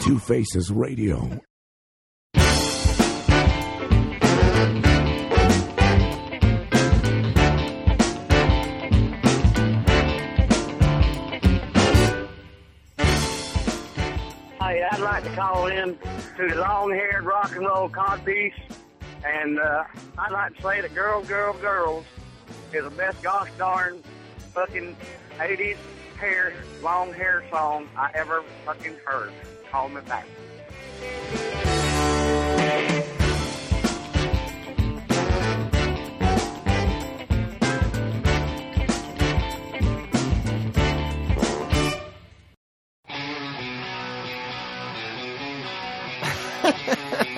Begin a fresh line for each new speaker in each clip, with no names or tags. Two Faces Radio.
Hey, Oh, I'd like to call in to the long-haired rock and roll contees, and uh, I'd like to say that "Girl, Girl, Girls" is the best gosh darn fucking '80s hair, long hair song I ever fucking heard. Call me back.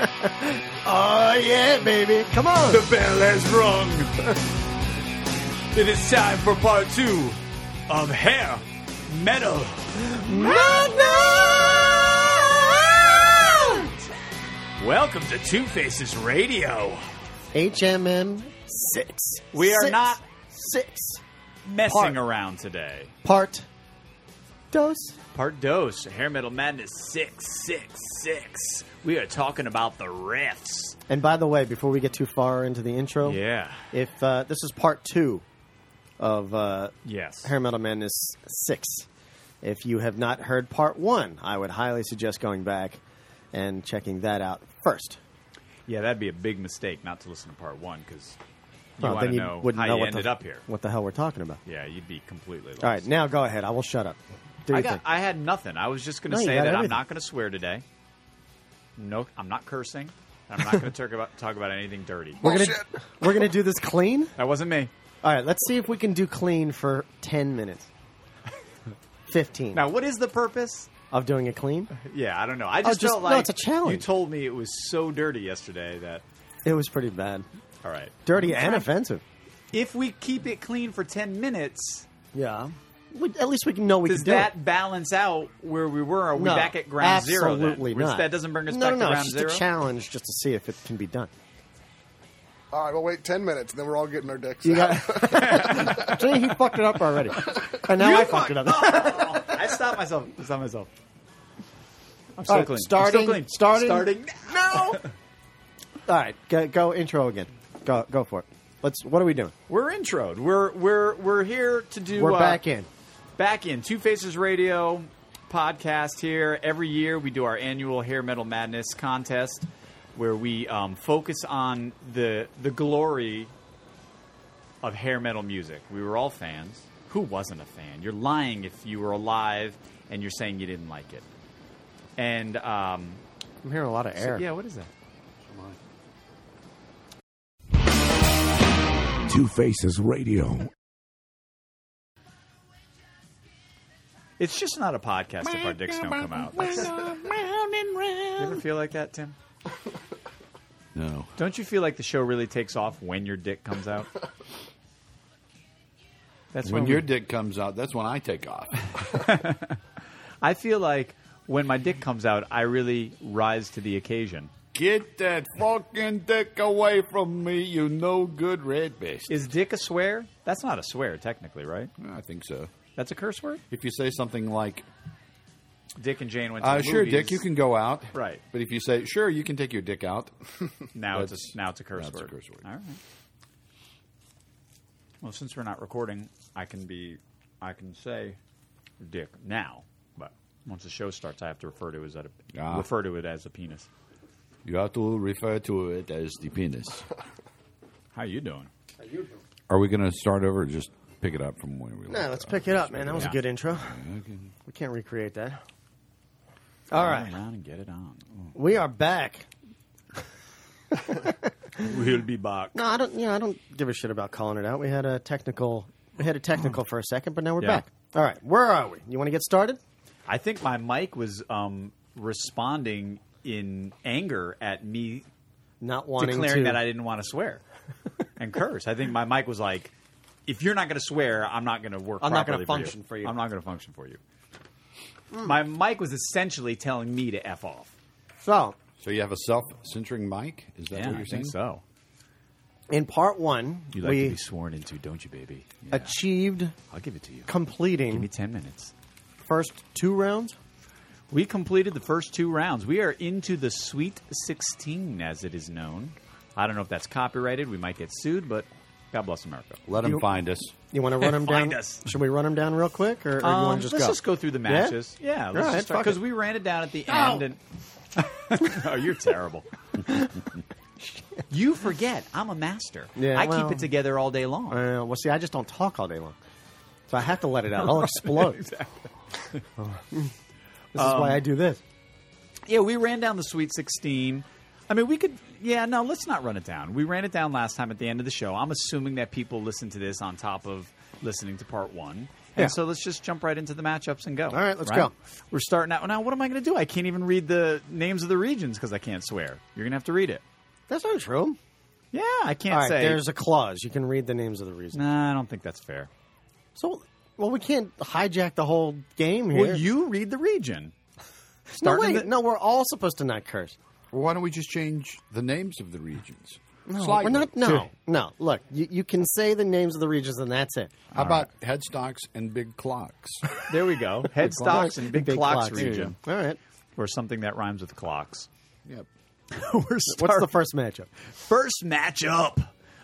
Oh yeah, baby! Come on.
The bell has rung. it is time for part two of Hair Metal. Welcome to Two Faces Radio.
HMM six.
We are
Six.
not
six
messing
Part-
around today.
part dos.
Part dos, Hair Metal Madness 666. We are talking about the riffs.
And by the way, before we get too far into the intro,
Yeah.
if uh, this is part two of uh,
Yes.
Hair Metal Madness six, if you have not heard part one, I would highly suggest going back and checking that out first.
yeah, that'd be a big mistake not to listen to part one because you
Well,
want
then
to
you
know
wouldn't
how
know
you
what
ended
the,
up here.
What the hell we're talking about?
Yeah, you'd be completely lost.
All right, now go ahead. I will shut up. Do
I
your
got.
thing.
I had nothing. I was just going to
No, you
say
got
that I'm
everything.
not going to swear today. No, I'm not cursing. I'm not going to talk about talk about anything dirty.
we're gonna we're gonna do this clean.
That wasn't me.
All right, let's see if we can do clean for 10 minutes. 15
Now, what is the purpose?
of doing it clean.
Yeah, I don't know. I just,
Oh, just-
felt
no,
like
it's a challenge.
You told me it was so dirty yesterday that.
It was pretty bad.
All right,
Dirty and offensive.
If we keep it clean for ten minutes,
Yeah. We, at least we can know we
does
can do
that
it.
balance out where we were? Are we
No,
back at ground zero? then?
Absolutely
Which
not.
That doesn't bring us
no,
back
no, no,
to ground
it's just
zero.
a challenge just to see if it can be done.
All right, we'll wait 10 minutes, and then we're all getting our dicks
You
out.
got See, he fucked it up already. And now I fucked it up.
Oh, I stopped myself. I stopped myself. I'm still
right,
clean. I'm
starting-
still clean.
starting-
Starting. No.
All right, go, go intro again. Go go for it. Let's what are we doing?
We're introed. We're we're we're here to do.
We're
uh,
back in.
Back in Two Faces Radio podcast here. Every year we do our annual Hair Metal Madness contest, where we um, focus on the the glory of hair metal music. We were all fans. Who wasn't a fan? You're lying if you were alive and you're saying you didn't like it. And um,
I'm hearing a lot of
so-
air.
yeah, what is that?
Two Faces Radio.
It's just not a podcast if our dicks don't come out. you ever feel like that, Tim?
No.
Don't you feel like the show really takes off when your dick comes out? That's
When
we-
your dick comes out, that's when I take off.
I feel like when my dick comes out, I really rise to the occasion.
Get that fucking dick away from me, you no good red bitch.
Is dick a swear? That's not a swear, technically, right?
I think so.
That's a curse word.
If you say something like,
Dick and Jane went to
uh,
the
sure,
movies.
dick, you can go out.
Right.
But if you say, sure, you can take your dick out.
Now it's
That's-
a, now it's a curse
that's a
word.
curse word.
All right. Well, since we're not recording, I can be I can say dick now, but once the show starts, I have to refer to it as a,
Ah.
refer to it as a penis.
You have to refer to it as the penis.
How you doing?
Are we going to start over or just pick it up from where we
No, let's pick it up, man. That was a
Yeah.
good intro. We can't recreate that. All right.
around and get it on.
We are back.
We'll be back.
No, I don't. You know, I don't give a shit about calling it out. We had a technical. We had a technical for a second, but now we're
Yeah.
back. All right, where are we? You want to get started?
I think my mic was um, responding in anger at me
Not wanting to.
declaring that I didn't want to swear and curse. I think my mic was like, if you're not going to swear, I'm not going to work.
I'm not
going
gonna
to
function for you. Mm.
I'm not going to function for you. My mic was essentially telling me to f off.
so,
So you have a self-centering mic? Is that what you're saying?
so.
in part one,
You like
we
to be sworn into, don't you, baby? Yeah.
achieved
I'll give it to you.
completing
Give me ten minutes.
first two rounds.
We completed the first two rounds. We are into the Sweet 16, as it is known. I don't know if that's copyrighted. We might get sued, but God bless America.
Let them find us.
You want to run them
Find
down?
us.
Should we run them down real quick, or, or you
Um,
want to just
let's
go?
just go through the
Yeah?
matches. Yeah,
All
let's
right,
just start
fuck it.
because we ran it down at the end. And oh, you're terrible. you forget I'm a master.
Yeah,
I
well-
keep it together all day long.
Uh, well, see, I just don't talk all day long, so I have to let it out. I'll explode.
Hmm.
this is
Um,
why I do this.
Yeah, we ran down the Sweet 16. I mean, we could. Yeah, no, let's not run it down. We ran it down last time at the end of the show. I'm assuming that people listen to this on top of listening to part one. And
Yeah.
so let's just jump right into the matchups and go. All
right, let's go.
We're starting out. Now, what am I going to do? I can't even read the names of the regions because I can't swear. You're going to have to read it.
That's not true.
Yeah, I can't
All right,
say.
there's a clause. You can read the names of the reasons.
Nah, I don't think that's fair.
So, well, we can't hijack the whole game here.
Will you read the region?
no,
in
wait,
the-
no, we're all supposed to not curse.
Well, why don't we just change the names of the regions? No,
We're not. No, no. Look, you, you can say the names of the regions, and that's it.
How about headstocks and big clocks?
There we go. Headstocks and big, clocks, region,
All right.
or something that rhymes with clocks.
yep.
We're
What's
starting
the first matchup?
First matchup.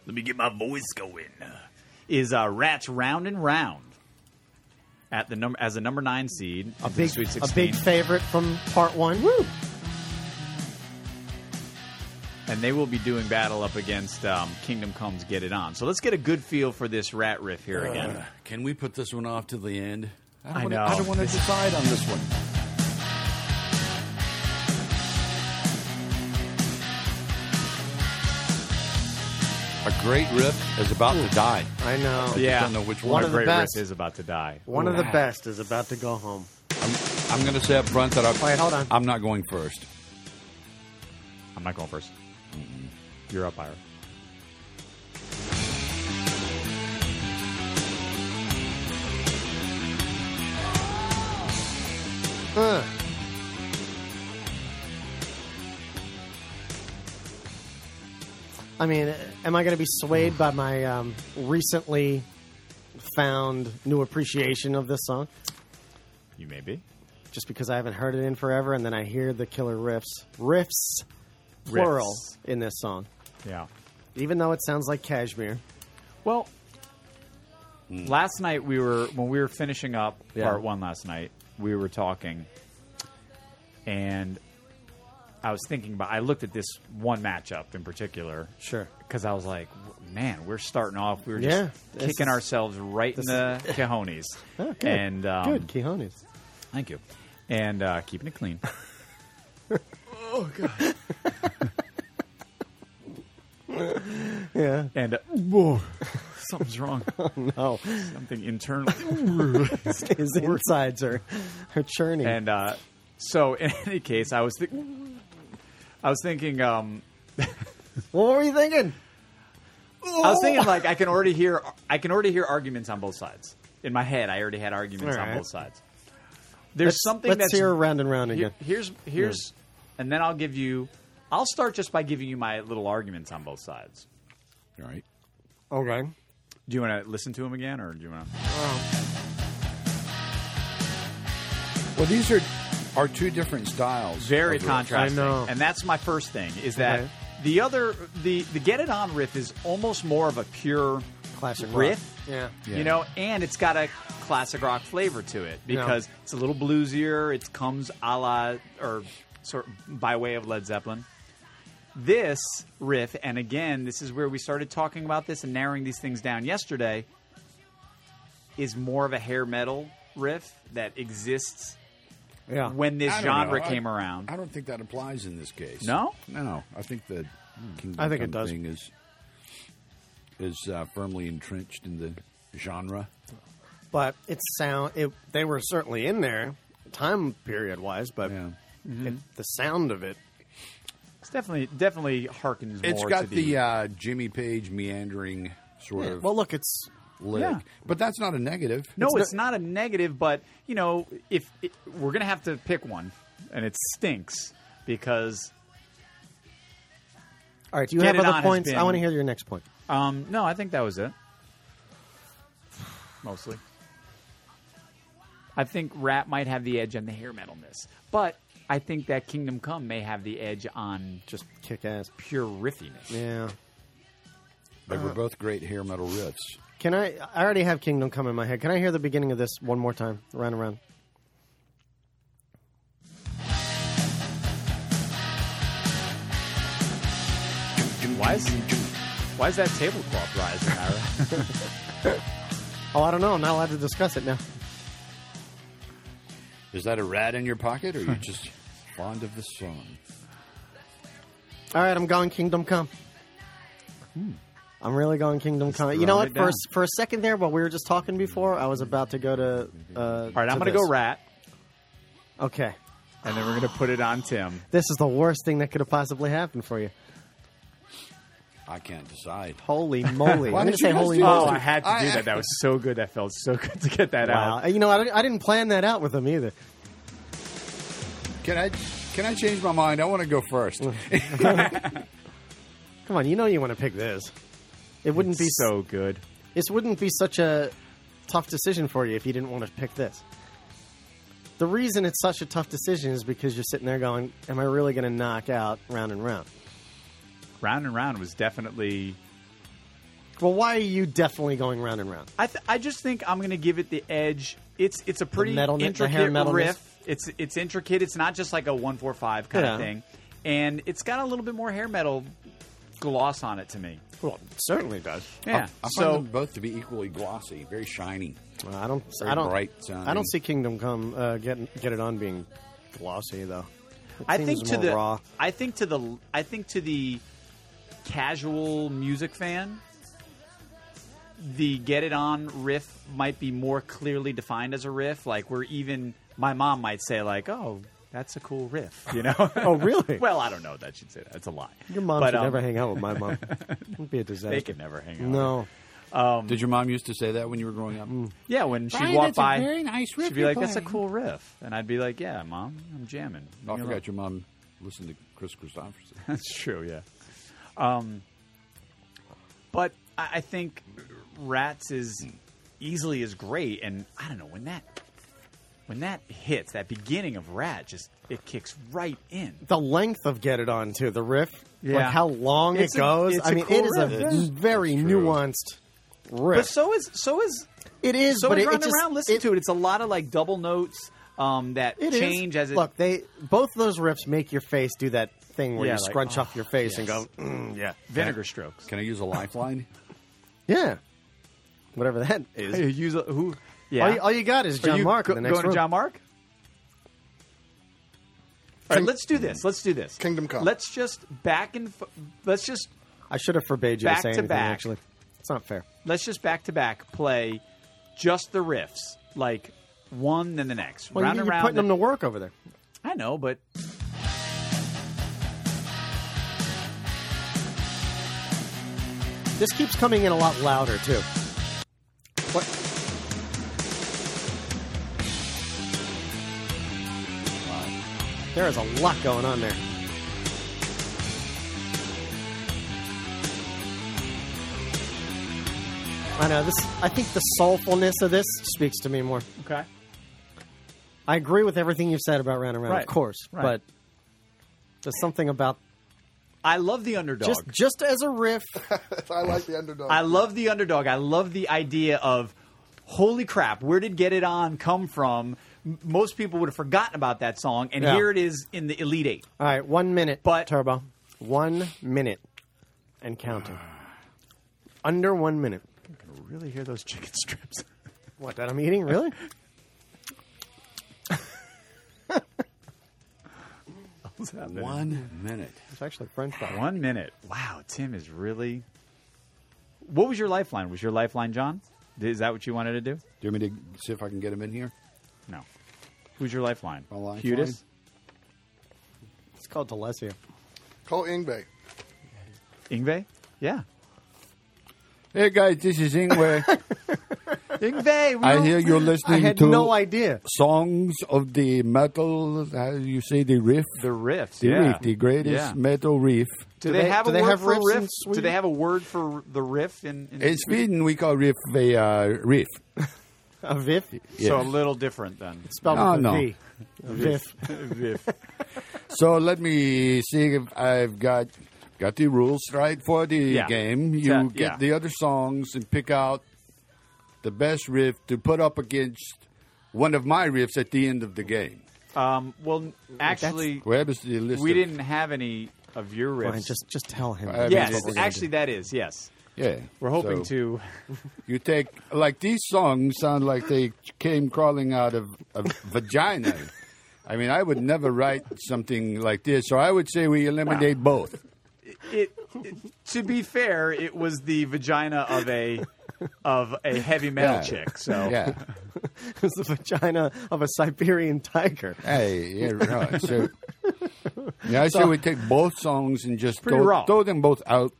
Let me get my voice going. Is uh, Rats round and round at the number as the number nine seed. A
Big,
Sweet
a
16,
big favorite from part one. Woo!
and they will be doing battle up against um, Kingdom Comes Get It On. So let's get a good feel for this rat riff here again.
Can we put this one off to the end? I, don't
I
wanna,
know.
I don't want to decide on this one. A great riff is about to die.
I know.
yeah,
don't know which one.
What a
One of the
great
best.
riff is about to die.
One of the best is about to go home.
I'm going to say up front that I,
Wait, hold on.
I'm not going first.
I'm not going 1st you You're up, Ira.
Huh. I mean, am I going to be swayed by my um, recently found new appreciation of this song?
You may be.
Just because I haven't heard it in forever, and then I hear the killer riffs, riffs, plural,
Riffs.
in this song.
Yeah.
Even though it sounds like Kashmir,
Well, last night we were when we were finishing up
Yeah.
part one last night. We were talking, and I was thinking about. I looked at this one matchup in particular,
Sure.
because I was like, "Man, we're starting off. We're
Yeah,
just
this
kicking
is-
ourselves right in the cojones."
oh, good,
And um,
good, Quijones.
Thank you. And uh, keeping it clean. oh, God. yeah. And, uh, whoa, something's wrong.
Oh,
Something internal.
his insides are are churning.
and uh, so, in any case, I was, thi- I was thinking, um,
what were you thinking?
I was thinking like I can already hear, I can already hear arguments on both sides. In my head, I already had arguments
All
on
right.
both sides. There's
Let's-
something
Let's
that's
hear round and round
Here-
again.
here's here's and then I'll give you I'll start just by giving you my little arguments on both sides.
All right.
Okay.
Do you want to listen to them again or do you want to
Well, these are are two different styles.
very
of riff.
contrasting.
I know.
And that's my first thing is that
Okay.
the other the the Get It On riff is almost more of a pure
Classic rock.
riff.
Yeah.
Yeah.
You know, and it's got a classic rock flavor to it because it's a little bluesier. It comes a la or sort by way of Led Zeppelin. This riff, and again, this is where we started talking about this and narrowing these things down yesterday, is more of a hair metal riff that exists
Yeah.
when this
I don't
genre
know. I-
came around.
I don't think that applies in this case.
No?
no. I think the Kingdom
I think it
Come
does.
thing is is uh, firmly entrenched in the genre.
but it sound it they were certainly in there time period wise, but
Yeah.
Mm-hmm.
it- the sound of it.
It's definitely definitely harkens
It's
more
got
to
the, uh, Jimmy Page meandering sort of
Well, look, it's
lick,
yeah.
but that's not a negative.
No, it's,
It's
not, a negative, but you know, if it, we're gonna have to pick one, and it stinks because
all right. Do you
Get
have
It On
other
has
points?
been-
I want to hear your next point.
um, no, I think that was it. Mostly, I think rap might have the edge on the hair metalness, but I think that Kingdom Come may have the edge on just
Just kick ass.
pure riffiness.
Yeah.
They were both great hair metal riffs.
Can I? I already have Kingdom Come in my head. Can I hear the beginning of this one more time? Round and round.
Why is why is that tablecloth rising? Ira?
Oh, I don't know. I'm not allowed to discuss it now.
Is that a rat in your pocket, or are you just fond of the song?
All right, I'm going Kingdom Come. I'm really going Kingdom Come. You know what?
Hmm. throwing it
For a,
down.
for a second there, while we were just talking before, I was about to go to. Uh, All
All right, I'm gonna go rat,
Okay,
and then we're gonna put it on Tim.
this is the worst thing that could have possibly happened for you.
I can't decide.
Holy moly!
Why
I'm gonna
did
say
you guys
holy
do
Oh,
moly.
I had to
I-
do that. That was so good. That felt so good to get that
Wow.
out.
You know, I didn't, I didn't plan that out with them either.
Can I? Can I change my mind? I want to go first.
Come on, you know you want to pick this. It wouldn't be
so good.
This wouldn't be such a tough decision for you if you didn't want to pick this. The reason it's such a tough decision is because you're sitting there going, "Am I really going to knock out round and round?"
Round and round was definitely.
Well, why are you definitely going round and round?
I th- I just think I'm gonna give it the edge. It's it's a pretty
metal- the hair
intricate
metalness.
riff. It's it's intricate. It's not just like a one four five kind
Yeah.
of thing, and it's got a little bit more hair metal gloss on it to me.
Well, it certainly does.
Yeah.
I find
so
them both to be equally glossy, very shiny.
I don't.
Very
I don't.
bright
I
sounding.
don't see Kingdom Come uh, get get it on being glossy though. It
I
seems
think to
more
the
raw.
I think to the I think to the casual music fan, the get it on riff might be more clearly defined as a riff. Like where even my mom might say like, "Oh, that's a cool riff," you know.
Oh, really?
well, I don't know that she'd say that. It's a lie.
your mom
but,
should
um,
never hang out with my mom. It'd be a disaster.
They could never hang out.
No.
Did your mom used to say that when you were growing up?
Yeah, when she walked by, she'd be like, "That's a cool riff," and I'd be like, "Yeah, mom, I'm jamming." Leave
Oh, I
me alone."
forgot your mom listened to Chris Christopherson.
That's true, yeah. Um, but I, I think Rats is easily as great, and I don't know when that when that hits that beginning of Rat, just it kicks right in.
The length of Get It On too. The riff, like
Yeah.
how long
It's
it
a-
goes.
it's
I
a
mean,
cool
it is a
riff,
yeah.
very
That's true.
nuanced riff.
But so is so is
it is,
so
but
is
it,
Round
it just
and Round. Listen
it,
to it; it's a lot of like double notes um, that
It is.
change as it.
look. They both those riffs make your face do that thing where
Yeah,
you
like,
scrunch
oh,
up your face and
yes.
go, mm, yeah,
vinegar strokes.
Can I use a lifeline?
yeah, whatever that is.
Hey, use a- who? Yeah.
All, you, all you got is
Are
John
you
Mark
go-
in the next
going
room.
to John Mark? All right, let's do this. Let's do this.
Kingdom Come.
Let's just back and f- let's just
I should have forbade you to
Back
say
to
anything.
back.
Actually, it's not fair.
let's just back to back play just the riffs, like one then the next,
Well,
round
you,
and
you're
round.
putting them to work over there.
I know, but
This keeps coming in a lot louder too. There is a lot going on there. I know this. I think the soulfulness of this speaks to me more.
okay.
I agree with everything you've said about Round and Round,
Right,
of course,
right.
but there's something about
I love the underdog.
just just as a riff.
I like the underdog.
I love the underdog. I love the idea of holy crap, where did Get It On come from? M- Most people would have forgotten about that song, and
Yeah.
here it is in the Elite Eight.
All right, one minute,
But-
Turbo. One minute and counting. Under one minute.
Really hear those chicken strips?
What that I'm eating? Really?
One minute.
It's actually French fries.
One minute. Wow, Tim is really. What was your lifeline? Was your lifeline John? Is that what you wanted to do?
Do you want me to see if I can get him in here?
No. Who's your lifeline?
My lifeline?
Cutest?
It's called Telesio.
Cole Ingbe.
Ingve? Yeah.
Hey guys, this is Ingwe.
Ingve!
I hear you're listening
I had
to
no idea.
songs of the metal. How do you say the riff?
The riffs.
The
yeah.
riff, the greatest
Yeah.
metal riff.
Do, they, have
do
a
they
word
have
for
riffs in
riff? Do
Sweden?
they have a word for the riff in, in
In Sweden, we call riff a uh, riff.
A VIF?
So
Yes.
a little different then.
Spelled
No,
with a
Oh, no.
V. A VIF.
So let me see if I've got got the rules right for the
Yeah.
game. You
Yeah,
get
yeah.
the other songs and pick out the best riff to put up against one of my riffs at the end of the game.
Um, well, actually,
Where is the list?
we
of-
didn't have any of your riffs.
Brian, just, just tell him.
I mean,
yes,
what we're gonna
actually, that is yes.
do. yeah.
We're hoping
So
to.
You take like these songs sound like they came crawling out of a vagina. I mean, I would never write something like this, so I would say we eliminate both.
It, it- to be fair, it was the vagina of a of a heavy metal
Yeah.
chick. So
Yeah.
It was the vagina of a Siberian tiger.
Hey, yeah, right. So, yeah, I say we take both songs and just
Pretty
throw,
raw.
throw them both out.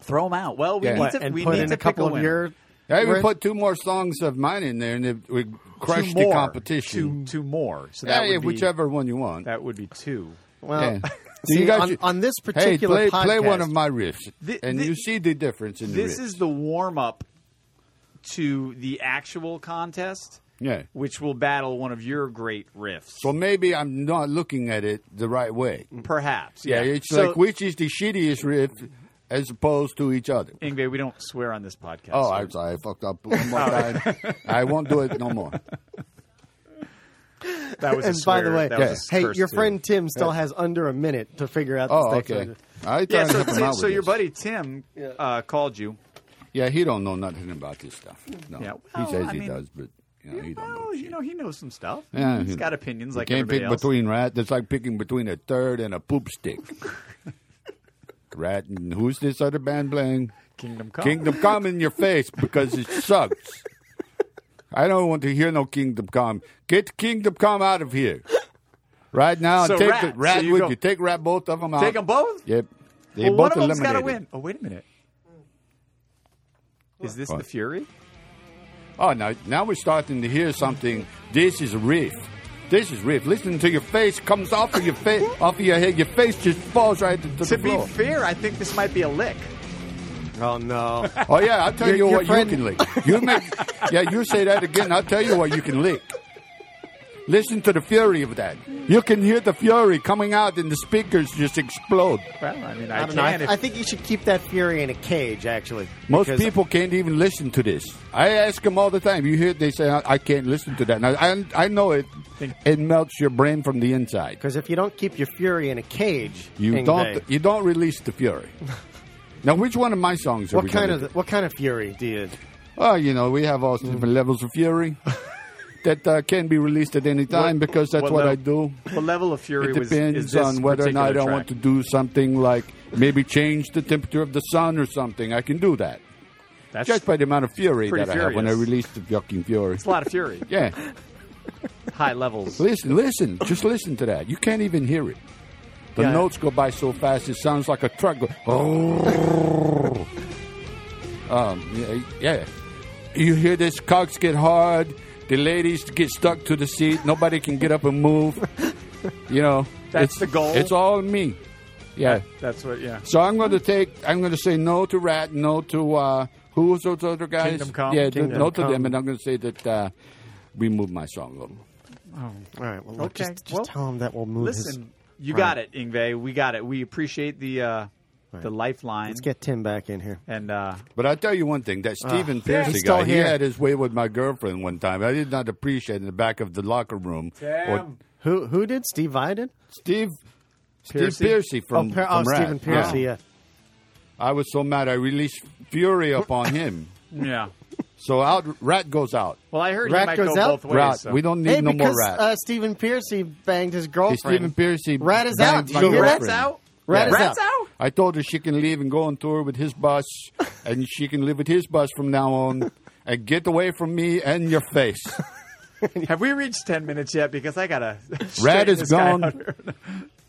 throw them out. Well, we
Yeah.
need
What,
to
and
we
put
need
in
to
a couple
pick
of
winner.
your.
I
We're-
even put two more songs of mine in there, and it would crush
two
the
more, Two,
competition.
two more. So
yeah,
that
yeah,
would be,
whichever one you want.
That would be two.
Well,
Yeah.
see,
You guys
on,
should-
on this
hey,
particular
play,
podcast,
play one of my riffs,
Thi-
and
thi-
you see the difference in
This
the riffs.
is the warm up to the actual contest,
yeah.
which will battle one of your great riffs.
So maybe I'm not looking at it the right way.
Perhaps.
Yeah, it's
so,
like which is the shittiest riff as opposed to each other.
Ingve, we don't swear on this podcast.
Oh,
so-
I'm sorry, I fucked up one more time. I won't do it no more.
that was. a
and by the
swear-
way,
that
yeah.
was a
hey,
curse,
your
too.
friend Tim still has under a minute to figure out.
Oh,
this thing.
okay. I
Yeah,
tried to
so,
help him
so-
out
so
with
your
this.
buddy Tim uh, called you.
Yeah, he don't know nothing about this stuff. No.
Yeah,
he
well,
says
I
he
mean-
does, but you know, he don't know.
well,
shit.
you know, he knows some stuff.
Yeah,
he's
he-
got opinions
You
like
can't
everybody
pick
else.
between rat. That's like picking between a turd and a poop stick. rat and who's this other band playing?
Kingdom Come.
Kingdom Come in your face because it sucks. I don't want to hear no Kingdom Come. Get Kingdom Come out of here right now.
So
and take
rat.
the rat
So you
with
go-
you. Take rat both of them out.
Take them both.
Yep. They
Well,
both
one of them's got to
eliminated.
win. Oh, wait a minute. Is this
What?
the Fury?
Oh, now now we're starting to hear something. This is riff. This is riff. Listen to your face comes off of your face, off of your head. Your face just falls right to,
To
to the
be
floor.
fair, I think this might be a lick.
Oh no.
oh yeah, I'll tell
Your-
you
your
what
friend-
you can lick. You make, yeah, you say that again. I'll tell you what you can lick. Listen to the fury of that. You can hear the fury coming out, and the speakers just explode.
Well, I mean,
I
I,
don't
can
know. I,
if
I think you should keep that fury in a cage. Actually,
Most
because-
people can't even listen to this. I ask them all the time. You hear they say, "I, I can't listen to that." Now I, I know it.
Think-
It melts your brain from the inside.
Because if you don't keep your fury in a cage,
You
Ingve,
don't. You don't release the fury. now, which one of my songs? Are
What
we
kind
gonna
of
do?
what kind of fury do you?
Oh, you know, we have all different
Mm.
levels of fury that uh, can be released at any time because that's what, I do.
The level of fury
It
was, is
depends
this
on whether or not I
particular
want to
track.
do something like maybe change the temperature of the sun or something. I can do that
That's
just by the amount of fury
pretty
that I have when I
furious.
release the fucking fury.
it's a lot of fury.
Yeah,
High levels.
listen, listen, just listen to that. You can't even hear it. The
Yeah.
notes go by so fast; it sounds like a truck. Go, oh, um, yeah, yeah. You hear this? Cocks get hard. The ladies get stuck to the seat. Nobody can get up and move. You know,
That's
it's,
the goal?
It's all me. Yeah.
That's what. Yeah.
So I'm going to take. I'm going to say no to Rat. No to uh, who was those other guys?
Kingdom Come.
Yeah,
Kingdom
no to
Come.
them. And I'm going to say that uh, we move my song a little.
All right. Well, look,
Okay,
just, just
well,
tell him that we'll move. his-
Listen, you got it, Ingve. We got it. We appreciate the uh, the lifeline.
let's get Tim back in here.
and uh,
But I'll tell you one thing: that Stephen Piercy
he's
guy,
Ah. still
he
here.
had his way with my girlfriend one time. I did not appreciate in the back of the locker room. Or
Who who did Steve I did?
Steve
Piercy?
Steve Piercy from,
oh, Per- oh
from Rat.
Stephen Piercy. Yeah.
I was so mad, I released fury upon him.
yeah.
So out, Rat goes out.
Well, I heard
Rat
he might
goes
go
out?
both ways.
Rat,
so-
we don't need
Hey,
no
because
more Rat.
Uh, Stephen Piercy banged his
Hey,
girlfriend.
Stephen Piercy.
Rat is
banged
out. Did
my
you hear that?
girlfriend.
Rat is
Rat's
out.
out.
I told her she can leave and go on tour with his bus, and she can live with his bus from now on, and get away from me and your face.
Have we reached ten minutes yet? Because I gotta. straighten
Rat is
this guy out
gone.
here.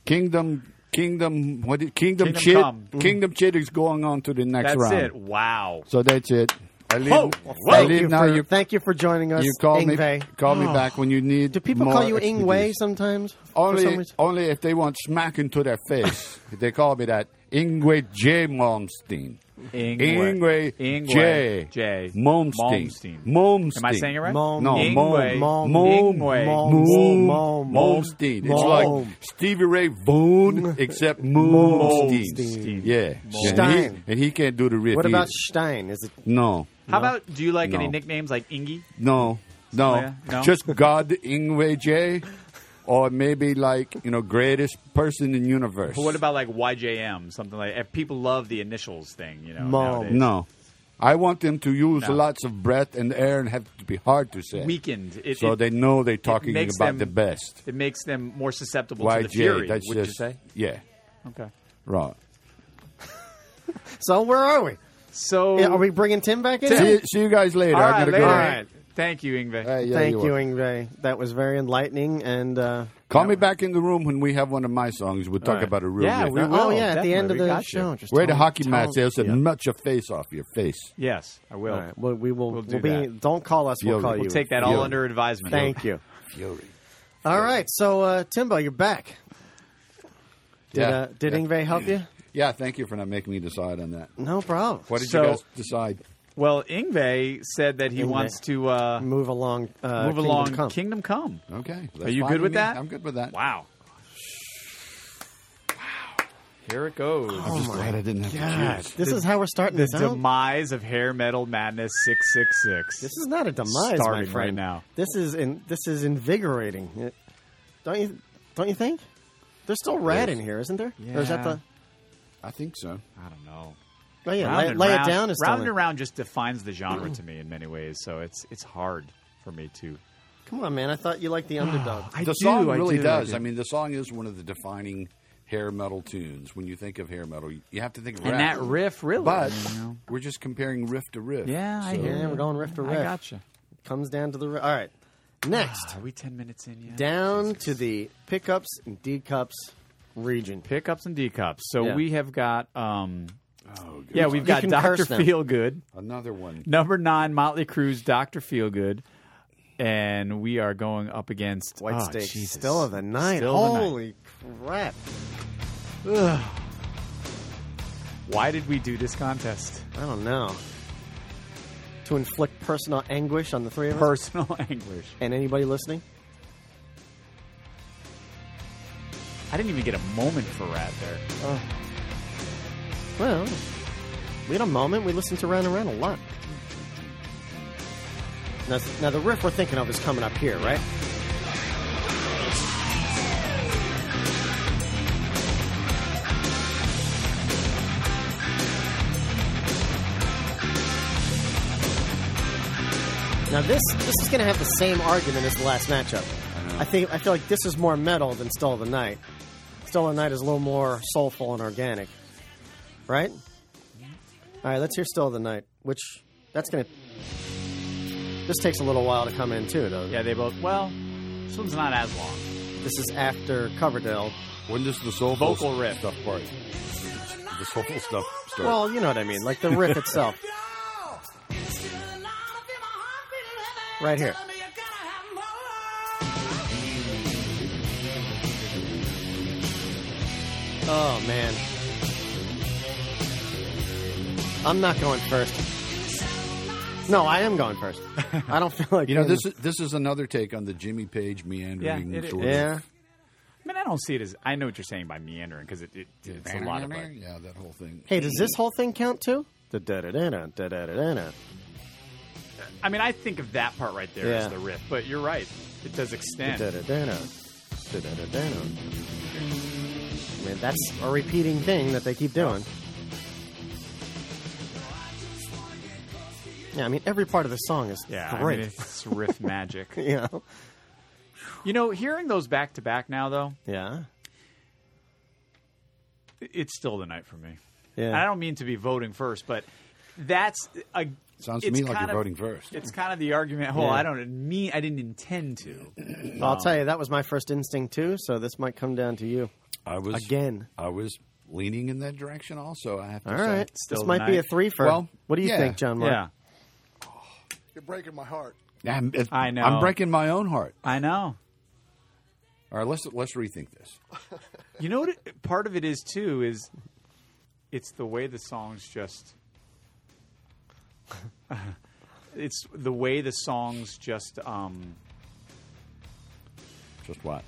Kingdom, kingdom, what? Is, kingdom,
Kingdom
chit,
come. Mm-hmm.
kingdom chit is going on to the next
That's
round.
it. Wow.
So that's it. I leave.
Whoa, whoa.
I
Thank
leave
you,
now.
for,
You,
thank you for joining us.
you call
Ingve. Oh.
me, call me back when you need.
Do people
more
call you
expertise.
Ingway sometimes? for some
Only,
reason?
only if they want smack into their face. they call me that Ingwe J. Malmsteen.
Ingwe.
Ingwe.
Ingwe.
J.
J.
Malmsteen.
Malmsteen.
Malmsteen.
Am I saying it right?
Malm-
No,
Ingwe.
Malm.
Malm-
Malm.
Ingwe.
Malm-
Moon.
Malm-
Malmsteen. It's
Malm.
like Stevie Ray Vaughan, except Malmsteen.
Malmsteen.
Yeah.
Malm-
And he,
Stein.
and he can't do the riff
What about
either.
Stein? Is it
No.
How about, do you like any
No.
nicknames like Ingy?
No, no,
Oh, yeah? No?
just God Ingwe J, or maybe like you know greatest person in universe.
What about like YJM? Something like if people love the initials thing, you know.
Mom.
nowadays.
no? I want them to use
No.
lots of breath and air and have to be hard to say,
Weakened. It,
so
it,
they know they're talking
makes
about
them-
the best.
it makes them more susceptible to the
YJ,
fury.
that's
would
just
you say?
yeah,
Okay.
right.
so? Where are we?
So
Yeah, Are we bringing Tim back in?
See, you- see you guys later.
All
I
right,
gotta
later.
go.
All right. Thank you, Ingve.
Hey, yeah,
Thank you,
are.
Ingve. That was very enlightening. And uh,
Call me back in the room when we have one of my songs. We'll talk about a real.
Yeah,
riff.
we will.
oh yeah, at the
definitely.
end of
We
the
got you.
show, just
Wear the
tell-
hockey
tell-
mats, else
Yeah.
it'll melt your face off your face.
Yes, I will.
All right. Well, we will.
We'll
We'll,
do
be.
that.
Don't call us. We'll
Fury.
call
We'll
you.
Take that all
Fury.
under advisement.
Thank you. All right. So uh, Timbo, you're back. Did
yeah.
uh, did
yeah.
Ingve help you?
Yeah, thank you for not making me decide on that.
No problem.
What did
So-
you guys decide?
Well, Ingve said that he
Yngwie.
wants to uh,
Move
move
along. Uh, Kingdom
along
Come.
Kingdom Come.
Okay. that's
Are you
fine
good with
me.
that?
I'm good with that.
Wow. Here it goes.
I'm
Oh,
just glad I didn't have
God,
to choose.
this is how we're starting
the
this out.
demise of hair metal madness 666.
This is not a demise, my
Starting
friend.
right now.
This is in, this is invigorating. It- don't you don't you think? There's still rat in here, isn't there? Or is that
Yeah.
the?
I think so.
I don't know.
Oh yeah,
Round
lay,
and
lay
round-
it down is still
round
in.
and round just defines the genre to me in many ways, so it's it's hard for me to.
Come on, man! I thought you liked the underdog.
I
the
do,
song
I
really
do, I
does.
do.
I, mean, the song is one of the defining hair metal tunes. When you think of hair metal, you you have to think of
and
rap.
that riff really.
But
you know?
we're just comparing riff to riff.
yeah, I
So-
hear
Yeah,
you.
we're going riff to
I
riff.
gotcha.
Comes down to the. ri- All right, next
Are we ten minutes in yet?
down to the pickups and decups region.
Pickups and decups. So
Yeah.
we have got. um
Oh, good.
Yeah, we've got
can
Doctor
curse now.
Feelgood.
Another one.
Number nine, Motley Crue's Doctor Feelgood, and we are going up against
White
oh,
Stakes,
Jesus.
still of the night.
Still of the night.
Holy crap!
Why did we do this contest?
I don't know. To inflict personal anguish on the three of us
Personal anguish.
and anybody listening.
I didn't even get a moment for Rat there.
Well, we had a moment. We listened to Round and Round a lot. Now, now the riff we're thinking of is coming up here, right? Now this this is going to have the same argument as the last matchup. I think I feel like this is more metal than Still of the Night. Still of the Night is a little more soulful and organic right? All right, let's hear "Still of the Night," which that's gonna. This takes a little while to come in too, though.
Yeah, they both. Well, this one's not as long.
This is after Coverdale.
When does the soulful
Vocal riff.
stuff part? The soulful stuff start.
Well, you know what I mean, like the riff itself. Right here. Oh man, I'm not going first. No, I am going first. I don't feel like
you know, this is, this is another take on the Jimmy Page meandering
Yeah, it is.
sort
Yeah,
I mean, I don't see it as. I know what you're saying by meandering because it, it,
of.
it's a lot of like.
yeah, that whole thing.
Hey, does this whole thing count too? Da da da da da da da da.
I mean, I think of that part right there as
Yeah.
the riff, but you're right. It does extend.
Da-da-da-da. Da-da-da-da. I mean, that's a repeating thing that they keep doing. Yeah, I mean, every part of the song is
Yeah, I mean,
great.
it's riff magic.
you know?
You know, hearing those back to back now though,
Yeah.
it's still the night for me.
Yeah.
I don't mean to be voting first, but that's a.
Sounds to
it's
me like
kind
you're
of-
voting first.
It's kind of the argument. Well,
Yeah.
I don't mean I didn't intend to.
Well,
Um,
I'll tell you, that was my first instinct, too, so this might come down to you.
I was
Again.
I was leaning in that direction. Also, I have to
All
say,
right.
still
this might be a
tonight.
threefer.
Well,
what do you
yeah.
think, John Mark?
Yeah,
You're breaking my heart.
I'm, it's-
I know.
I'm breaking my own heart.
I know.
All right, let's let's rethink this.
You know what? It, part of it is too is it's the way the songs just It's the way the songs just um,
Just what?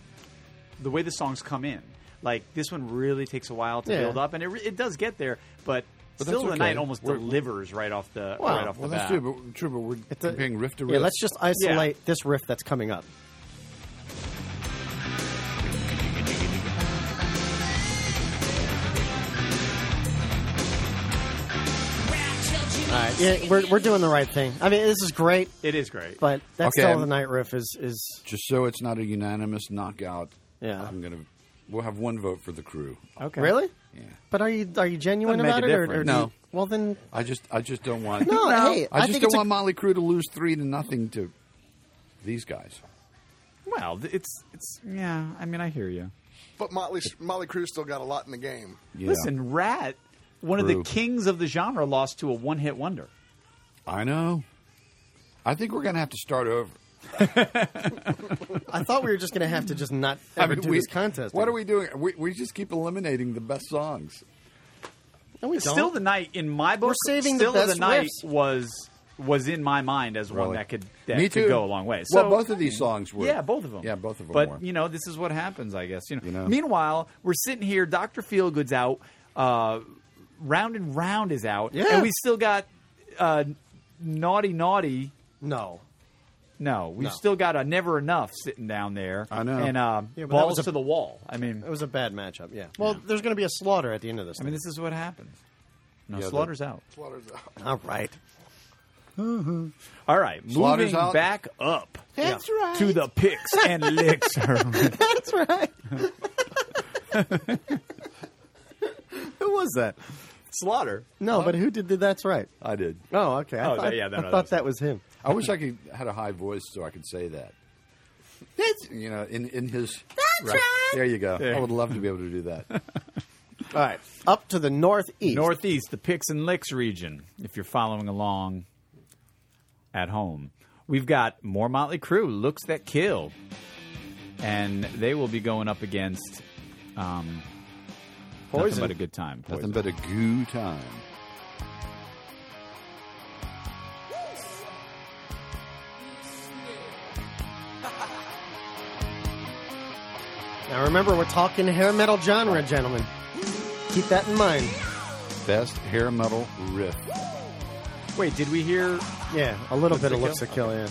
the way the songs come in. Like this one really takes a while to
Yeah.
build up, and it, re- it does get there, but,
But that's
still the
okay.
night almost
We're-
delivers right off the
Well,
right off
Well,
the
that's
bat.
true, but, true, but we're
a-
comparing riff to riff.
Yeah, let's just isolate this riff that's coming up. All right, yeah, we're, we're doing the right thing. I mean, this is great,
It is great.
but that
Okay,
Still
I'm-
the Night riff is is
Just so it's not a unanimous knockout.
Yeah.
I'm gonna. We'll have one vote for the crew.
okay.
really.
Yeah.
But are you are you genuine
Doesn't make
about
a
it? Or, or
difference.
do you-
No.
well, then
I just, I just don't want.
no. hey,
I, just
think
don't
it's a-
want Molly Crew to lose three to nothing to these guys.
Well, th- it's it's yeah. I mean, I hear you.
But Motley Motley Crue still got a lot in the game.
Yeah.
Listen, Rat, one of
True.
the kings of the genre, lost to a one-hit wonder.
I know. I think we're gonna have to start over.
I thought we were just going to have to just not ever
I mean,
do
we-
this contest.
What are we doing? We, we just keep eliminating the best songs.
No, we don't.
Still the night in my book.
We're saving the
Still
best
night
riffs.
was was in my mind as one
Really.
that could that
Me too.
could go a long way. So,
well, both of these songs were.
Yeah, both of them.
Yeah, both of them.
But
were.
you know, this is what happens, I guess. You know.
You know?
Meanwhile, we're sitting here. Doctor Feelgood's out. Uh, Round and Round is out.
Yeah.
And we still got uh, Naughty Naughty.
no.
No, we've
No.
still got a Never Enough sitting down there.
I know.
And um,
Yeah, but that
balls
was a-
to the wall. I mean,
It was a bad matchup. Yeah. Well, there's going to be a slaughter at the end of this.
I mean, this is what happens. No,
Yeah,
Slaughter's out.
Slaughter's out.
all right.
All right,
Slaughter's
moving
out.
back up
That's right.
to the picks and licks.
That's right.
Who was that? Slaughter.
No, but who did the That's Right?
I did.
Oh, okay. I
Oh,
thought,
yeah, no,
I
no,
thought
that's-
that was him.
I wish I could had a high voice so I could say that. you know, in in his. That's right. There you go. I would love to be able to do that.
All right. Up to the northeast.
Northeast, the picks and licks region. If you're following along at home, we've got more Motley Crue, looks that kill, and they will be going up against um,
Poison.
Nothing but a good time.
Nothing but a goo time.
Now remember, we're talking hair metal genre, gentlemen. Keep that in mind.
Best hair metal riff.
Wait, did we hear?
Yeah, a little bit of looks
Looks a
a kill. Yeah.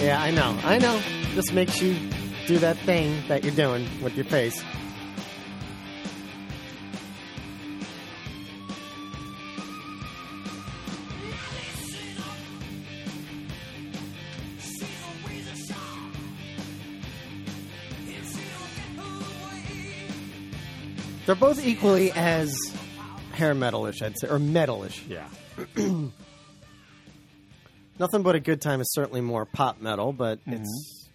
Yeah, I know. I know. This makes you do that thing that you're doing with your face. They're both equally as hair metalish, I'd say, or metalish.
Yeah.
Nothing but a good time is certainly more pop metal, but it's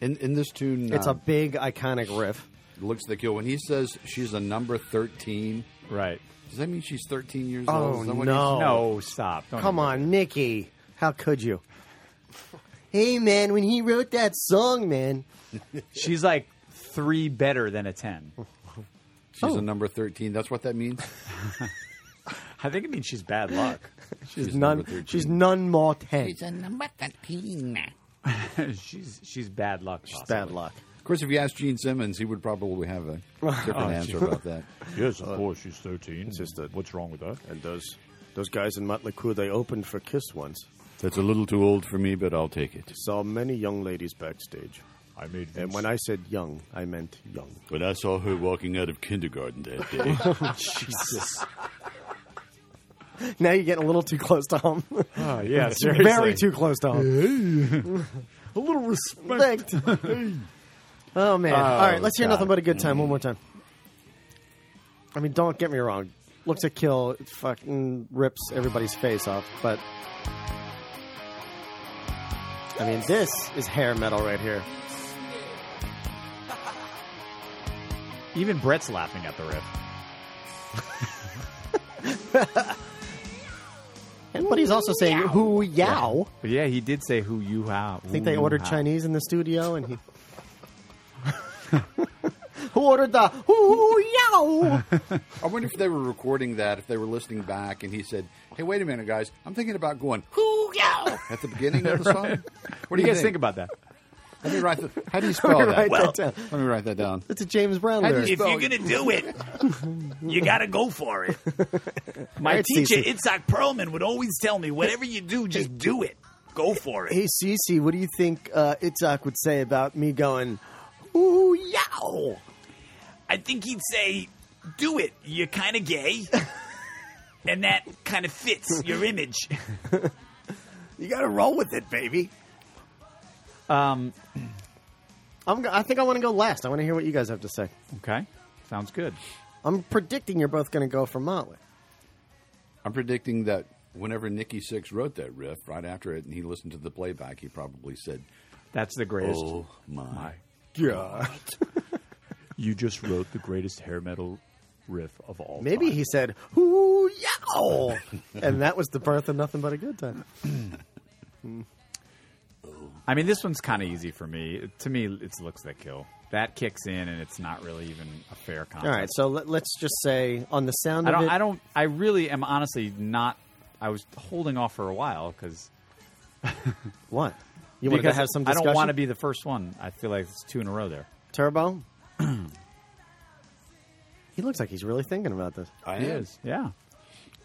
In in this tune,
it's a
um,
big iconic riff.
looks the kill. When he says she's a number thirteen,
Right.
does that mean she's thirteen years old?
Oh
Is that what
no!
No, stop. Don't
Come
even-
on, Mickey. How could you? hey man, when he wrote that song, man.
She's like three better than a ten.
he- She's a
Oh.
number thirteen. That's what that means.
I think it means she's bad luck.
She's,
She's
none.
number 13.
She's none more ten.
It's a number 13.
she's she's bad luck.
It's bad luck.
Of course, if you asked Gene Simmons, he would probably have a
Oh,
different answer about that.
Yes,
Uh,
of course. She's 13. What's wrong with that? And those those guys in Motley Crue, they opened for Kiss once.
That's a little too old for me, but I'll take it.
Saw many young ladies backstage.
I made
And when I said young, I meant young.
When I saw her walking out of kindergarten that day,
Jesus.
Now you're getting a little too close to home.
Oh, yeah, seriously.
Very too close to home.
a little respect.
Thanks. oh man! All right, let's hear nothing but a good time one more time. I mean, don't get me wrong. Looks a kill. It fucking rips everybody's face off, but. I mean, this is hair metal right here.
Even Brett's laughing at the riff.
And, but he's also saying "hoo yow."
But yeah, he did say who you have.
I think they ordered Chinese in the studio, and he. Who ordered the hoo yow?
I wonder if they were recording that, if they were listening back, and he said, "Hey, wait a minute, guys, I'm thinking about going hoo yow at the beginning of the song."
Right.
What
What
do
do
you
you guys think about that?
Let me write. The, how do you
Let
spell
me write
that?
that down.
Let me write that down.
It's a James Brown
How do you
lyric.
spell If you're
gonna do it, you gotta go for it. My
It's
teacher,
easy.
Itzhak Perlman, would always tell me, whatever you do, just do it. Go for it.
Hey, Cece, what do you think uh, Itzhak would say about me going, ooh, yow?
I think he'd say, do it. You're kind of gay. and that kind of fits your image.
You got to roll with it, baby. Um, I'm, go- I think I want to go last. I want to hear what you guys have to say.
Okay. Sounds good.
I'm predicting you're both going to go for Motley.
I'm predicting that whenever Nikki Six wrote that riff, right after it, and he listened to the playback, he probably said,
"That's the greatest."
Oh my!
God. you just wrote the greatest hair metal riff of all
Maybe he said, ooh, yow. and that was the birth of nothing but a good time.
I mean, this one's kind of easy for me. To me, it's looks that kill. That kicks in, and it's not really even a fair contest.
All right, so let, let's just say on the sound
I
of
don't.
it.
I don't. I really am honestly not. I was holding off for a while because
what you wanted to have some
I don't
discussion?
want to be the first one. I feel like it's two in a row there.
Turbo. he looks like he's really thinking about this.
I He am. is,
Yeah.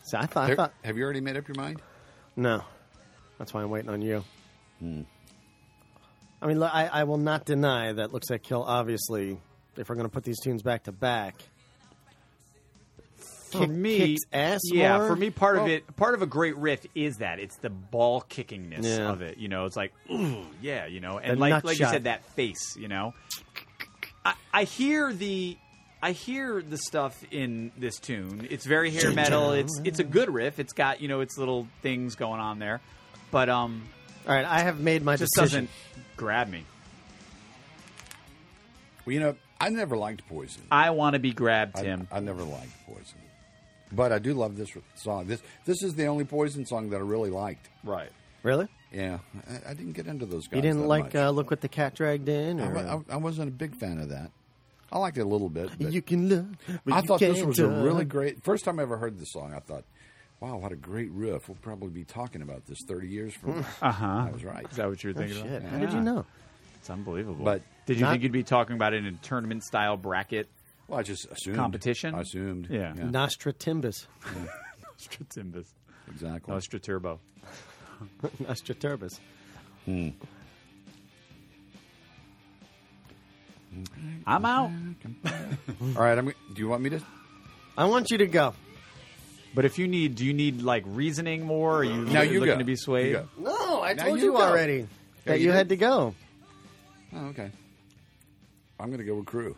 So I thought, I
There-
thought
Have you already made up your mind?
no. That's why I'm waiting on you.
Hmm.
I mean, li- I, I will not deny that looks like kill. Obviously, if we're going to put these tunes back to back,
For
Kick-
me,
kicks ass
yeah.
more?
For me, part of
Well-
it, part of a great riff is that it's the ball kickingness
Yeah.
of it. You know, it's like, ooh, yeah, you know, and
The
like,
nut
like you
shot.
said, that face. You know, I, I hear the. I hear the stuff in this tune. It's very hair metal. It's it's a good riff. It's got you know its little things going on there, but um,
all right, I have made my
just
decision.
doesn't grab me.
Well, you know, I never liked Poison.
I want to be grabbed, Tim.
I, never liked Poison, but I do love this song. This this is the only Poison song that I really liked.
Right.
Really?
Yeah, I, I didn't get into those guys.
You didn't
that
like
much.
uh, look what the cat dragged in,
I
or
wa- I, I wasn't a big fan of that. I liked it a little bit. But
you can look. but
I
you
thought this
can't
was a really
touch.
great. First time I ever heard the song, I thought, "Wow, what a great riff! We'll probably be talking about this thirty years from now."
Uh-huh.
I was right.
Is that what you were
Oh,
thinking
shit.
about?
How did you
know?
It's unbelievable.
But
did you
not-
think you'd be talking about it in a tournament style bracket?
Well, I just assumed.
competition.
I assumed.
Yeah.
Yeah.
Nostra Timbus.
Nostratimbus.
Exactly.
Nostraturbo.
Nostra Turbus.
Hmm.
I'm out.
All right. I'm. Do you want me to?
I want you to go.
But if you need, do you need like reasoning more? Are you
Now you
looking
go.
to be swayed?
You go.
No, I
Now
told
you
you,
go.
already
Yeah,
that
you
you
did.
had to go.
Oh, okay. I'm going to go with crew.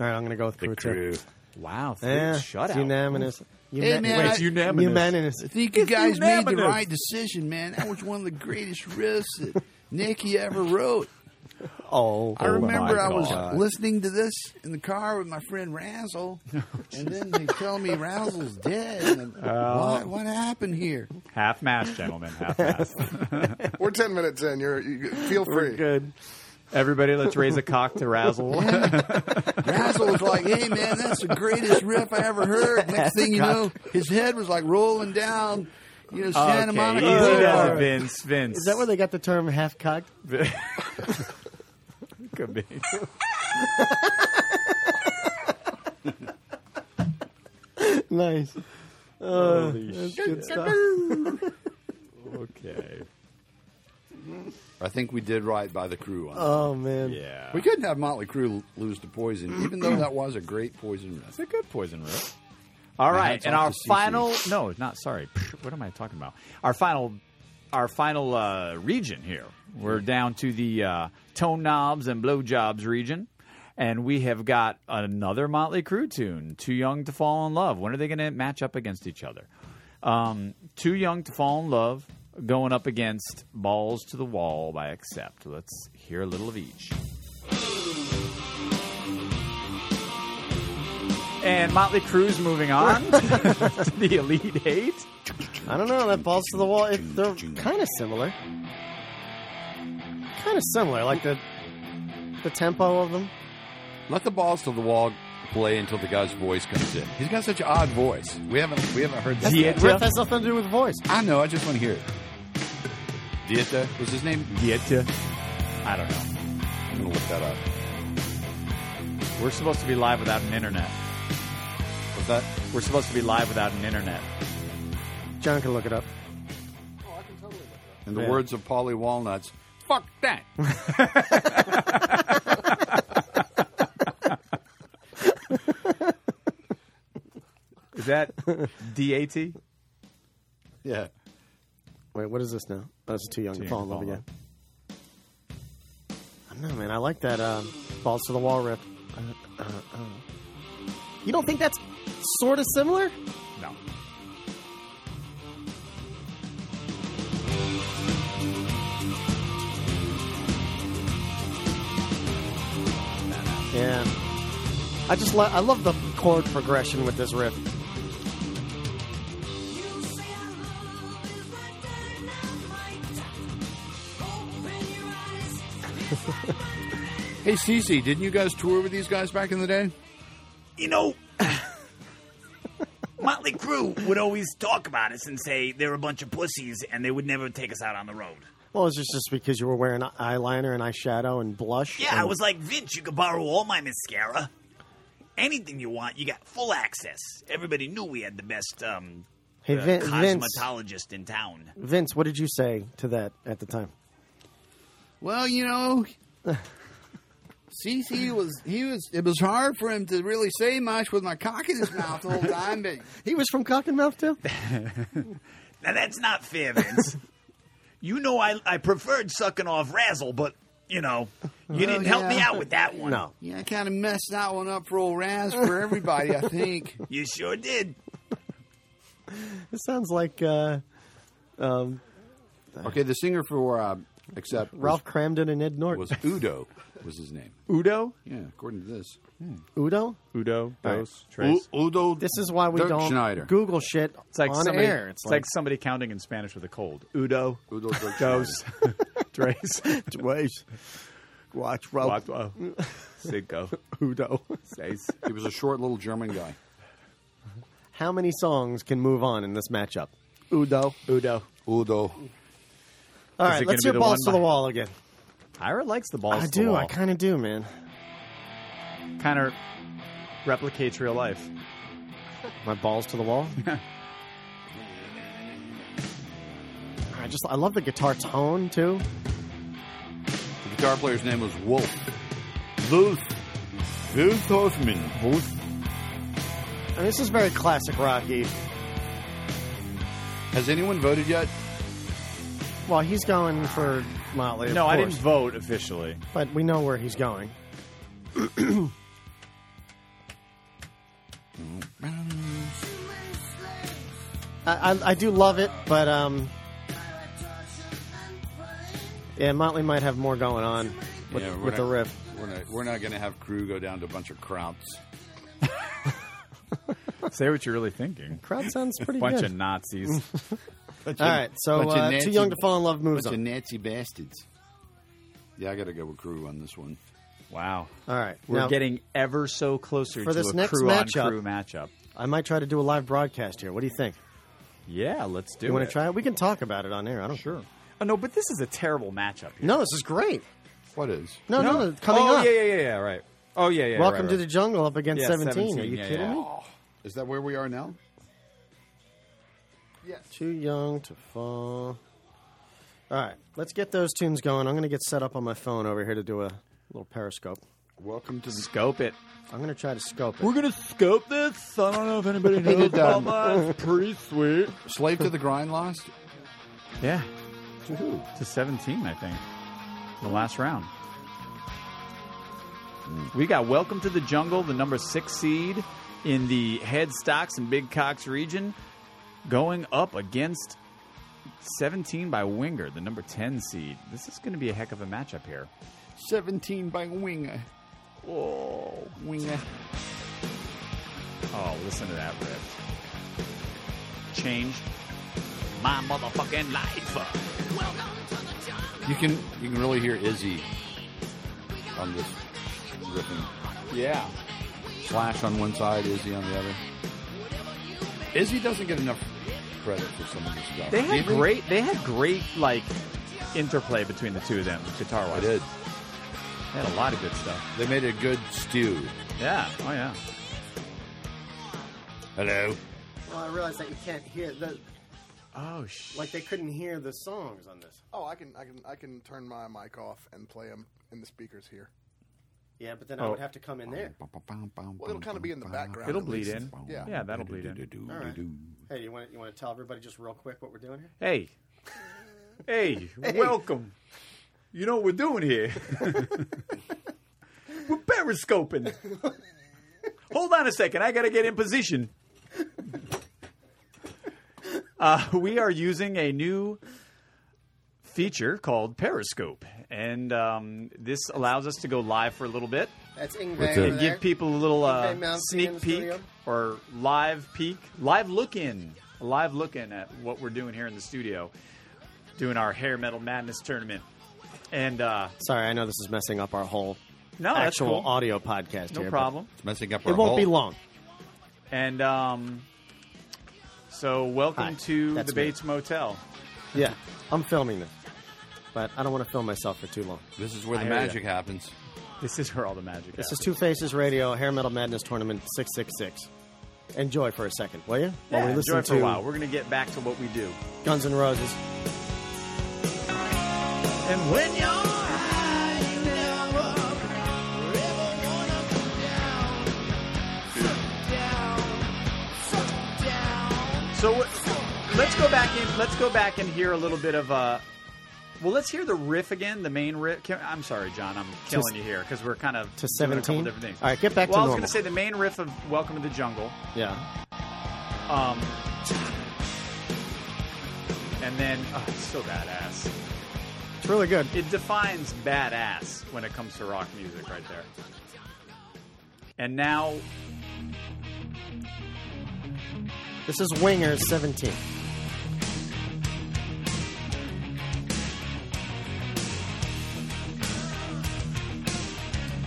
All right, I'm going to go with
The
crew.
crew.
too.
Wow, three
yeah,
shutout.
It's unanimous.
Hey,
Uni-
man, Wait, it's I- unanimous.
Unanimous.
I think you guys made the right decision, man. That was one of the greatest riffs that Nicky ever wrote.
Oh,
I
oh
remember
my
I was
God.
listening to this in the car with my friend Razzle, and then they tell me Razzle's dead. And
Oh.
what, what happened here?
Half mass, gentlemen. Half mass.
We're ten minutes in. You're you, feel free.
We're good. Everybody, let's raise a cock to razzle.
Razzle was like, "Hey man, that's the greatest riff I ever heard." Next thing you know, his head was like rolling down, you know, Santa
okay,
Monica.
easy does it,
Boulevard.
Vince. Vince.
Is that where they got the term half cocked?
Could be.
nice. Uh, that's good stuff.
okay.
I think we did right by the crew. On
Oh man.
that. We couldn't have Motley Crue lose to Poison, even though that was a great Poison riff.
It's a good poison riff. All
Now
right,
hats
and
off
our
to Cece.
final no, not sorry. What am I talking about? Our final, our final uh, region here. We're down to the uh, tone knobs and blowjobs region, and we have got another Motley Crue tune, "Too Young to Fall in Love." When are they going to match up against each other? Um, "Too Young to Fall in Love" going up against "Balls to the Wall" by Accept. Let's hear a little of each. And Motley Crue's moving on to the Elite Eight.
I don't know. That balls to the wall. It, they're kind of similar. Kind of similar, like the the tempo of them.
Let the balls to the wall play until the guy's voice comes in. He's got such an odd voice. We haven't we haven't heard that.
That's- Riff has nothing to do with voice.
I know. I just want to hear it. Dieta was his name. Dieta.
I don't know.
I'm gonna look that uh, up.
We're supposed to be live without an internet.
What's that?
We're supposed to be live without an internet.
John can look it up.
In the
Yeah.
words of Polly Walnuts, "Fuck that."
Is that DAT?
Yeah.
Wait, what is this now? Oh, it's too young
Too
to
young
fall
to
in love
fall in
again. I don't know, man. I like that um, balls to the wall riff. Uh, uh, uh. You don't think that's sort of similar?
No.
Yeah. I just lo- I love the chord progression with this riff.
Hey, Cece, didn't you guys tour with these guys back in the day?
You know, Motley Crue would always talk about us and say they're a bunch of pussies and they would never take us out on the road.
Well, it's just, just because you were wearing e-, eyeliner and eyeshadow and blush.
Yeah,
and-
I was uh, like, Vince, you could borrow all my mascara. Anything you want, you got full access. Everybody knew we had the best um,
Hey,
uh,
Vin- Vince.
cosmetologist in town.
Vince, what did you say to that at the time?
Well, you know, CC was he was. It was hard for him to really say much with my cock in his mouth the whole time. But
he was from Cock and Mouth too.
Now that's not fair, Vince. you know I, I preferred sucking off Razzle, but you know you
Well,
didn't help me
yeah.
out with that one.
No.
Yeah, I kind of messed that one up for old Raz for everybody. I think
you sure did.
It sounds like uh, um,
Okay, the singer for uh, except
Ralph Cramden and Ed Norton.
was Udo was his name.
Udo?
Yeah, according to this.
Udo?
Udo,
Right.
Dos, Tres.
Udo.
This is why we
Dirk
don't
Schneider.
Google shit
It's like
on
somebody,
air.
It's, like, somebody counting in Spanish with a cold. Udo,
Udo,
Dos, Tres,
Tres, Cuatro,
Cuatro, Cinco,
Udo,
Seis.
He was a short little German guy.
how many songs can move on in this matchup? Udo.
Udo.
Udo.
All
Is
right,
it
let's hear
gonna be the
balls
one
to the
by-
wall again.
Ira likes the balls.
I
to the
do. I
wall.
kind of do, man.
kind of replicates real life.
My balls to the wall. I just I love the guitar tone too.
The guitar player's name was Wolf. Wolf. Wolf Hoffman. Wolf.
And this is very classic Rocky.
Has anyone voted yet?
Well, he's going for Motley. of
no, I
course.
didn't vote officially.
But we know where he's going. I, I, I do love it, but um, yeah, Motley might have more going on with,
Yeah, we're
with the
not-
riff.
We're not, we're not going to have crew go down to a bunch of krauts.
Say what you're really thinking.
Crowd sounds pretty
Bunch
good.
of Nazis.
All right, so uh, too young to fall in love moves
bunch
on.
of Nazi bastards. Yeah, I got to go with crew on this one.
Wow.
All right,
We're
now-
getting ever so closer
For
to
this
a
next
crew
matchup-
on crew matchup.
I might try to do a live broadcast here. What do you think?
Yeah, let's do
you
it.
want to try it? We can talk about it on air. I don't sure.
Oh, no, but this is a terrible matchup. Here.
No, this is great.
What is?
No, no, it's coming
oh,
up.
yeah, yeah, yeah, yeah, right. Oh, yeah, yeah.
Welcome
right,
to
right.
the jungle up against
Yeah,
17.
17,
Are you
yeah,
kidding
yeah.
me?
Is that where we are now?
Too young to fall. All right, let's get those tunes going. I'm going to get set up on my phone over here to do a little periscope.
Welcome to the
scope it.
I'm going to try to scope it.
We're gonna scope this. I don't know if anybody
They
knows
did,
about
um,
that. It's pretty sweet.
Slave to the Grind Lost?
Yeah, to 17, I think. The last round. We got Welcome to the Jungle, the number six seed in the Headstocks and Big Cox region, going up against 17 by Winger, the number 10 seed. This is going to be a heck of a matchup here.
17 by Winger.
Oh,
Winger.
Oh, listen to that riff. Changed my motherfucking life.
You can you can really hear Izzy on this riffing.
Yeah.
Slash on one side, Izzy on the other. Izzy doesn't get enough credit for some of this stuff.
They
Do you
had
think?
great. They had great like interplay between the two of them, guitar wise. They did. They had a lot of good stuff.
They made a good stew.
Yeah. Oh yeah.
Hello.
Well, I realize that you can't hear the.
Oh sh.
Like they couldn't hear the songs on this.
Oh, I can, I can, I can turn my mic off and play them in the speakers here.
Yeah, but then I
Oh.
would have to come in there.
Well, it'll kind of be in the background.
It'll
at
bleed
least.
in.
Yeah.
Yeah, that'll bleed in.
All right. Hey, you want you want to tell everybody just real quick what we're doing here?
Hey. Hey,
Hey.
welcome. You know what we're doing here. we're periscoping. Hold on a second. I got to get in position. Uh, we are using a new feature called Periscope, and um, this allows us to go live for a little bit.
That's Ingve
and
over there.
give people a little
Ingve Malmsteen
uh,
in the
sneak peek
studio.
or live peek, live look in, live look in at what we're doing here in the studio, doing our hair metal madness tournament. And uh,
Sorry, I know this is messing up our whole
No, Oh, that's
actual
cool.
audio podcast.
No
here, but
problem. It's
messing up
It
our
won't
whole-
be long.
and um, so welcome
Hi,
to
that's
the Bates Motel.
Yeah, I'm filming this, but I don't want to film myself for too long.
This is where the magic happens.
This is where all the magic.
This is
happens.
Two Faces Radio Hair Metal Madness Tournament 666. Enjoy for a second, will you?
Yeah,
While we listen
enjoy for a
to
while. We're gonna get back to what we do.
Guns N' Roses.
And when you're high,
you never ever wanna come down. Suck down, suck down.
So wh- let's go back in. Let's go back and hear a little bit of. Uh, well, let's hear the riff again. The main riff. Can, I'm sorry, John. I'm killing you here because we're kind of
to
doing a couple
17?
different things.
All right, get back to
well, I was
normal.
gonna say the main riff of "Welcome to the Jungle."
Yeah.
Um, and then oh, it's so badass.
It's really good.
It defines badass when it comes to rock music, right there. And now,
This is Wingers 17.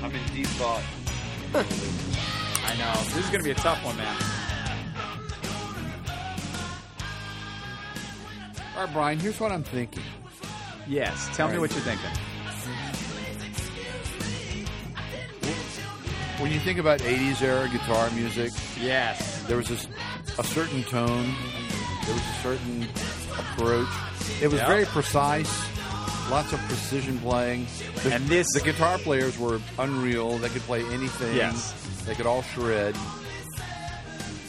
I'm in deep thought.
I know this is gonna be a tough one, man.
All right, Brian, here's what I'm thinking.
Yes, tell me
Right.
what you're thinking.
When you think about 80s era guitar music,
yes,
there was this, a certain tone, there was a certain approach. It was
Yeah.
very precise, lots of precision playing. The,
And this-
the guitar players were unreal. They could play anything.
Yes.
they could all shred.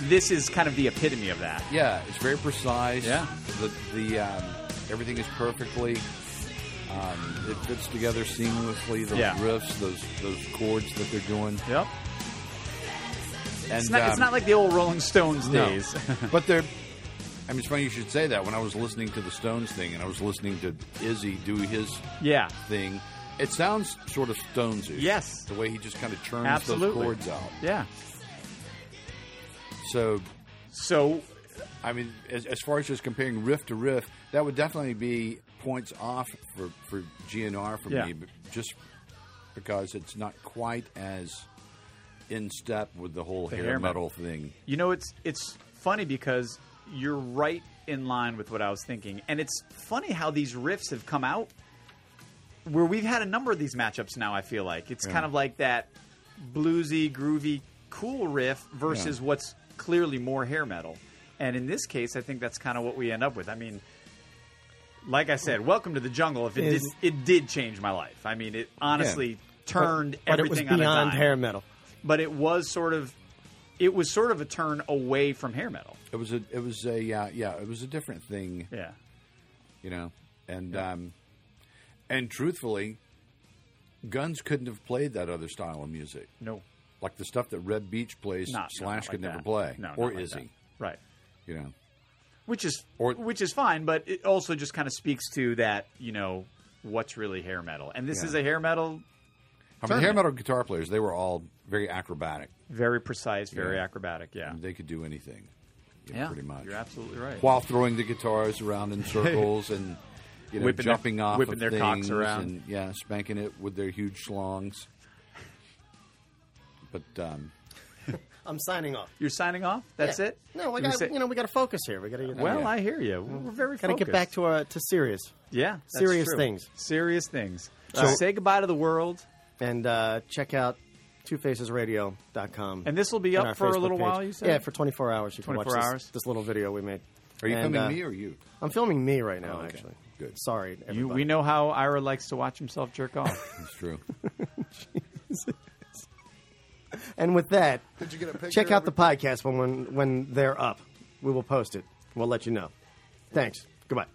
This is kind of the epitome of that.
Yeah, it's very precise.
Yeah.
the the um, everything is perfectly. Um, it fits together seamlessly. Those
Yeah.
riffs, those those chords that they're doing.
Yep.
And
it's, not, it's
um,
not like the old Rolling Stones
no.
days.
but they're. I mean, it's funny you should say that. When I was listening to the Stones thing, and I was listening to Izzy do his
Yeah.
thing, it sounds sort of Stonesy.
Yes,
the way he just kind of churns
Absolutely.
those chords out.
Yeah.
So,
so,
I mean, as, as far as just comparing riff to riff, that would definitely be points off for for GNR for
Yeah.
me, but just because it's not quite as in step with the whole
The
hair,
hair metal.
metal thing.
You know, it's it's funny because you're right in line with what I was thinking, and it's funny how these riffs have come out. Where we've had a number of these matchups now, I feel like it's
Yeah.
kind of like that bluesy, groovy, cool riff versus
Yeah.
what's clearly more hair metal. And in this case, I think that's kind of what we end up with. I mean, like I said, welcome to the jungle. If it
Is-
didn't, it did change my life. I mean, it honestly
Yeah.
turned
But- but it was
everything on
beyond
a dime.
hair metal.
But it was sort of, it was sort of a turn away from hair metal.
It was a it was a uh, yeah it was a different thing.
Yeah.
You know, and um, and truthfully, Guns couldn't have played that other style of music.
No.
Like the stuff that Red Beach plays,
Not- no,
Slash
not like
could never
that.
play,
No,
or
not like
Izzy,
that. right?
You know,
which is which is fine, but it also just kind of speaks to that you know what's really hair metal, and this
Yeah.
is a hair metal.
I mean, the hair
tournament.
metal guitar players they were all very acrobatic,
very precise, very
Yeah.
acrobatic. Yeah,
Mm-hmm.
they could do anything. you know,
yeah,
pretty much.
You're absolutely right.
While throwing the guitars around in circles and you know
Whipping their-
jumping off,
whipping
of
their
things
cocks around.
and yeah, spanking it with their huge slongs. But um,
I'm signing off.
You're signing off. That's
Yeah.
it.
No, we
You're
got
sa-
you know Mm. we got to focus here. We got to.
Well, I hear you. We're very
Got to get
focused.
back to uh, to serious.
Yeah, that's
serious
true.
things.
Serious things.
So-
So say goodbye to the world
and uh, check out twofacesradio.com.
And this will be
and
up
our
for a
Facebook
little
page.
while, you said?
Yeah, for 24 hours. You
24
can watch
hours?
This, this little video we made.
Are you filming me
or you?
I'm filming me right
Oh,
now, uh, actually.
Good.
Sorry,
You,
everybody.
we know how Ira likes to watch himself jerk off.
That's true.
and with that,
Did you get a picture
check
of
out the
it?
podcast when, when when they're up. We will post it. We'll let you know. Thanks. Goodbye.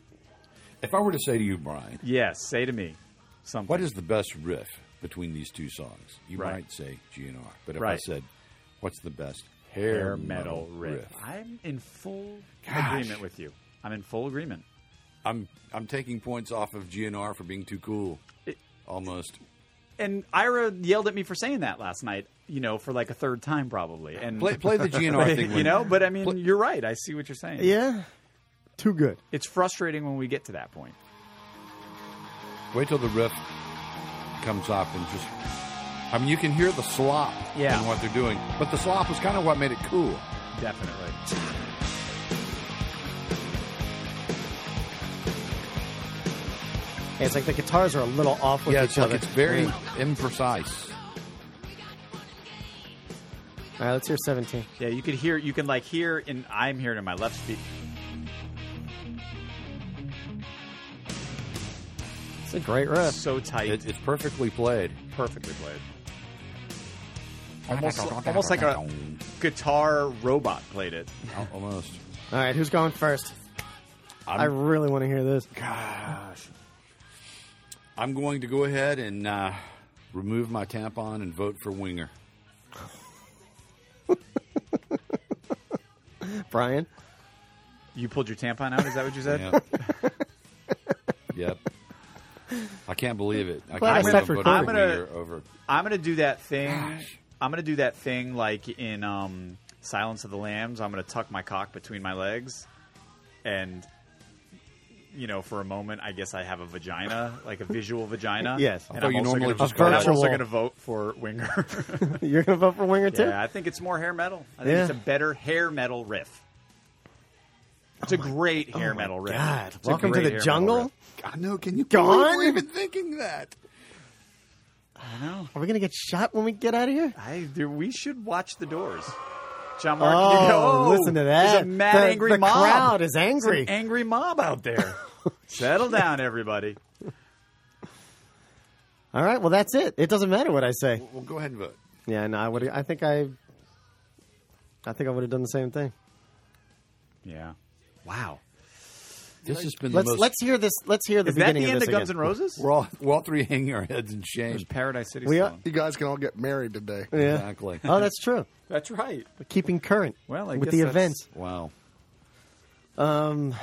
if I were to say to you, Brian,
yes, say to me something.
What is the best riff between these two songs? You
Right.
might say GNR, but if I
Right.
said, what's the best
hair metal riff. I'm in full
Gosh.
agreement with you. I'm in full agreement.
I'm I'm taking points off of GNR for being too cool. Almost.
And Ira yelled at me for saying that last night. You know, for like a third time probably. And
Play- play the GNR thing
You
when-
know, but I mean, you're right. I see what you're saying.
Yeah. Too good.
It's frustrating when we get to that point.
Wait till the riff comes up and just. I mean, you can hear the slop
Yeah.
in what they're doing, but the slop was kind of what made it cool.
Definitely.
Hey, it's like the guitars are a little off with
yeah,
each
it's like
other.
it's very imprecise.
All right, let's hear 17.
Yeah, you could hear. You can like hear, and I'm hearing in my left speak.
It's a great riff.
So tight.
It, it's perfectly played.
Perfectly played. Almost, almost like a guitar robot played it.
Al- Almost.
All right, who's going first?
I'm-
i really want to hear this.
Gosh. I'm going to go ahead and uh, remove my tampon and vote for Winger.
Brian?
You pulled your tampon out. Is that what you said?
Yeah. yep. I can't believe it. I
Glad I
can't believe
stopped recording. I'm
I'm voting for
gonna-
Winger over.
I'm gonna do that thing. I'm gonna do that thing like in um, Silence of the Lambs. I'm gonna tuck my cock between my legs, and you know, for a moment, I guess I have a vagina, like a visual vagina.
Yes. I
and
thought
I'm,
you
also
normally
gonna,
just
and I'm
call it-
also gonna vote for Winger.
You're going to vote for Winger, too?
yeah, I think it's more hair metal. I think
Yeah.
it's a better hair metal riff. It's
Oh
a great hair metal riff.
God,
It's a
welcome to
great
the
hair metal
jungle.
riff.
I know. Can you
Gone?
believe we're even thinking that?
I know.
Are we going to get shot when we get out of here?
I, there, we should watch the doors. John Mark, you go,
Oh,
"Oh,
listen to that.
There's a mad
The-
angry
the
mob.
crowd is Oh,
There's
angry.
an angry mob out there. Settle down, everybody.
All right, well, that's it. It doesn't matter what I say.
Well, go ahead and vote.
Yeah, no, I would. I think I. I think I would have done the same thing.
Yeah. Wow.
This has been
Let's
the most.
let's hear this. Let's hear the
Is that
beginning
the end
of
of
this
Guns N'
again.
Roses?
We're all, we're all three hanging our heads in shame.
There's Paradise City
We are-
song.
You guys can all get married today.
Yeah.
Exactly.
Oh, that's true.
That's right.
Keeping current.
Well, I
with
guess
the
that's-
events.
Wow.
Um.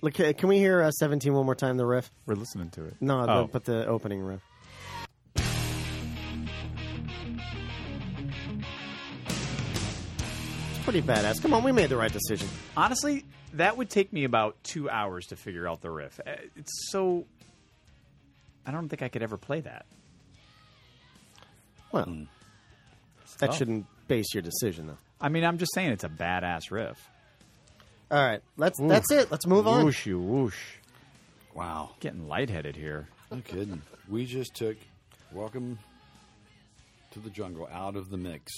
Look, ca- can we hear uh, 17 one more time? The riff.
We're listening to it.
No, the,
Oh.
but the opening riff. It's pretty badass. Come on, we made the right decision.
Honestly, that would take me about two hours to figure out the riff. Uh, It's so. I don't think I could ever play that.
Well, that
Oh.
shouldn't base your decision though.
I mean, I'm just saying it's a badass riff.
All right, let's. That's it. Let's move on.
Whoosh, you whoosh.
Wow.
Getting lightheaded here.
No kidding. We just took Welcome to the Jungle out of the mix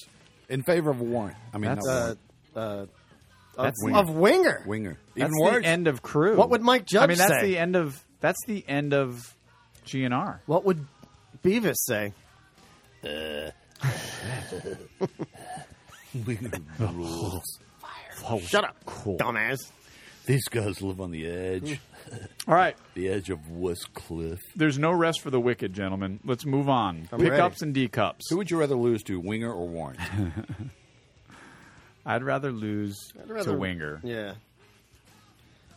in favor of Warren. I mean,
That's,
not
Uh,
Warren.
uh,
That's
Winger.
of Winger.
Winger.
That's
Even
the
worse.
end of crew.
What would Mike Judge
I mean, that's
say?
the end of that's the end of GNR.
What would Beavis say?
Uh.
Winger rules.
Shut up,
Cool.
dumbass.
These guys live on the edge,
All right,
the edge of West Cliff.
there's no rest for the wicked, gentlemen. Let's move on.
I'm
Pick
ready.
ups and D cups.
Who would you rather lose to, Winger or Warren?
I'd rather lose to Winger.
Yeah.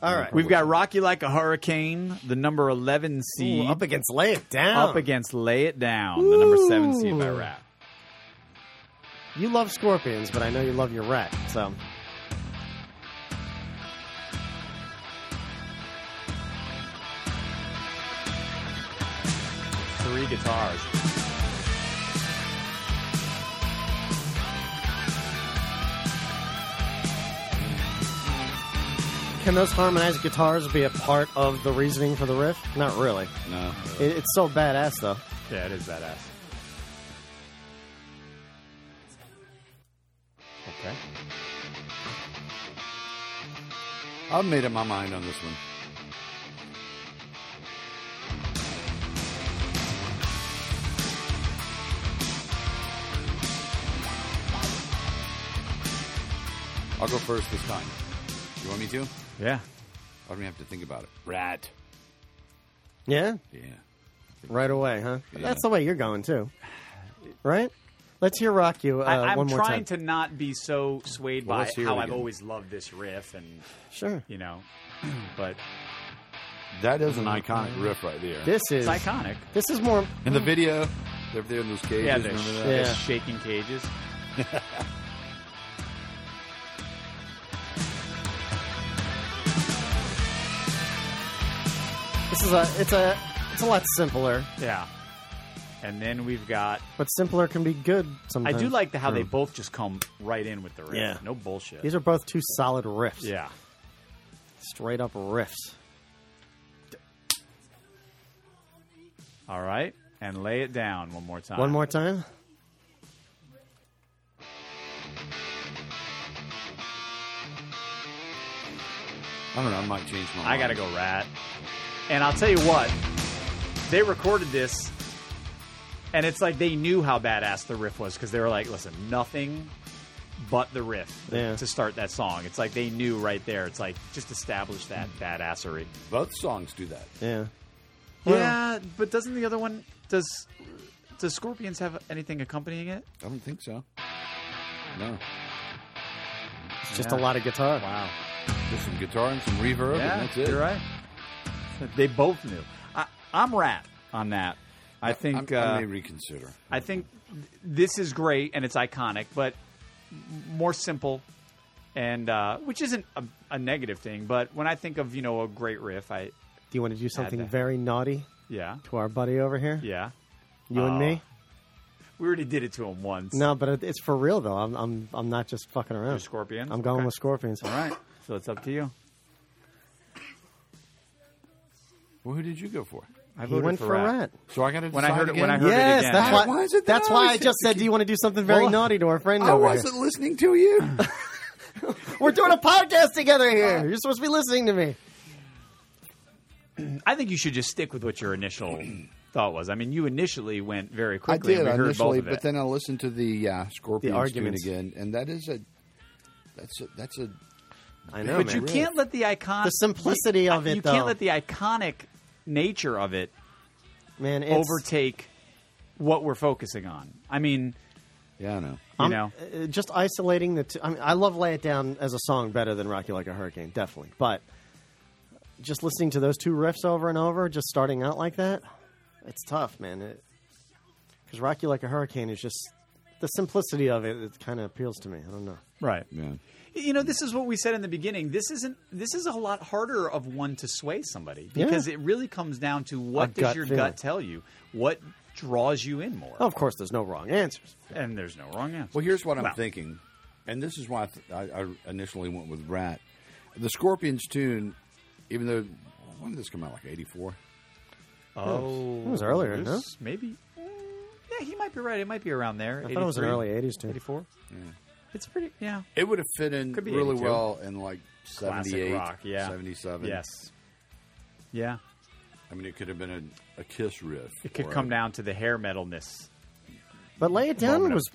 All right.
We've got Rocky Like a Hurricane, the number 11
Ooh,
seed,
up against Lay It Down.
up against Lay It Down, the number 7 seed by
Ooh.
Rap.
You love scorpions, but I know you love your rat. So
Three guitars.
can those harmonized guitars be a part of the reasoning for the riff? Not really.
No.
It, it's so badass, though.
Yeah, it is badass.
Okay. I've made up my mind on this one. I'll go first this time. You want me to?
Yeah.
I don't even have to think about it. Rat.
Yeah?
Yeah.
Right away, huh?
Yeah.
That's the way you're going, too. Right? Let's hear Rock You uh,
I, I'm
one more
trying
time.
to not be so swayed
Well,
by
let's hear
how
it
I've
again.
always loved this riff and
Sure.
you know, but
That is an iconic riff right there.
This is- It's iconic.
This is more.
In the video, they're there in those cages.
yeah, the,
remember
sh-
that?
the shaking cages.
This is a it's a it's a lot simpler,
yeah, and then we've got.
but simpler can be good sometimes.
I do like the how they
Mm.
both just come right in with the riff.
Yeah.
no bullshit.
These are both two solid riffs.
Yeah.
Straight up riffs.
all right, and lay it down one more time.
One more time.
I don't know. I might change my.
I gotta go rat. And I'll tell you what, they recorded this, and it's like they knew how badass the riff was because they were like, "Listen, nothing but the riff
Yeah.
to start that song." It's like they knew right there. It's like just establish that badassery.
Both songs do that.
Yeah.
yeah, but doesn't the other one does? Does Scorpions have anything accompanying it?
I don't think so. No.
It's just a lot of guitar.
Wow.
Just some guitar and some reverb,
Yeah,
and that's it.
you're right. They both knew. I, I'm rat on that. I think
I,
uh,
may reconsider.
I think th- this is great and it's iconic, but m- more simple, and uh, which isn't a, a negative thing. But when I think of you know a great riff, I
Do you want to do something
that.
very naughty?
Yeah.
To our buddy over here.
yeah,
You
Oh.
and me.
We already did it to him once.
No, but it, it's for real though. I'm I'm I'm not just fucking around.
You're Scorpions?
I'm going
Okay.
with scorpions.
All right, so it's up to you.
Well, who did you go for?
I
He
voted
went for
Rat.
Rat.
So I got to
When I heard it- when I heard it
yes,
again.
that's
Why-
why.
why is it that
that's
I
why
always
I
have
just said, "Do you want to do something very
Well,
naughty to our friend?"
I
over
wasn't
here.
listening to you.
We're doing a podcast together here. You're supposed to be listening to me.
I think you should just stick with what your initial thought was. I mean, you initially went very
I
quickly.
did
and we heard
initially,
both of
but
it.
then I listened to the uh, Scorpions
The
tune
arguments.
again, and that is a that's a that's a I
but you can't let the icon
The simplicity
you-
of it,
You can't
though.
let the iconic nature of it,
man, it's-
overtake what we're focusing on. I mean,
yeah, I know. You
I'm-
know,
uh, just isolating the. Two, I mean, I love "Lay It Down" as a song better than "Rock You Like a Hurricane," definitely. But just listening to those two riffs over and over, just starting out like that, it's tough, man. Because "Rock You Like a Hurricane" is just the simplicity of it. It kind of appeals to me. I don't know.
right?
Yeah.
You know, this is what we said in the beginning. This isn't. This is a lot harder of one to sway somebody
Yeah.
because it really comes down to what
A
does
gut
your
feeling.
gut tell you? What draws you in more?
Of course, there's no wrong answers.
And there's no wrong answer.
Well, here's what I'm
Well.
thinking, and this is why I, th- I, I initially went with Rat. The Scorpions tune, even though when did this come out? Like '84.
Oh,
It was earlier,
this-
no?
Maybe. Mm, Yeah, he might be right. It might be around there.
I thought it was an
83,
early '80s tune.
'84. It's pretty. Yeah.
It would have fit in
Could be
really
82.
well in like
Classic
78,
rock, yeah.
77.
Yes. Yeah.
I mean, it could have been a, a Kiss riff.
It could
or
come
a-
down to the hair metalness.
But "Lay It Down"
Moment of-
was.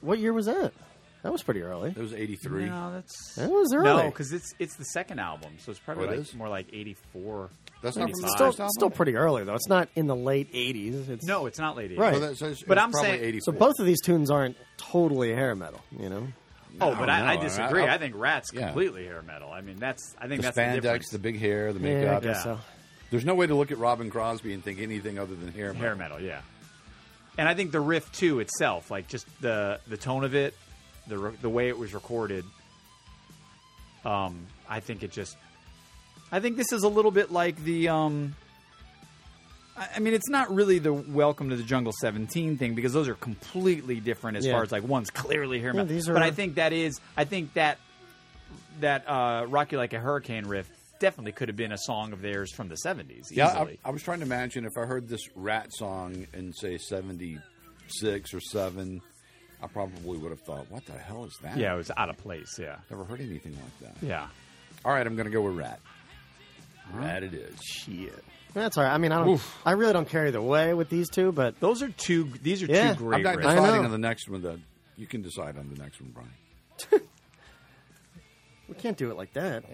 What year was that? That was pretty early.
It was '83.
No, that's
That was early.
No, because it's it's the second album, so it's probably
Oh, it
like,
is?
more like eighty four.
That's not from the
Still, still pretty early though. It's not in the late '80s. It's
No, it's not late 80s.
Right.
So that- so Oh, it's-
but
it's
I'm
probably
saying.
80.
So both of these tunes aren't totally hair metal, you know.
Oh, but
No, no,
I, I
I-
disagree.
I-
I, think Rat's
Yeah.
completely hair metal. I mean, that's I think
the
that's the
spandex,
difference.
the big hair, the
Yeah, I
makeup.
guess so.
There's no way to look at Robin Crosby and think anything other than hair.
hair metal, yeah. And I think the riff too itself, like just the the tone of it, the re- the way it was recorded. Um, I think it just, I think this is a little bit like the um. I I mean, it's not really the "Welcome to the Jungle" seventeen thing because those are completely different as
Yeah.
far as like one's clearly hair
Yeah,
metal.
these are-
but I think that is, I think that that uh, "Rocky Like a Hurricane" riff definitely could have been a song of theirs from the '70s. Easily.
Yeah, I, I was trying to imagine if I heard this rat song in say '76 or '7, I probably would have thought, "What the hell is that?"
Yeah, it was out of place. Yeah,
never heard anything like that.
Yeah.
All right, I'm going to go with rat. Rat it is. Shit.
That's all right. I mean, I don't. I really don't carry the way with these two, but
those are two. These are
yeah,
I'm not
I
deciding
know.
on the next one. Though. You can decide on the next one, Brian.
We can't do it like that.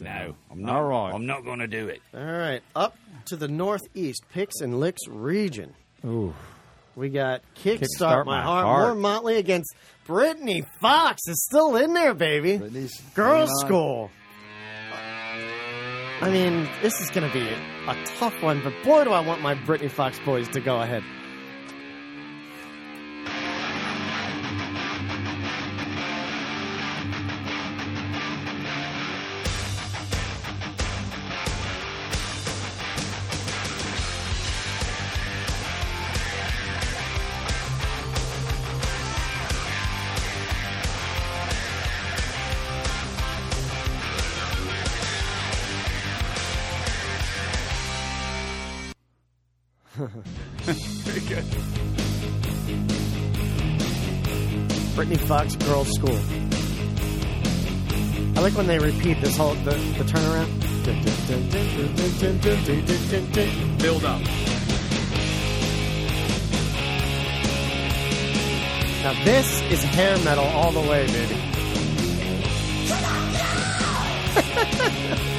No, I'm not. wrong. I'm not going to do it.
All right, up to the northeast, Picks and Licks region.
Ooh.
We got Kickstart,
Kickstart
My,
My
Heart.
Heart.
More Motley against Brittany Fox is still in there, baby.
hanging
Girls'
on.
School. I mean, this is going to be a tough one, but boy, do I want my Brittany Fox boys to go ahead.
Pretty good.
Brittany Fox Girls' School. I like when they repeat this whole the, the turnaround.
Build up.
Now this is hair metal all the way, baby.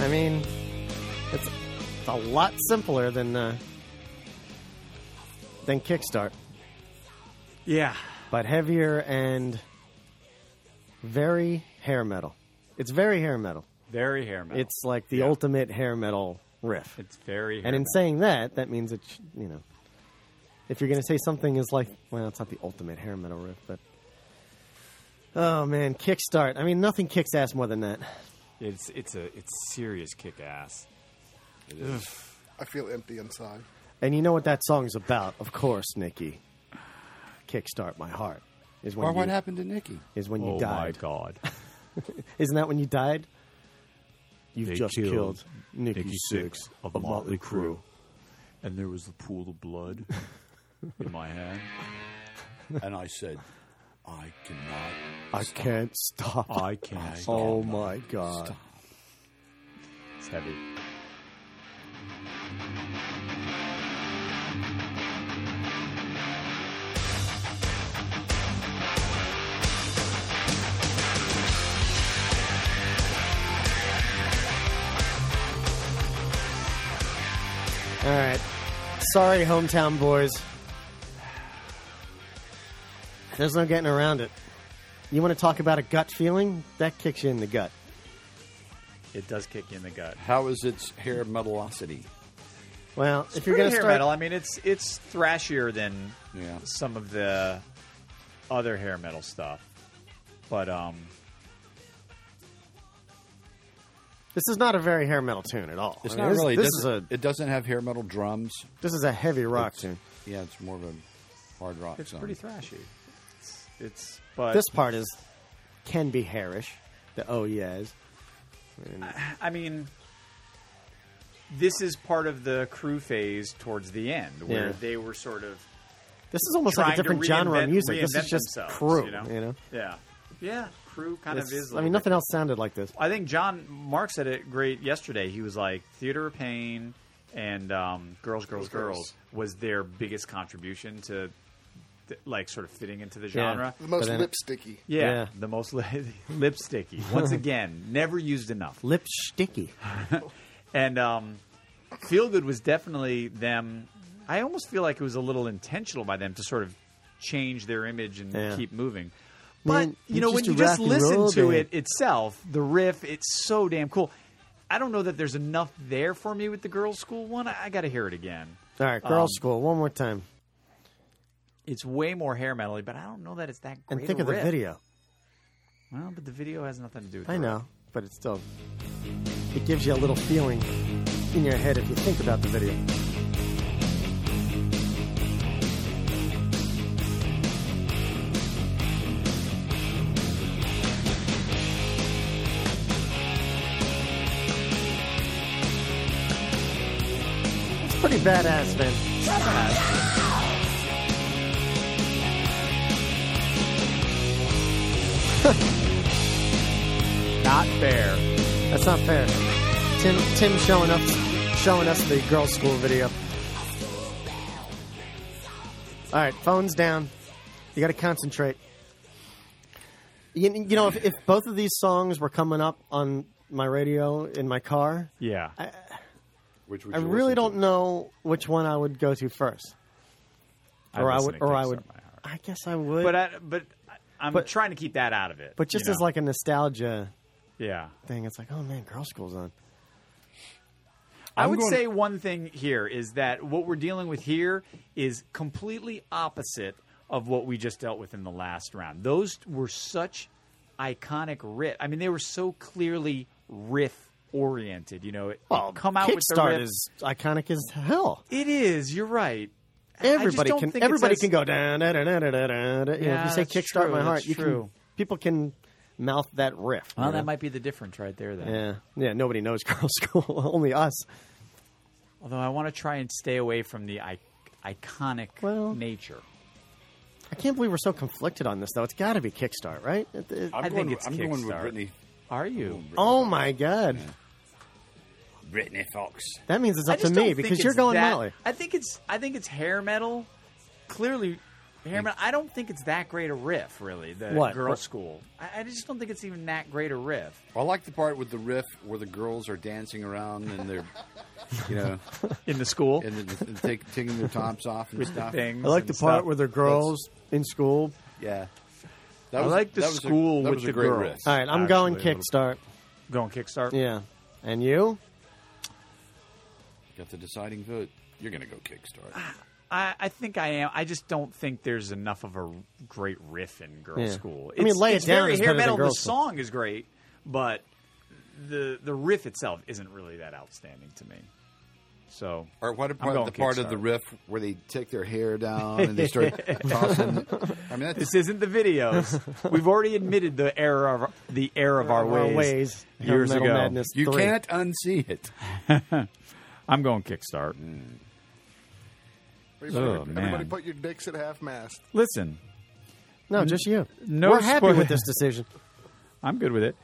I mean, it's, it's a lot simpler than uh, than Kickstart,
Yeah.
but heavier and very hair metal. It's very hair metal.
Very hair metal.
It's like the ultimate hair metal riff.
It's very. hair
And in
metal.
saying that, that means it, sh- you know, if you're going to say something is like, well, it's not the ultimate hair metal riff, but oh man, kickstart. I mean, nothing kicks ass more than that.
It's it's a it's serious kick ass.
I feel empty inside.
And you know what that song's about, of course, Nikki. Kickstart my heart is when.
Or what
you-
happened to Nikki?
Is when you
oh
died.
my god.
Isn't that when you died? You've
They
just killed, Nikki,
Nikki
Six,
Sixx of Motley Crue. And there was the pool of blood in my hand.
and I said, I cannot.
I
stop.
can't stop.
I can't.
Oh
stop.
my god.
It's heavy.
All right. Sorry, hometown boys. There's no getting around it. You want to talk about a gut feeling? That kicks you in the gut.
It does kick you in the gut.
How is its hair metalosity?
Well,
It's
if you're going to
pretty hair
start,
metal, I mean it's it's thrashier than some of the other hair metal stuff. But um
this is not a very hair metal tune at all.
It's
I mean,
not
this,
really.
This
doesn't-
is a
it doesn't have hair metal drums.
this is a heavy rock
It's-
tune.
Yeah, it's more of a hard rock
it's
song.
pretty thrashy. It's, it's but
this part is can be hairish. The oh yes. And-
I mean, this is part of the crew phase towards the end where
Yeah.
they were sort of.
This is almost like a
trying to
different genre of
reinvent-
music. This is
reinvent
just
themselves,
crew,
You know?
you know?
Yeah. Yeah. Crew kind
It's-
of is.
I mean, nothing else sounded like this.
I think John Mark said it great yesterday. He was like, Theater of Pain and um, Girls, Girls,
Girls.
Girls was their biggest contribution to. th- Like sort of fitting into the
Yeah.
genre,
The most But then- lipsticky.
Yeah,
Yeah.
the most li- lipsticky. Once again, never used enough.
Lipsticky.
and um, Feel Good was definitely them. I almost feel like it was a little intentional by them to sort of change their image and
Yeah.
keep moving. But
Man,
you
you're
know,
just
when
a
you just
rock and
listen
roll
to
band.
it itself, the riff, it's so damn cool. I don't know that there's enough there for me with the girls' school one. I, I got to hear it again.
All right, girls'
Um,
school. One more time,
It's way more hair metally, but I don't know that it's that great.
and think
a
of the
riff.
video.
Well, but the video has nothing to do with.
I
the
know, but it's still it gives you a little feeling in your head if you think about the video.
riff.
pretty badass, man.
Not fair.
That's not fair. Tim, Tim showing up, showing us the girls' school video. All right, phones down. You got to concentrate. You, you know, if, if both of these songs were coming up on my radio in my car,
Yeah.
I,
Which
I really don't know which one I would go to first.
I'm
Or I would,
listening
or
to
I
Summer
would. I guess I would.
But I, but I'm
But-
trying to keep that out of it.
But just
you
as
know?
like a nostalgia
yeah.
thing, it's like, oh man, girls' school's on.
I
I'm
would
going-
say one thing here is that what we're dealing with here is completely opposite of what we just dealt with in the last round. Those were such iconic riff. I mean, they were so clearly riff oriented. You know, it,
Well,
come out with the
Kickstart
riff.
is iconic as hell.
It is. You're right. I just
Everybody
don't
can.
think it's
Everybody
as-
can go down. Da, da, da, da, da, da, da. You know, if
Yeah,
you say
that's
"kickstart
true,
my heart,"
that's
you can-
true.
people can mouth that riff.
Well,
you know?
that might be the difference right there. Then.
Yeah, yeah. Nobody knows girls' school. Only us.
Although I want to try and stay away from the I- iconic nature.
I can't believe we're so conflicted on this, though. It's got to be Kickstart, right? It- it-
I think it's Kickstart. Are you?
Oh my god,
Brittany Fox.
that means it's
I
up to
just
me
don't
because
think
you're
it's
going
that,
Molly.
I think it's I think it's hair metal. Clearly, hair metal. I don't think it's that great a riff, really. The
What?
girl
What?
school. I, I just don't think it's even that great a riff.
I like the part with the riff where the girls are dancing around and they're, you know,
in the school
and then- and take, taking their tops off and
With the
stuff.
things
I like the part where they're girls in school.
Yeah.
I like the
that was a-
school
that
with
was
the
a great
girls.
riff.
All right, I'm
Actually,
going
a little-
Kickstart.
Going Kickstart.
Yeah, and you?
Got the deciding vote. You're going to go Kickstart.
I, I think I am. I just don't think there's enough of a r- great riff in Girl
Yeah.
School.
I mean, Lay It
it's
Down
very
is
hair
better than
metal.
Girl
the
School.
song is great, but the the riff itself isn't really that outstanding to me. So,
Or what
I'm
about
going
the part of
Kickstart.
the riff where they take their hair down and they start tossing? I mean, that's
this isn't the videos. We've already admitted the error of the error of our,
Our
ways,
ways.
years
Metal
ago.
Madness You 3. can't unsee it.
I'm going Kickstart. Oh,
everybody, everybody
man.
put your dicks at half mast.
Listen,
No,
N-
just you.
No
we're happy
spoil-
with this decision.
I'm good with it.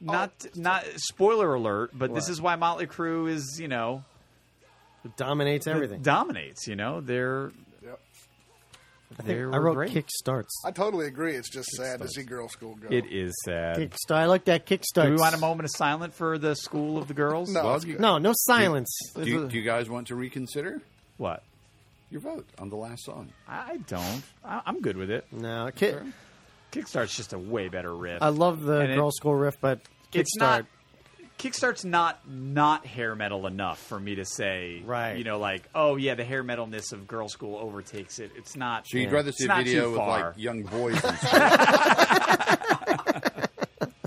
Not not spoiler alert, but this
What?
is why Motley Crue is you know
dominates everything.
Dominates, you know. They're
Yep.
I, think
they
I
were
wrote
great.
Kickstarts.
I totally agree. It's just sad to see girl school go.
It is sad.
Kickstart. I like that Kickstart.
Do we want a moment of silence for the school of the girls?
No, Well, it's you- good. no, no
Do-
silence.
Do, you- do you guys want to reconsider
What?
your vote on the last song?
I don't. I, I'm good with it.
No, kick,
Kickstart's just a way better riff.
I love the
And it-
girl school riff, but Kickstart.
It's not. Kickstart's not not hair metal enough for me to say, right? You know, like, oh yeah, the hair metalness of Girl School overtakes it. It's not.
So you'd rather
it's
see a
not
video
too
with
far.
like young boys? And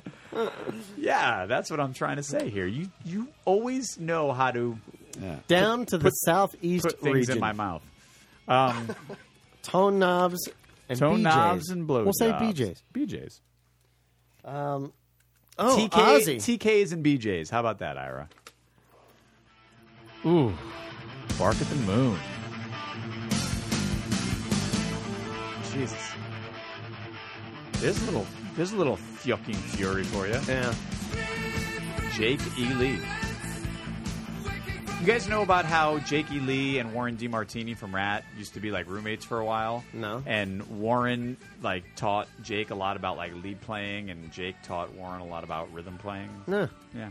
Yeah, that's what I'm trying to say here. You you always know how to
Down to the southeast
put things
region.
in my mouth. Um,
Tone knobs and
Tone
BJs.
knobs and blow
We'll say
jobs.
BJs.
BJs.
Um, oh,
TK,
Ozzy.
TKs and BJs. How about that, Ira? Ooh, bark at the moon. Jesus, there's a little there's a little fucking fury for you.
Yeah.
Jake E. Lee. You guys know about how Jake E. Lee and Warren DiMartini from Rat used to be like roommates for a while?
No.
And Warren like taught Jake a lot about like lead playing and Jake taught Warren a lot about rhythm playing.
No.
Yeah.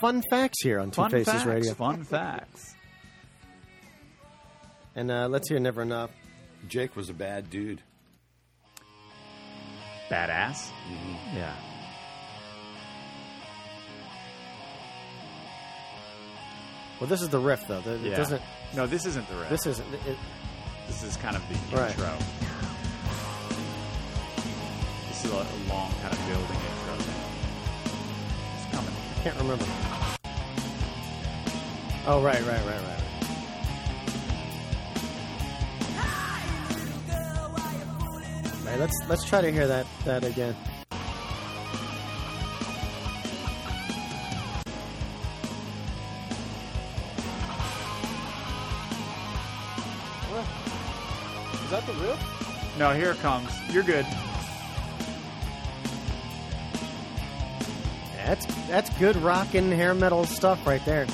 Fun facts here on Two
Fun
Faces
facts,
Radio.
Fun facts.
And uh, let's hear Never Enough.
Jake was a bad dude.
Badass.
Mhm.
Yeah.
Well, this is the riff, though. It
Yeah.
doesn't.
No, this isn't the riff.
This isn't. It,
This is kind of the
Right.
intro. This is a a long kind of building intro thing. It's coming.
I can't remember. Oh, right, right, right, right. Right, let's let's try to hear that that again.
Is that the riff?
No, here it comes. You're good.
That's that's good rockin' hair metal stuff right there.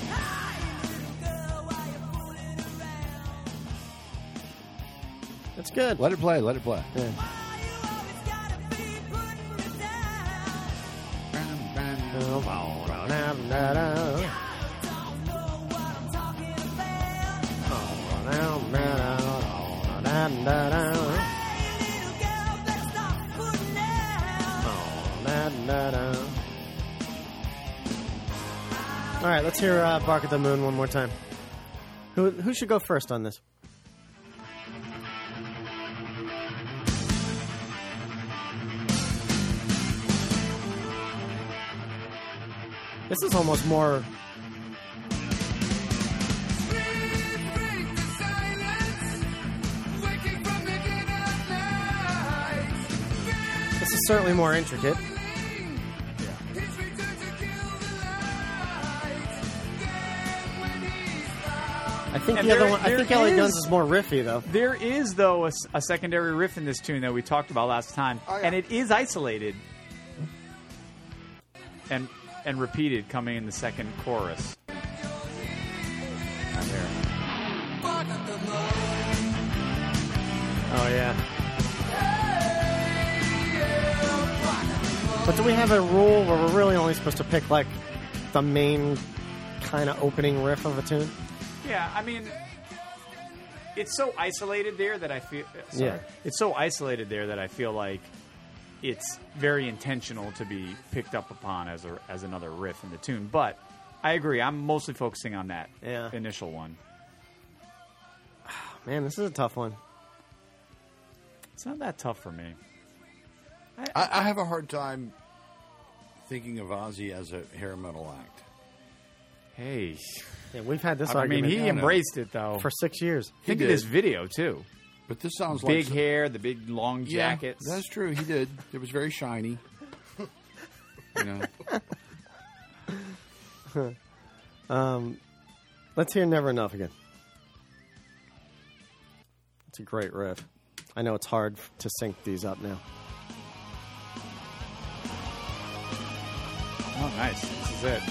That's good.
Let it play. Let it play.
All right, let's hear uh, "Bark at the Moon" one more time. Who who should go first on this? This is almost more. This is certainly more intricate. I think
And
the other
there-
one. I
there
think LA Guns
is-
is more riffy though.
There is, though, a, s- a secondary riff in this tune that we talked about last time,
Oh,
and it is isolated and and repeated coming in the second chorus. Not here.
Oh yeah. But do we have a rule where we're really only supposed to pick like the main kind of opening riff of a tune?
Yeah, I mean, it's so isolated there that I feel. uh, Sorry.
Yeah.
it's so isolated there that I feel like it's very intentional to be picked up upon as a as another riff in the tune. But I agree. I'm mostly focusing on that initial one.
Man, this is a tough one.
It's not that tough for me.
I, I have a hard time thinking of Ozzy as a hair metal act.
Hey,
yeah, we've had this.
I mean,
argument
he embraced it though
for six years.
Think of this video too.
But this
Big
sounds like some-
hair, the big long
Yeah,
jackets.
that's true. He did. It was very shiny. you know.
um, let's hear "Never Enough" again. It's a great riff. I know it's hard to sync these up now.
Oh, nice. This is it.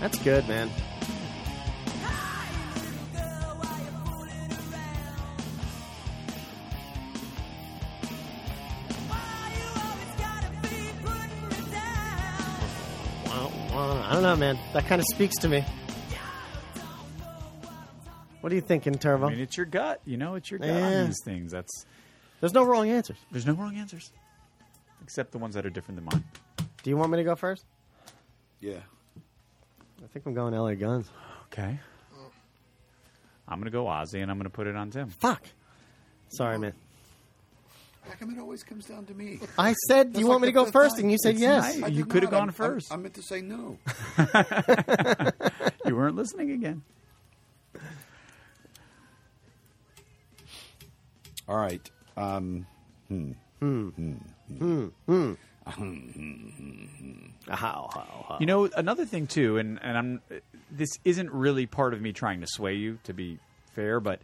That's good, man. Wow, wow. I don't know, man. That kind of speaks to me. What do you think, Turbo?
I mean, it's your gut. You know, it's your gut
Yeah.
on these things. That's
There's no wrong answers.
There's no wrong answers. Except the ones that are different than mine.
Do you want me to go first?
Yeah.
I think I'm going LA Guns.
Okay. I'm going to go Ozzy and I'm going to put it on Tim.
Fuck. Sorry, man.
How come it always comes down to me?
I said, "Do you want me to go first?" And you said yes.
I did
You could have
not.
gone
I'm-
first.
I'm- I meant to say no.
you weren't listening again.
All right. Um, hmm. Hmm. Hmm.
Hmm. Hmm.
You know, another thing too, and, and I'm this isn't really part of me trying to sway you, to be fair, but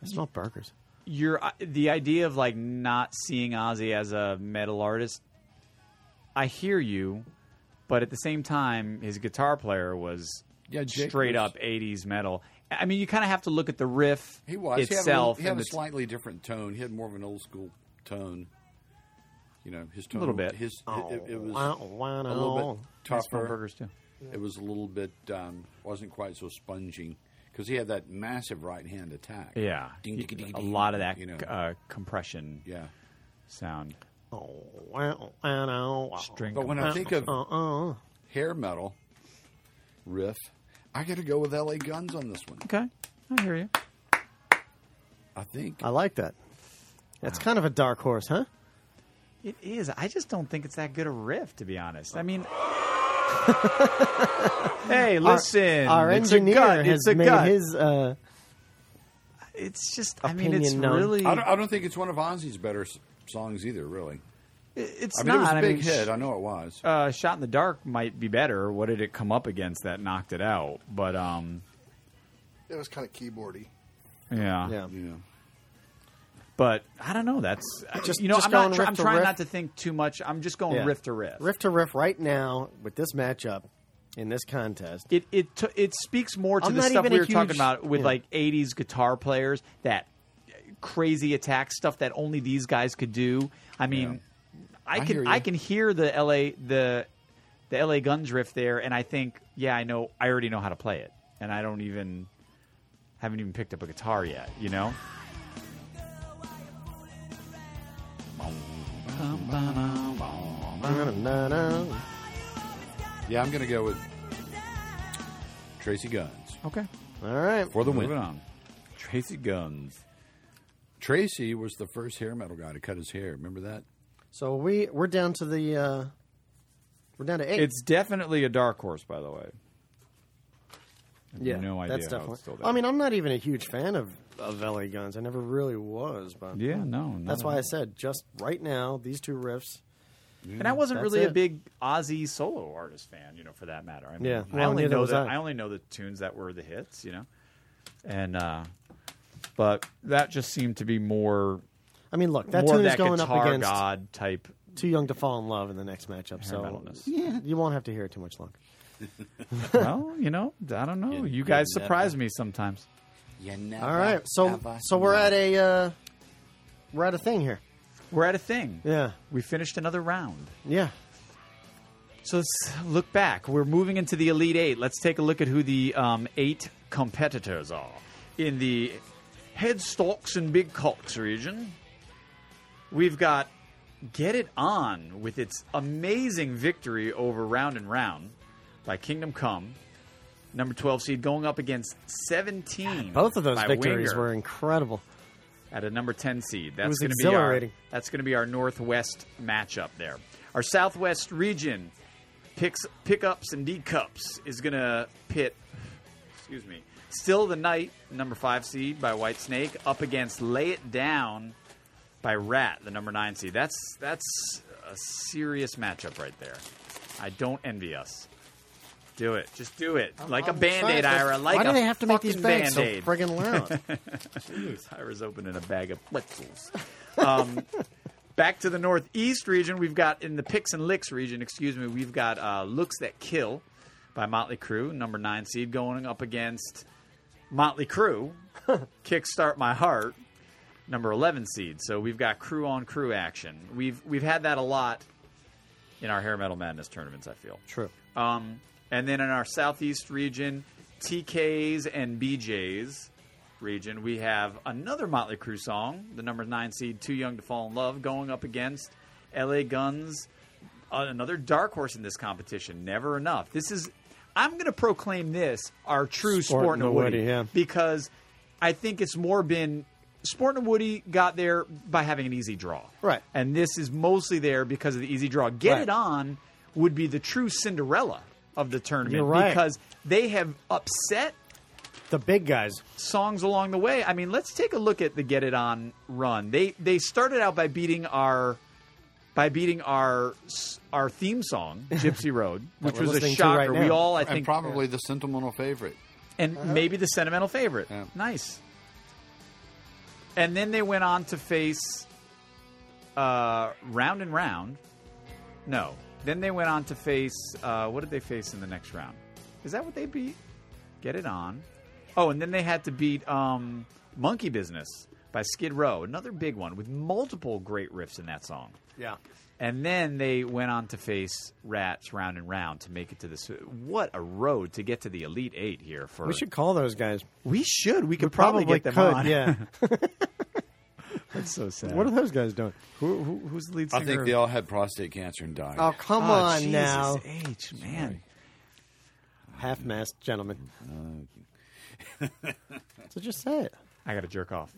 I smell burgers.
Your uh, the idea of like not seeing Ozzy as a metal artist. I hear you, but at the same time, his guitar player was
Yeah, Jake
straight
was-
up '80s metal. I mean, you kind of have to look at the riff
He was.
itself.
he had a, little- he had
and
a
the t-
slightly different tone. He had more of an old school tone. You know, his tone
Little bit.
His
Oh,
it, it was
wow, wow,
a little bit
wow. Nice
tougher.
burgers, too.
It was a little bit um, wasn't quite so sponging because he had that massive right hand attack.
yeah,
Ding, ding, ding,
a
ding,
lot of that
You know,
uh, compression.
Yeah.
sound.
Oh, wow, wow, wow.
String
But when I think of
uh,
hair metal riff, I got to go with L.A. Guns on this one.
Okay, I hear you.
I think
Uh,
I like that. That's kind of a dark horse, huh?
It is. I just don't think it's that good a riff, to be honest. I mean, hey, listen.
Our, our
it's a
engineer
gut,
has
it's a
made
gut.
his. Uh,
It's just.
I mean, it's opinion known. really-
I don't, I don't think it's one of Ozzy's better s- songs either. Really,
It's
I mean, it was
not.
a big
I mean,
hit.
sh-
I know it was.
Uh, Shot in the Dark might be better. What did it come up against that knocked it out? But um,
It was kind of keyboardy.
yeah, yeah. But I don't know. That's I-
Just-
you know.
just
I'm, not
going
try-
riff
I'm
to
trying
riff.
not to think too much. I'm just going riff to riff.
Riff to riff right now with this matchup in this contest.
It it t- it speaks more to
I'm
the
not
stuff
even
we
a
were talking
huge-
about with
yeah.
like 80s guitar players that uh, crazy attack stuff that only these guys could do. I mean, I,
I hear
can
you.
I can hear the LA the the LA guns riff there and I think, yeah, I know I already know how to play it and I don't even haven't even picked up a guitar yet, you know?
Yeah, I'm going to go with Tracy Guns.
Okay.
All right.
For the win.
Moving on.
Tracy Guns. Tracy was the first hair metal guy to cut his hair. Remember that?
So we we're down to the uh, we're down to eight.
It's definitely a dark horse by the way. I have
yeah,
no idea
That's
how
definitely. Oh.
it's still there.
I mean, I'm not even a huge fan of, of LA Guns. I never really was, but
Yeah, no, not
That's
at
why I
all.
said just right now these two riffs.
And I wasn't
Mm, That's
really a
it.
big Ozzy solo artist fan, you know, for that matter. I mean,
Yeah.
I
Well,
only
neither
know
was
the,
I.
I. only know the tunes that were the hits, you know. And uh but that just seemed to be more
I mean, look, that
more
tune is
of that
going up
guitar
against-
god type.
Too young to fall in love in the next matchup,
Hair
so
metalness.
yeah, you won't have to hear it too much longer.
well, you know, I don't know. You guys
never-
surprise me sometimes.
You never,
All right, so
never,
so we're at a uh, we're at a thing here.
We're at a thing.
Yeah.
We finished another round.
Yeah.
So let's look back. We're moving into the Elite Eight. Let's take a look at who the um, eight competitors are. In the headstocks and big cocks region, we've got Get It On with its amazing victory over Round and Round by Kingdom Come. Number 12 seed going up against 17.
Both of those
by
victories
Winger
were incredible.
at a number 10 seed. That's
was
going to be our
exhilarating.
that's going to be our northwest matchup there. Our southwest region picks pickups and D cups is going to pit excuse me. Still the night number 5 seed by White Snake up against Lay It Down by Rat, the number 9 seed. That's that's a serious matchup right there. I don't envy us. Do it. Just do it. like a
I'm
band-aid,
excited.
Ira. Like
Why
a
do they have to make these
fucking
bags so
Band-Aid.
friggin' loud?
Jeez, Ira's opening a bag of pretzels. Um, back to the northeast region, we've got in the picks and licks region. Excuse me, we've got uh, looks that kill by Motley Crue, number nine seed, going up against Motley Crue, Kickstart My Heart, number eleven seed. So we've got crew on crew action. We've we've had that a lot in our hair metal madness tournaments. I feel
True.
um, and then in our southeast region, TKs and BJs region, we have another Motley Crue song, the number nine seed "Too Young to Fall in Love," going up against LA Guns, uh, another dark horse in this competition. Never enough. This is, I'm going to proclaim this our true
Sport
Sport
and
and
the
Woody,
Woody, yeah.
because I think it's more been. Sport and Woody got there by having an easy draw.
Right.
And this is mostly there because of the easy draw. Get
Right.
it on would be the true Cinderella of the tournament
You're right.
because they have upset
The big guys.
songs along the way. I mean, let's take a look at the Get It On run. They they started out by beating our by beating our s- our theme song Gypsy Road, which
That we're
was a
listening to
shocker.
right
we
now.
all I
And
think
probably Uh-huh. the sentimental favorite.
and maybe the sentimental favorite. Nice. And then they went on to face uh, round and round. No. Then they went on to face uh, what did they face in the next round? Is that what they beat? Get it on. Oh, and then they had to beat um, Monkey Business by Skid Row, another big one with multiple great riffs in that song.
Yeah.
And then they went on to face Rats round and round to make it to this. What a road to get to the Elite Eight here for.
We should call those guys.
We should. We could probably, get them
could,
on.
Yeah.
That's so sad.
What are those guys doing?
Who, who, who's the lead
I
singer?
think
of-
they all had prostate cancer and died.
Oh come
Oh,
on
Jesus
now,
H man,
half masked gentlemen. so just say it.
I got to jerk off.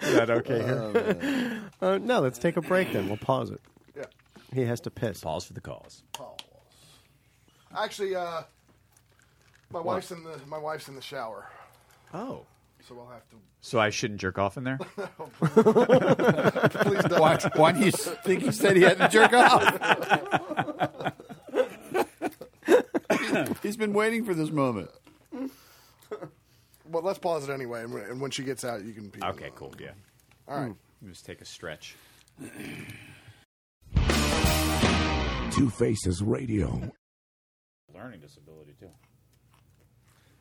Is that okay here?
Uh, no, let's take a break then. We'll pause it.
Yeah.
He has to piss.
Pause for the cause.
Actually, uh,
My wife's in the my wife's in the shower,
Oh.
so we'll have to.
So I shouldn't jerk off in there?
Please don't. Why- why do you think he said he had to jerk
off? He's been waiting for this moment.
Well, let's pause it anyway, and, when- and when she gets out, you can. Pee
Okay, cool. Yeah.
All right.
Just take a stretch.
Two Faces Radio.
Learning disability, too.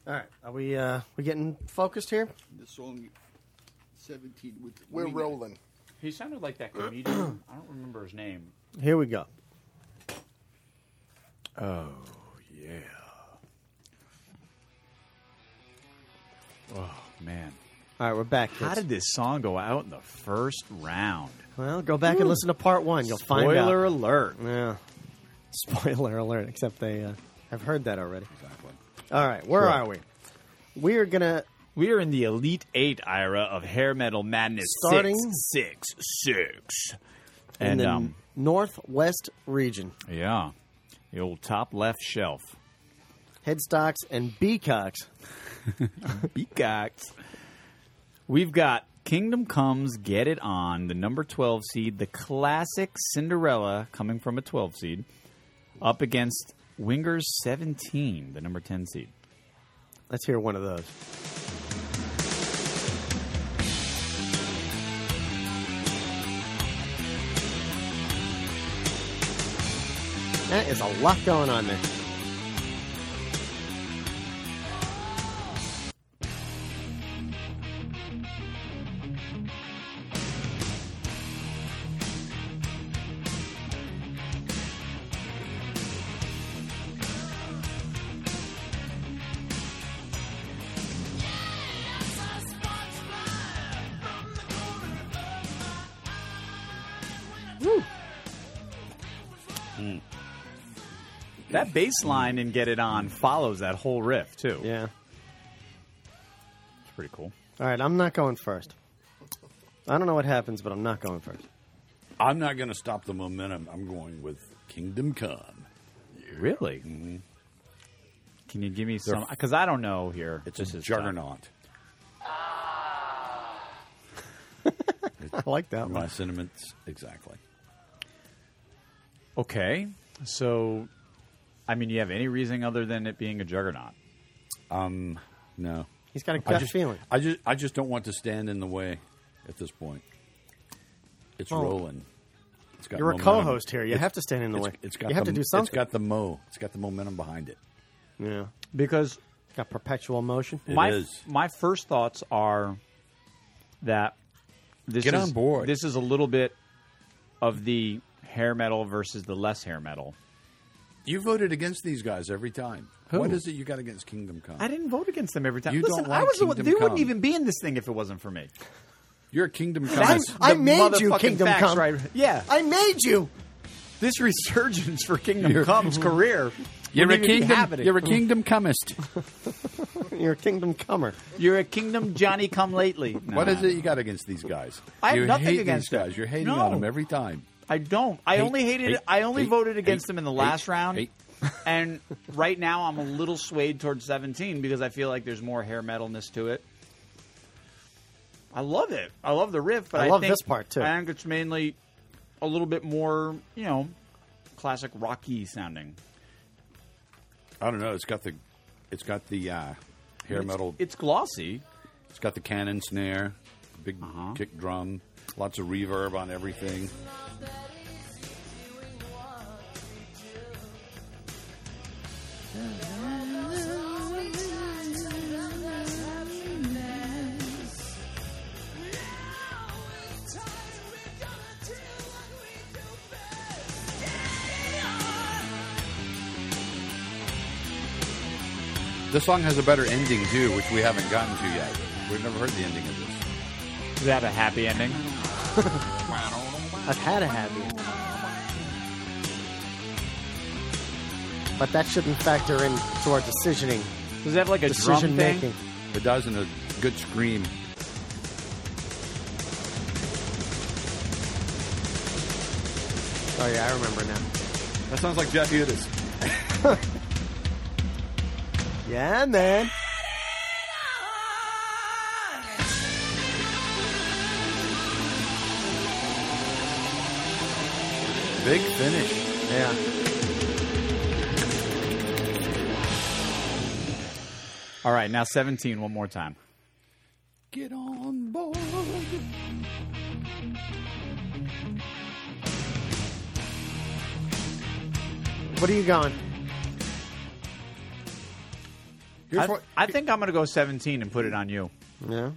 All right, are we uh, we getting focused here?
This song, seventeen. With
We're rolling.
He sounded like that comedian. I don't remember his name.
Here we go.
Oh, yeah.
Oh, man.
All right, we're back.
How did this song go out in the first round?
Well, go back and listen to part one. You'll find out.
Spoiler alert.
Yeah. Spoiler alert. Except they uh, have heard that already. Exactly. All right, where are we? We are gonna.
We are in the elite eight, Ira, of hair metal madness.
Starting-
six, six, six.
In
and
the
um,
northwest region,
yeah, the old top left shelf.
headstocks and beacocks.
Beacocks. We've got Kingdom Comes, Get It On, the number 12 seed, the classic Cinderella coming from a 12 seed, up against Wingers 17, the number 10 seed.
Let's hear one of those. That is a lot going on there.
That bass line in Get It On follows that whole riff, too.
Yeah.
It's pretty cool.
All right, I'm not going first. I don't know what happens, but I'm not going first.
I'm not going to stop the momentum. I'm going with Kingdom Come.
Really? Mm-hmm. Can you give me some? Because I don't know here. It's this a is juggernaut.
I like that
My
one.
sentiments exactly.
Okay, so, I mean, you have any reasoning other than it being a juggernaut?
Um, no.
He's got a
I
gut
just,
feeling.
I just, I just don't want to stand in the way at this point. It's
Oh.
rolling. It's
You're a
momentum.
co-host here. You have to stand in the
it's-
way.
It's got
You have
the-
to do something.
It's got the mo. It's got the momentum behind it.
Yeah.
Because
got perpetual motion.
my my first thoughts are that this
Get
is,
on board.
This is a little bit of the hair metal versus the less hair metal.
You voted against these guys every time.
Who?
What is it you got against Kingdom Come?
I didn't vote against them every time.
You
Listen,
don't like
I was the one-
Kingdom
they
Come.
wouldn't even be in this thing if it wasn't for me.
You're a Kingdom Come.
That's
The
I made you
motherfucking
Kingdom
facts
Come.
right- yeah.
I made you.
This resurgence for Kingdom
You're-
Come's career.
You're a
wouldn't even be
kingdom.
happening.
You're a kingdom comest.
You're a kingdom comer.
You're a kingdom Johnny come lately. No,
what
no,
is it you got against these guys?
I have
you
nothing
hate
against
these
them.
guys. You're hating
No.
on them every time.
I don't. I
Hate,
only hated.
hate,
I only
hate,
voted against
hate,
them in the
hate,
last round.
hate.
and right now, I'm a little swayed towards 17 because I feel like there's more hair metalness to it. I love it. I love the riff, but
I
I,
love
think-
this part, too.
I think it's mainly a little bit more, you know, classic rocky sounding.
I don't know. It's got the, it's got the uh, hair
It's-
metal.
It's glossy.
It's got the cannon snare, big
Uh-huh.
kick drum, lots of reverb on everything. This song has a better ending too, which we haven't gotten to yet. We've never heard the ending of this.
Does it have a happy ending?
I've had a happy ending. But that shouldn't factor into our decisioning.
Does it have like a drum
Decision
thing?
making.
It does, and a good scream.
Oh yeah, I remember now.
That sounds like Jeff Udis.
Yeah, man.
Big finish.
Yeah.
All right, now 17 one more time.
Get on board.
What are you going?
I, I think I'm going to go 17 and put it on you.
Yeah.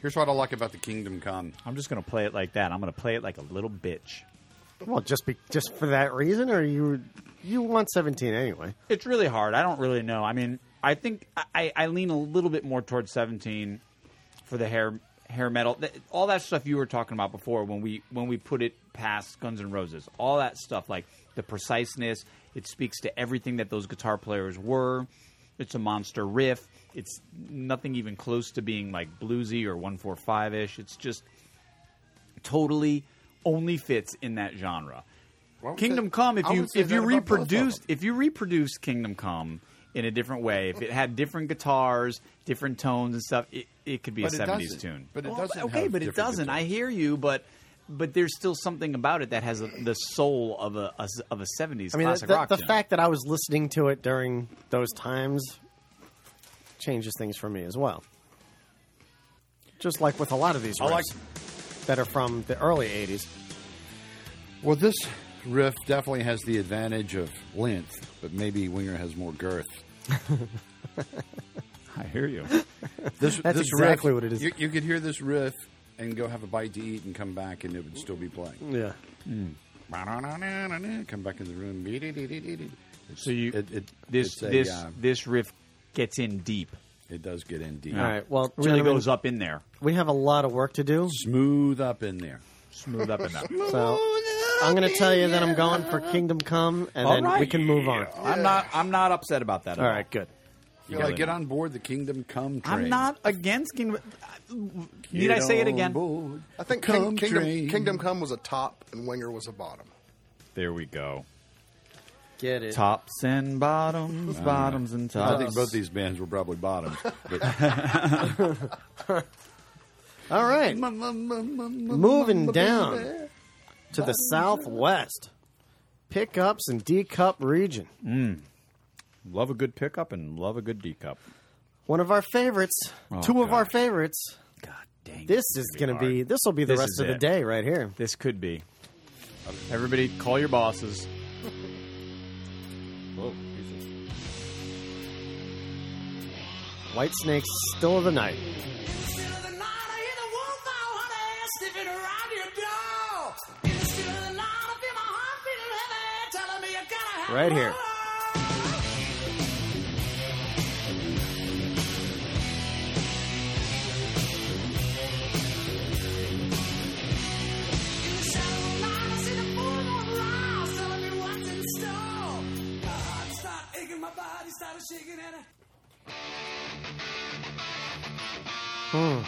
Here's what I like about the Kingdom Come. I'm just going to play it like that. I'm going to play it like a little bitch.
Well, just be, just for that reason, or you you want seventeen anyway?
It's really hard. I don't really know. I mean, I think I, I lean a little bit more towards 17 for the hair hair metal. Th- All that stuff you were talking about before when we when we put it past Guns N' Roses. All that stuff like the preciseness, it speaks to everything that those guitar players were. It's a monster riff. It's nothing even close to being like bluesy or 145-ish. It's just totally only fits in that genre.
Well,
Kingdom
that-
Come. If
I
you
would say
if
that
you
about both of them.
reproduced if you reproduced Kingdom Come in a different way, if it had different guitars, different tones and stuff, it, it could be
But
a
it
seventies
doesn't.
tune.
But it
Well,
doesn't
Okay,
have
but it
different
doesn't. I hear you, but but there's still something about it that has a, the soul of a, a s- of a seventies
I mean,
classic
the,
rock
the
tune.
fact that I was listening to it during those times changes things for me as well. Just like with a lot of these
I
riffs
like-
that are from the early '80s.
Well, this riff definitely has the advantage of length, but maybe Winger has more girth.
I hear you.
This,
That's
this
exactly
riff-
what it is.
You, you could hear this riff and go have a bite to eat and come back, and it would still be playing.
Yeah.
Come back in the room. It's-
So you
it, it,
this
it's a,
this
uh,
this riff gets in deep.
It does get in deep.
All right. Well, it really
gentlemen-
goes up in there.
We have a lot of work to do.
Smooth up in there.
Smooth up in there.
So I'm going to tell you that I'm going for Kingdom Come, and then we can move on.
I'm not I'm not upset about that. at
All right, good.
You
got
gotta
it.
get on board the Kingdom Come train.
I'm not against Kingdom. Need I say it again?
I think
Come
King, Kingdom,
train.
Kingdom Come was a top and Winger was a bottom.
There we go.
Get it.
Tops and bottoms,
Uh,
bottoms and tops.
I think both these bands were probably bottoms. But
All right. Moving
Moving
down to the southwest. Pickups and D cup region.
Mm. Love a good pickup and love a good D cup.
One of our favorites. Two
Oh,
of our favorites. God
dang.
This is going to be, this will be the
This
rest
is
of the
it.
day right here.
This could be. Everybody, call your bosses. Whoa.
White Snake's Still of the Night. Right here. Hmm.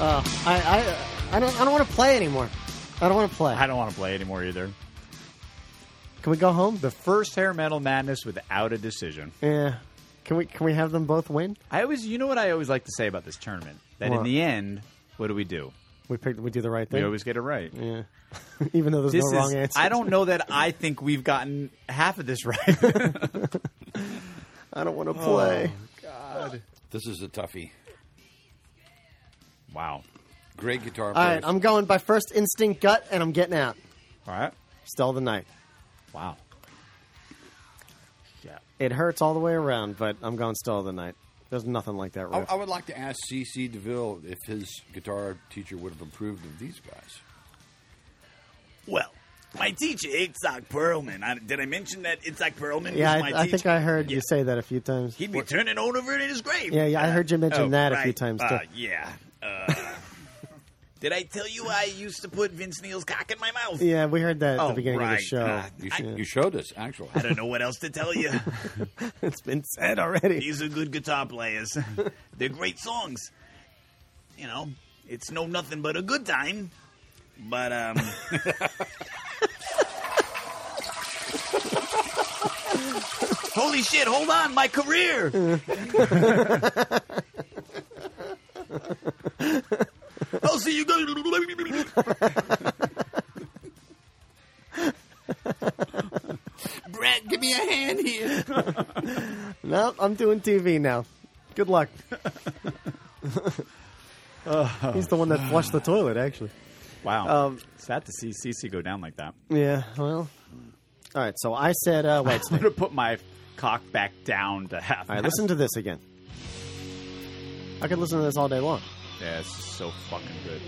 Uh, I, I, I don't, I don't want to play anymore. I don't want to play.
I don't want to play anymore either.
Can we go home?
The first hair metal madness without a decision.
Yeah. Can we, can we have them both win?
I always, you know what I always like to say about this tournament? That
What?
in the end, what do we do?
We picked, we do the right
We
thing.
always get it right.
Yeah. Even though there's
this
no
is,
wrong answer.
I don't know that I think we've gotten half of this right.
I don't want to play.
God. This is a toughie.
Wow.
Great guitar
All
player.
right, I'm going by first instinct gut, and I'm getting out.
All right.
Still the night.
Wow.
It hurts all the way around, but I'm going still the night. There's nothing like that
I,
riff.
I would like to ask C.C. DeVille if his guitar teacher would have approved of these guys.
Well, my teacher, Itzhak Perlman. I, did I mention that Itzhak Perlman
yeah,
was my
I, I
teacher?
think I heard you say that a few times.
He'd be turning over in his grave.
Yeah, yeah, I heard you mention
oh,
that a few
right.
times,
Uh,
too.
yeah. Uh, did I tell you I used to put Vince Neil's cock in my mouth?
Yeah, we heard that at
Oh,
the beginning of
right.
the show.
Uh,
You,
I-
sh- you showed us, actually.
I don't know what else to tell you.
it's been said already.
These are good guitar players. They're great songs. You know, it's no nothing but a good time.
But um, holy shit! Hold on, my career.
Oh,
I'll see you guys.
Brett, give me a hand here.
no, I'm doing TV now. Good luck. He's the one that flushed the toilet, actually.
Wow.
Um,
Sad to see CC go down like that.
yeah. Well. All right. So I said, uh, "Wait."
I'm gonna put my cock back down to half.
All right. Listen to this again. I could listen to this all day long.
Yeah, it's just so fucking good.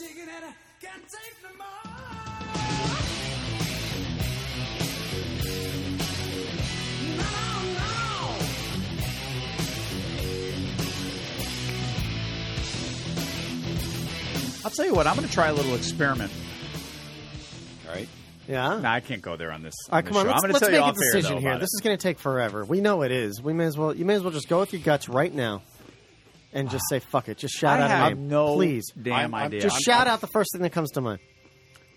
Shaking and I can't take no more.
I'll tell you what. I'm gonna try a little experiment. All right.
Yeah.
No, I can't go there on this.
All right,
on
come
this
on.
show.
Let's,
I'm gonna
let's
tell
make
you
a
off air,
decision
though,
here.
about
This is going to take forever. We know it is. We may as well. You may as well just go with your guts right now, and just say fuck it. Just shout
I
out
have
a name,
no
please.
damn I'm- I'm- idea.
Just
I'm-
shout out the first thing that comes to mind.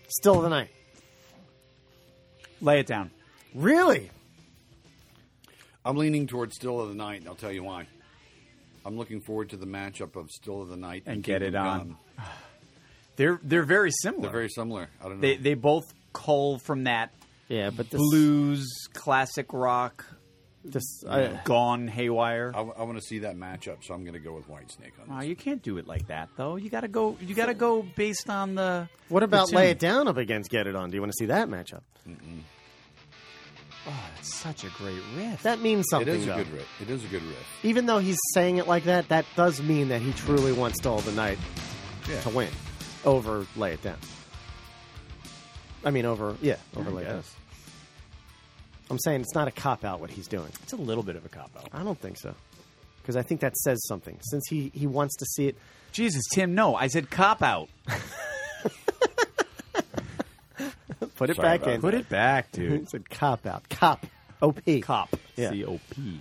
Still of the night.
it. Lay it down.
Really?
I'm leaning towards Still of the Night, and I'll tell you why. I'm looking forward to the matchup of Still of the Night
And get it
Kingdom
on.
Come.
They're they're very similar.
They're very similar. I don't know.
They they both cull from that.
Yeah, but
this-
blues, classic rock, uh,
this
I-
gone haywire.
I, want to see that matchup, so I'm going to go with Whitesnake on
Wow, you can't do it like that though. You gotta go. You gotta go based on the.
What
the
about
tune.
lay it down up against get it on? Do you want to see that matchup?
Oh, that's such a great riff.
That means something.
It is
though.
a good riff. It is a good riff.
Even though he's saying it like that, that does mean that he truly wants Still of the Night
Yeah.
to win over Lay It Down. I mean, over, yeah, over Lay It Down. I'm saying it's not a cop out what he's doing.
It's a little bit of a cop out.
I don't think so. Because I think that says something. Since he, he wants to see it.
Jesus, Tim, no. I said cop out.
Put it
Sorry
back
about
in.
that. Put it back, dude.
it said cop out. Cop. OP.
Cop.
Yeah.
C O P.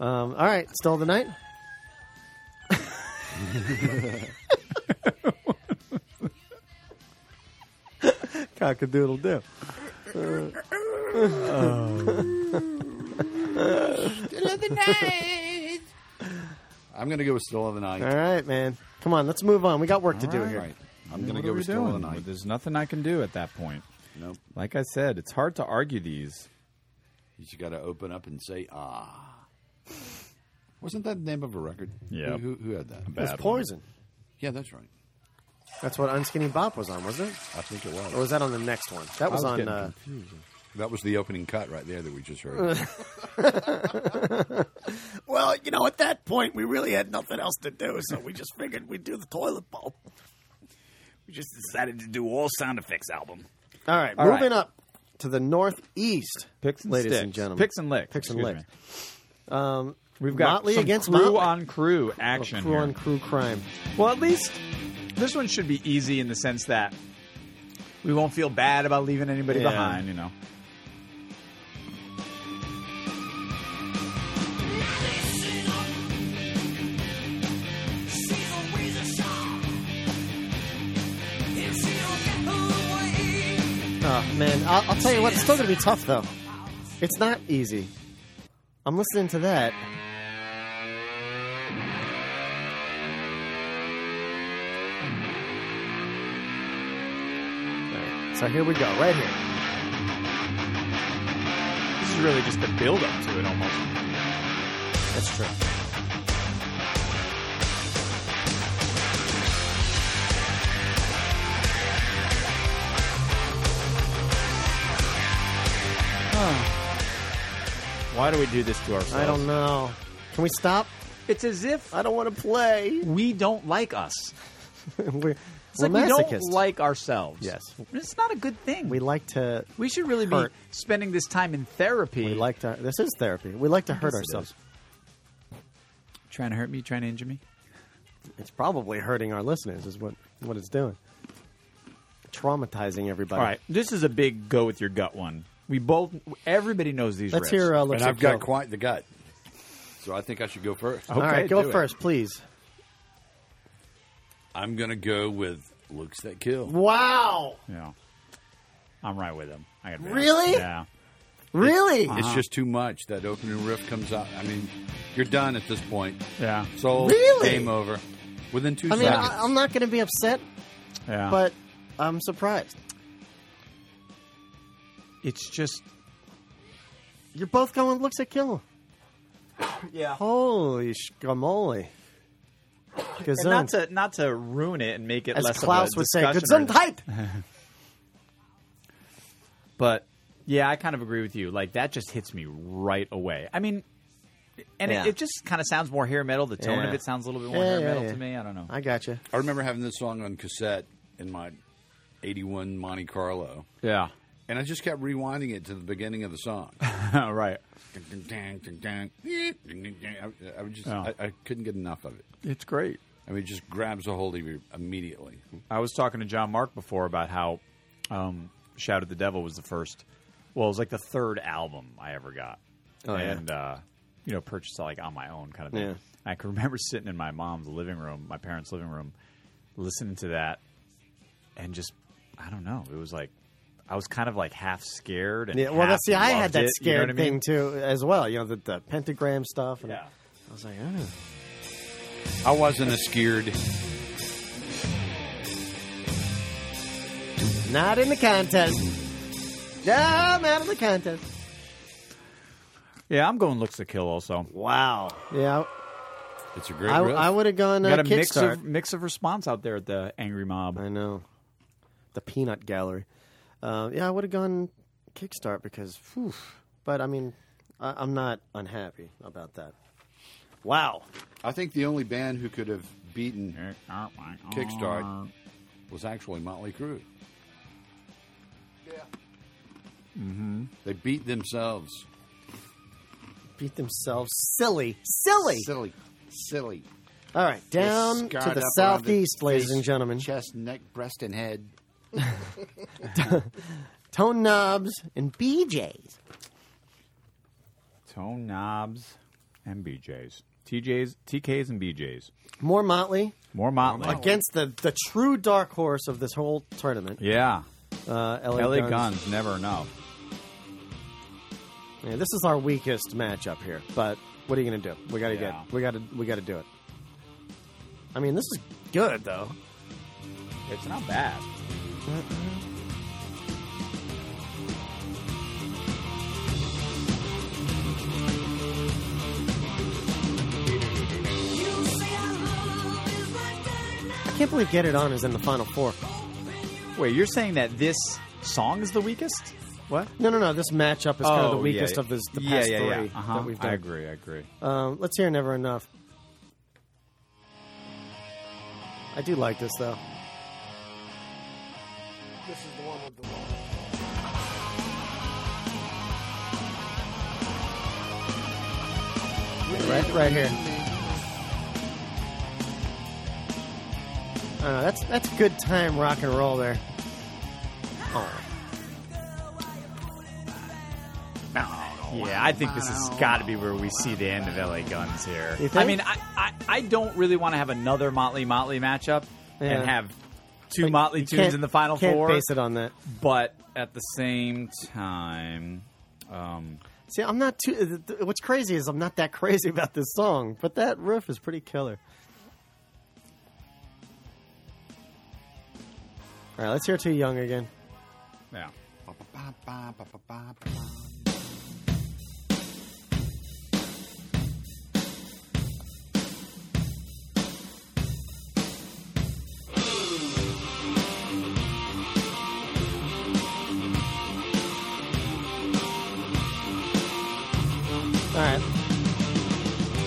Um, all right. Still the night? Cockadoodle do.
Still of the Night. I'm going to go with Still of the Night.
All right, man. Come on, let's move on. We got work to do here.
I'm going to
What
go
are we
with Still of the
doing?
Night.
There's nothing I can do at that point.
Nope.
Like I said, it's hard to argue these.
You just got to open up and say, ah. Wasn't that the name of a record?
Yeah.
Who, who, who had that?
A bad
It's poison.
Yeah, that's right.
That's what Unskinny Bop was on, wasn't it?
I think it was.
Or was that on the next one? That was,
I
on.
getting
Uh,
confused. That was the opening cut right there that we just heard.
well, you know, at that point, we really had nothing else to do, so we just figured we'd do the toilet bowl. We just decided to do all sound effects album.
all right,
All
moving
right.
up to the northeast,
Picks and
ladies
sticks.
and gentlemen.
Picks and licks.
Picks and
Excuse
licks. Um,
We've got
Motley
some
against
crew
Motley.
on crew action.
crew
here.
on crew crime.
Well, at least this one should be easy in the sense that we won't feel bad about leaving anybody
Yeah.
behind, you know.
Oh man, I'll, I'll tell you what. It's still gonna be tough though. It's not easy. I'm listening to that. Alright, So here we go, right here.
This is really just the build up to it almost.
That's true.
Why do we do this to ourselves?
I don't know. Can we stop?
It's as if
I don't want to play.
we don't like us.
we're,
It's
We're
like we
masochists.
don't like ourselves.
Yes.
It's not a good thing.
We like to.
We should really
hurt.
be spending this time in therapy.
We like to. This is therapy. We like to hurt
guess it
ourselves.
Trying to hurt me, trying to injure me.
It's probably hurting our listeners. Is what what it's doing. Traumatizing everybody.
All right. This is a big go with your gut one. We both, everybody knows these
Let's
riffs.
hear, uh, let's And I've hear got Joe.
quite the gut.
So I think I should go first.
All right, go first, please.
I'm going to go with looks that kill.
Wow.
Yeah. I'm right with him. I gotta be
Really?
honest. Yeah.
Really?
It's just too much. That opening riff comes out. I mean, you're done at this point.
Yeah.
So
Really?
game over. Within two
I mean,
seconds.
I, I'm not going to be upset,
Yeah.
but I'm surprised.
It's just
You're both going looks at kill. yeah. Holy scamoli.
And not
Gesund.
to not to ruin it and make it
As
less
Klaus
of a
would say,
discussion or-
"Gesundheit!"
but yeah, I kind of agree with you. Like that just hits me right away. I mean, and
Yeah.
it, it just kind of sounds more hair metal. The tone
Yeah.
of it sounds a little bit more
Yeah,
hair
yeah,
metal
yeah.
to me. I don't know.
I got you.
I remember having this song on cassette in my 81 Monte Carlo.
Yeah.
And I just kept rewinding it to the beginning of the song.
right.
I, I would just,
Oh.
I, I couldn't get enough of it.
It's great.
I mean, it just grabs a hold of you immediately.
I was talking to John Mark before about how um, Shout at the Devil was the first, well, it was like the third album I ever got.
Oh, yeah.
and, uh, you know, purchased it like on my own kind of thing.
Yeah.
I can remember sitting in my mom's living room, my parents' living room, listening to that and just, I don't know, it was like, I was kind of like half scared. And
Yeah, well,
half
that's see, I had
loved
that
it, you know
scared
what I mean?
thing too, as well. You know, the, the pentagram stuff. And
Yeah.
I was like, oh.
I wasn't as scared.
not in the contest. No, I'm out of the contest.
Yeah, I'm going Looks to Kill also.
Wow. Yeah,
It's a great
I,
riff.
I would have gone. Uh,
Got a mix
Kickstart.
of, mix of response out there at the Angry Mob.
I know. the peanut gallery. Uh, yeah, I would have gone Kickstart because, whew, but I mean, I, I'm not unhappy about that. Wow.
I think the only band who could have beaten
Uh,
Kickstart was actually Motley Crue.
Mm-hmm.
They beat themselves.
Beat themselves silly, silly,
silly, silly.
All right, down to
scarred
the
up around
southeast,
the
ladies
face,
and gentlemen.
Chest, neck, breast, and head.
Tone knobs and BJ's.
Tone knobs and BJs. TJs, TKs, and BJs.
More Motley.
More Motley.
Against the, the true dark horse of this whole tournament.
Yeah.
Uh, LA,
LA
Guns.
Guns. never enough.
Yeah, this is our weakest matchup here, but what are you going to do? We got to
Yeah.
get we got to we got to do it. I mean, this is good though.
It's not bad.
I can't believe Get It On is in the final four.
Wait, you're saying that this song is the weakest? What?
No, no, no. This matchup is kind of the
Oh,
weakest
yeah.
of this, the
Yeah,
past
yeah, yeah.
three
Uh-huh.
that we've done.
I agree, I agree.
Um, let's hear Never Enough. I do like this, though.
This is the one with the
Right, right here. I don't know, Uh, that's that's good time rock and roll there. Oh.
Yeah, I think this has got to be where we see the end of LA Guns here.
You think?
I mean, I, I, I don't really want to have another Motley Motley matchup
Yeah.
and have two Motley tunes
can't-
in the final
can't
four.
base it on that.
But at the same time, um,
See, I'm not too. th- th- What's crazy is I'm not that crazy about this song, but that riff is pretty killer. All right, let's hear "Too Young" again.
yeah.
All right,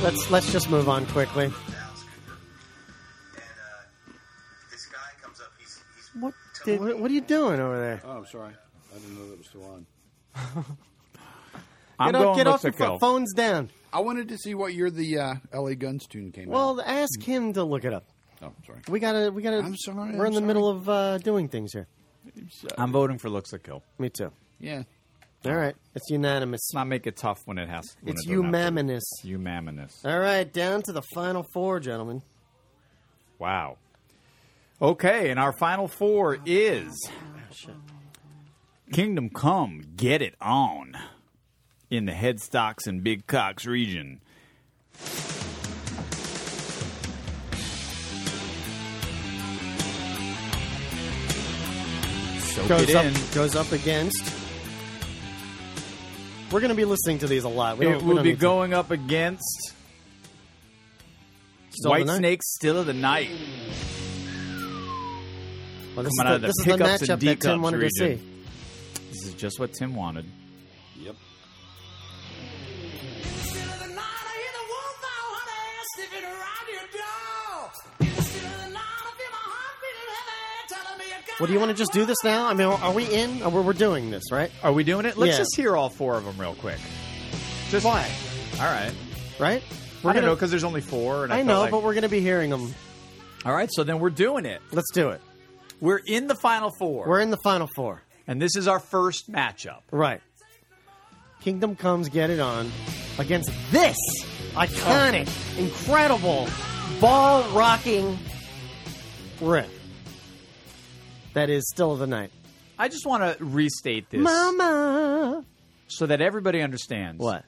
let's let's just move on quickly.
This guy comes up, he
What, what are you doing over there?
Oh, I'm sorry. I didn't know that was still on.
get off, get off your pho- phones down.
I wanted to see what year the uh, L.A. Guns tune came out.
Well, ask him to look it up.
Oh, sorry.
We gotta, we gotta.
I'm sorry,
We're
I'm
in the
sorry.
middle of uh, doing things here.
I'm voting for looks like kill.
Me too.
Yeah.
All right, it's unanimous.
Let's not make it tough when it has. When
It's
it doesn't have to be.
unanimous.
Unanimous.
All right, down to the final four, gentlemen.
Wow. Okay, and our final four is Kingdom Come, Get It On in the headstocks and big cocks region. Soak
goes
it
up,
in.
goes up against. We're going to be listening to these a lot. We don't,
it
we
will
don't
be
need to-
going up against
Still of
White
the Night?
Snake, Still of the Night.
Well, this
Coming
is the, this
out of the
is the
pickups and
matchup that Tim
decups
wanted to
region.
see.
This is just what Tim wanted.
Yep.
Well, do you want to just do this now? I mean, are we in? Or we're, we're doing this, right?
Are we doing it? Let's
Yeah.
just hear all four of them real quick. Just why? All right,
right?
We're I don't
gonna-
know because there's only four. And I,
I
felt
know,
like-
but we're going to be hearing them.
all right. So then we're doing it.
Let's do it.
We're in the final four,
We're in the final four.
and this is our first matchup.
Right. Kingdom Comes Get It On against this iconic, incredible, ball rocking riff. That is Still of the Night.
I just want to restate this
Mama!
so that everybody understands.
What?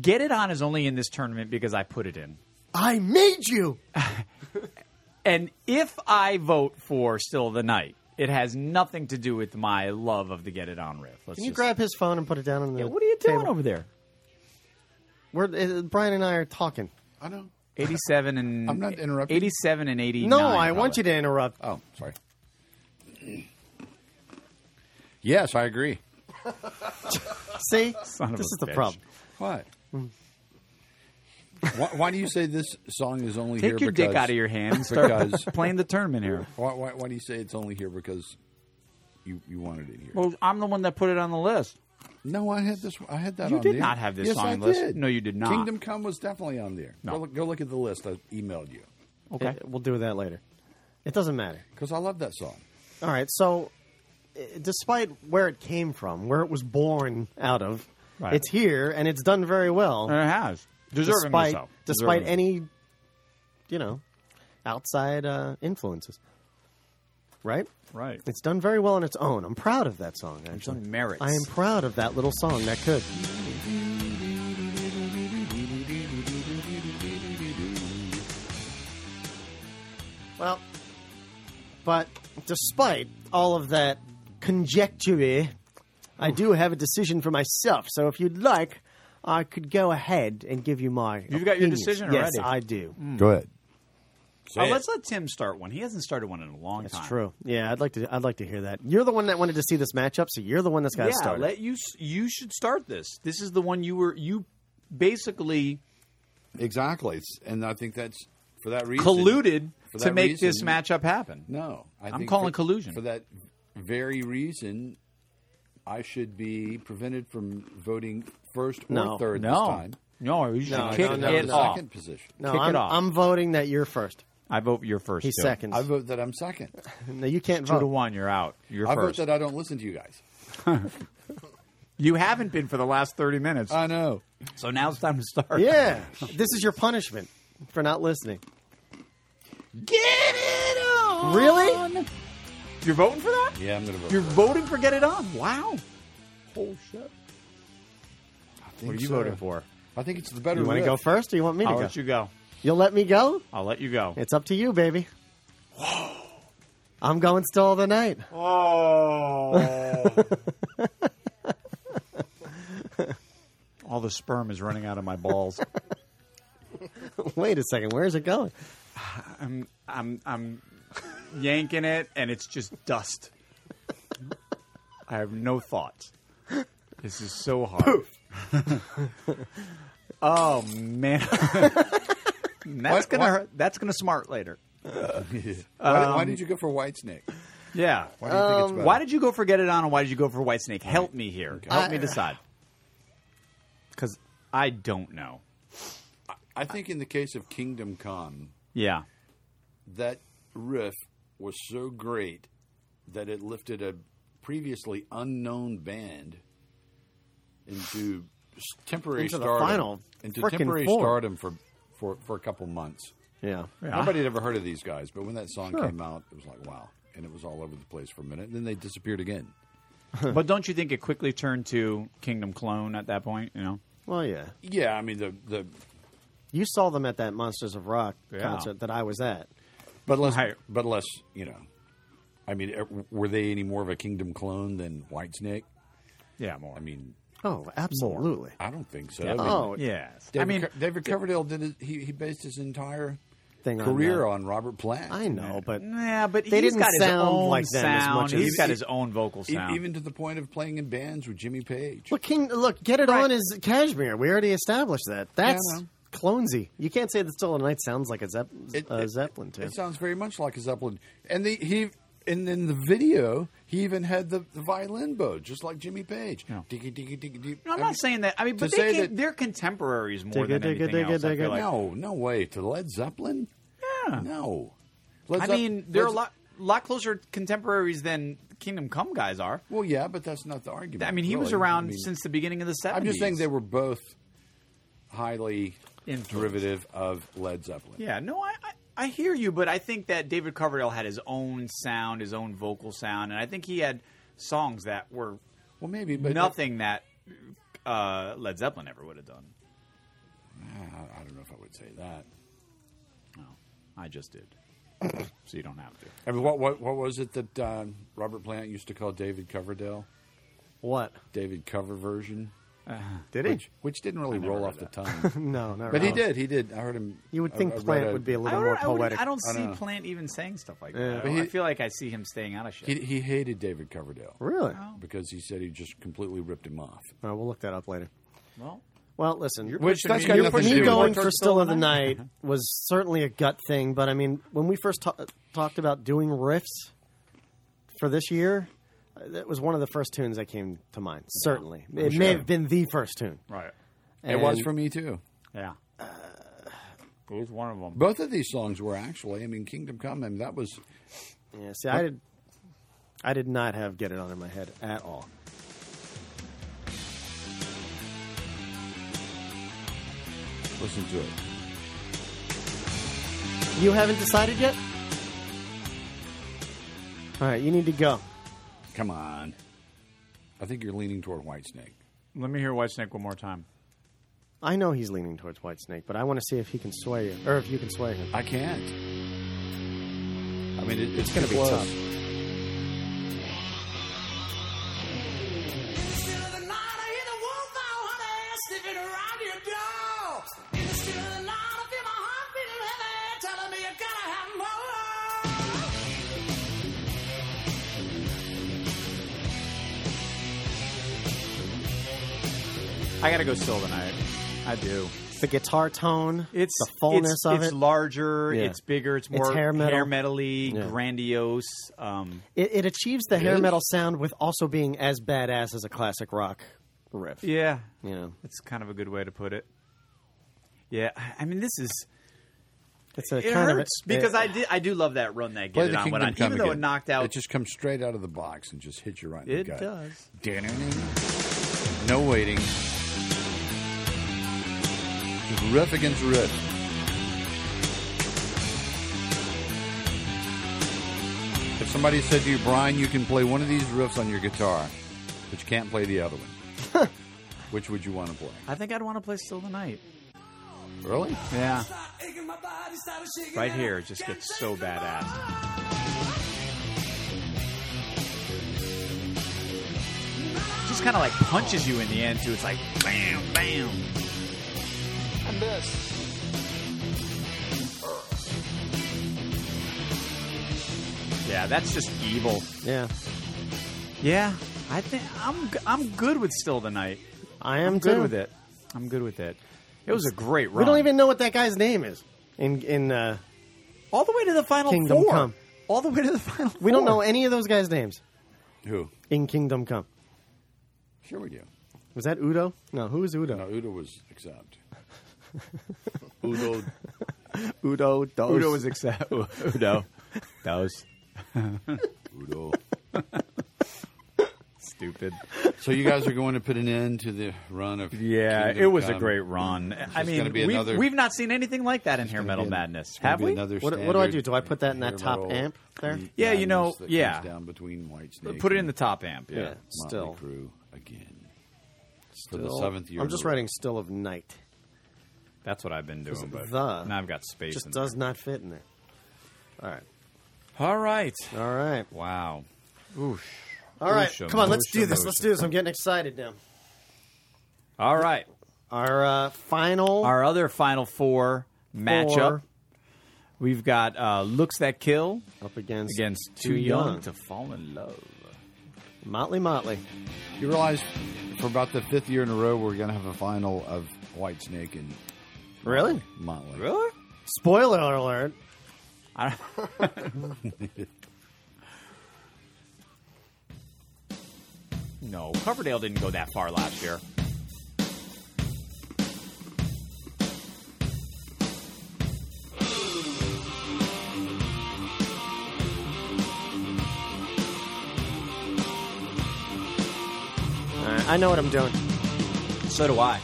Get it on is only in this tournament because I put it in.
I made you!
And if I vote for Still the Night, it has nothing to do with my love of the Get It On riff. Let's
Can you
just-
grab his phone and put it down on the.
Yeah, what are you doing
table?
over there?
We're, uh, Brian and I are talking.
I know.
87 and
I'm not interrupting.
87 and 89.
No, I want you to interrupt.
Oh, sorry.
Yes, I agree.
See?
Son of
this is
a
the
bitch.
problem.
What? why, why do you say this song is only
Take
here?
your
because,
dick out of your hand and start
Because
playing the tournament here.
Why, why, why do you say it's only here because you you wanted it here?
Well, I'm the one that put it on the list.
No, I had this. I had that.
You
on
did
there.
not have this
yes,
song
I
on the list.
Did.
No, you did not.
Kingdom Come was definitely on there.
No.
Go, look, go look at the list. I emailed you
Okay.
It- Uh, we'll do that later. It doesn't matter.
because I love that song.
All right, so uh, despite where it came from, where it was born out of,
Right.
it's here and it's done very well.
And it has. Deservingly
despite,
so.
Despite
Deservingly.
any, you know, outside uh, influences. Right?
Right.
It's done very well on its own. I'm proud of that song, actually.
done merits.
I am proud of that little song that could. Well, but despite all of that conjecture, I do have a decision for myself. So if you'd like, I could go ahead and give you my.
You've got your
opinions.
decision
Yes,
already.
I do.
Go ahead.
Oh, let's let Tim start one. He hasn't started one in a long
That's
time.
true. Yeah, I'd like to. I'd like to hear that. You're the one that wanted to see this matchup, so you're the one that's got to
yeah,
start. it.
let you s- you should start this. This is the one you were you basically
Exactly, it's, and I think that's for that reason
colluded
For
to
that
make this
reason-
matchup happen.
No, I
I'm
think
calling
for-
collusion.
for that very reason. I should be prevented from voting first
No.
or third this
No.
time.
No, you should
No,
kick
no, no,
it
no.
off.
Second position.
No,
kick
I'm,
it off.
I'm voting that you're first.
I vote you're first.
He's
too.
second.
I vote that I'm second.
No, you can't
Two to
vote.
one. You're out. You're
I
first.
vote that I don't listen to you guys.
You haven't been for the last thirty minutes.
I know.
so now it's time to start.
Yeah, this is your punishment for not listening.
Get it on.
Really?
You're voting for that?
Yeah, I'm going to vote.
You're voting for Get It On. Wow. Oh shit.
I think
What are you
so.
voting for?
I think it's the better.
You want to
lift.
go first, or you want me to
I'll
go?
let you go.
You'll let me go.
I'll let you go.
It's up to you, baby. I'm going still the night.
Oh. All the sperm is running out of my balls.
Wait a second, where is it going?
I'm I'm I'm yanking it and it's just dust. I have no thoughts. This is so hard. oh man. that's
What-
gonna
what-
hurt. that's gonna smart later.
why,
Um,
why did you go for Whitesnake?
Yeah.
Why do you think it's Um, better?
why did you go for Get It On and why did you go for Whitesnake? Help me here. Help me
I-
decide. Because I don't know.
I think in the case of Kingdom Come,
Yeah.
that riff was so great that it lifted a previously unknown band into s- temporary
Into the
stardom,
final
into
frickin'
temporary
form.
stardom for, for for a couple months.
Yeah. Yeah.
nobody had ever heard of these guys, but when that song
Sure.
came out, it was like wow, and it was all over the place for a minute. And then they disappeared again.
but don't you think it quickly turned to Kingdom Clone at that point? You know.
Well, yeah.
Yeah, I mean the the.
You saw them at that Monsters of Rock
Yeah.
concert that I was at.
But less, but less, you know. I mean, er, were they any more of a Kingdom clone than Whitesnake?
Yeah, more.
I mean,
Oh, absolutely.
I don't think so.
Yeah.
I mean,
Oh, yes.
David,
I mean-
Cov- David Coverdale did. His, he he based his entire
Thing on
career
that.
on, Robert Plant.
I know, but
yeah, but
they
he's
didn't
got his
sound
own
like them as
sound.
much.
He's
as,
got his own vocal
E-
sound.
even to the point of playing in bands with Jimmy Page.
Well, King, look, get it on is Cashmere. We already established that. That's
I know.
clonesy. You can't say that Still in the Night sounds like a, Zepp- a Zeppelin tune.
It sounds very much like a Zeppelin. And the, he and in the video, he even had the, the violin bow, just like Jimmy Page. Diggy, diggy, diggy, diggy.
No, I'm
I
not
mean,
saying that. I mean,
to
but
say
they can,
that-
they're contemporaries more than anything else. I feel like.
No, no way to Led Zeppelin. Yeah, no.
I
Zepp-
mean, they're a
Led-
lot lot closer contemporaries than Kingdom Come guys are.
Well, yeah, but that's not the argument.
I mean, he was
really.
around
I mean,
since the beginning of the 70s.
I'm just saying they were both highly derivative of Led Zeppelin.
Yeah, no, I, I I hear you, but I think that David Coverdale had his own sound, his own vocal sound, and I think he had songs that were
well, maybe but
nothing that uh, Led Zeppelin ever would have done.
I I don't know if I would say that.
No, I just did, so you don't have to.
I mean, what what what was it that um, Robert Plant used to call David Coverdale?
What
David cover version?
did he?
Which, which didn't really roll off the tongue.
No, not
but he
really.
did. He did. I heard him.
You would
I-
think
I read
Plant
a-
would be a
I
little
don't,
more
I wouldn't-
poetic.
I don't
I
see
don't know.
Plant even saying stuff like
Yeah.
that.
But
I,
he-
feel like I see him staying out of shit.
He, he hated David Coverdale.
Really?
Because he said he just completely ripped him off.
Oh, we'll look that up later.
well,
Well, listen,
You're Which- pushing that's me- got
you-
nothing to
me
do with
going
it.
for Still of the Night was certainly a gut thing, but I mean, when we first ta- talked about doing riffs for this year, uh, that was one of the first tunes that came to mind. Certainly,
I'm
it
sure.
may have been the first tune.
Right.
It was for me too.
yeah, Uh, it was one of them.
Both of these songs were actually. I mean, Kingdom Come. I mean, that was.
Yeah, see, I did, I did not have Get It On in my head at all.
Listen to it.
You haven't decided yet. All right, you need to go.
Come on. I think you're leaning toward Whitesnake.
Let me hear Whitesnake one more time.
I know he's leaning towards Whitesnake, but I want to see if he can sway you, or if you can sway him.
I can't. I mean, it, it's
gonna
it
be
was.
tough.
I gotta go still tonight. I do.
The guitar tone,
It's
the fullness
it's,
of
it's
it.
larger.
Yeah.
It's bigger. It's
It's
more
hair metal.
metally,
Yeah.
grandiose. Um,
It, it achieves the
It
hair
is.
metal sound with also being as badass as a classic rock riff.
yeah,
You know,
it's kind of a good way to put it. Yeah, I- I mean this is
it's a
it
kind
hurts
of a,
because I did I do love that run that
Play
get it
the
on
Kingdom
when I,
Come
even though
again.
it knocked out.
It just comes straight out of the box and just hits you right in
It
the gut.
does.
does. No waiting. Just riff against riff. If somebody said to you, Brian, you can play one of these riffs on your guitar, but you can't play the other one, which would you want to play?
I think I'd want to play Still the Night.
Really?
Yeah, right here it just gets so badass. Just kind of like punches you in the end too. It's like bam, bam.
I'm best.
Yeah, that's just evil.
yeah.
Yeah, I think I'm I'm good with Still the Night.
I am
I'm good
too.
with it. I'm good with it. It was a great run.
We don't even know what that guy's name is in in uh,
All the way to the final
Kingdom
four.
Come.
All the way to the final.
We don't
four.
know any of those guys' names
Who?
in Kingdom Come.
Sure we do.
Was that Udo? No, who was Udo?
No, Udo was exempt. Udo.
Udo dos.
Udo
was accept. Udo dos.
Udo.
Stupid.
So you guys are going to put an end to the run of
Yeah,
Kingdom
it was a
Come.
great run.
It's
I
just gonna
mean,
be
we've,
another-
we've not seen anything like that in Hair Metal
be an-
Madness,
it's gonna
have
be
we?
another
What, what do I do? Do I put that in that
Hair
top
metal
amp there?
beat
Yeah, you know,
diamonds that comes
yeah.
Down between white snake.
Put it in the top amp, yeah.
Motley
Still.
Crue again.
Still.
For the seventh year.
Oh, I'm
in
just
a row.
writing "Still of Night."
That's what I've been doing, but
the
now I've got space.
Just
in
does not fit in there. All right.
All right.
All right.
Wow. Oosh.
All right.
Ocean,
Come on, let's do
ocean,
this. Let's do
ocean.
this. I'm getting excited now.
All right.
Our uh, final.
Our other final four matchup. We've got uh, Looks That Kill
up against
against Too,
Too
young.
Young.
to Fall in Love.
Motley Motley.
You realize for about the fifth year in a row, we're going to have a final of White Snake and
Really?
Motley.
Really?
Spoiler alert.
I No, Coverdale didn't go that far last year.
All right, I know what I'm doing.
So do I.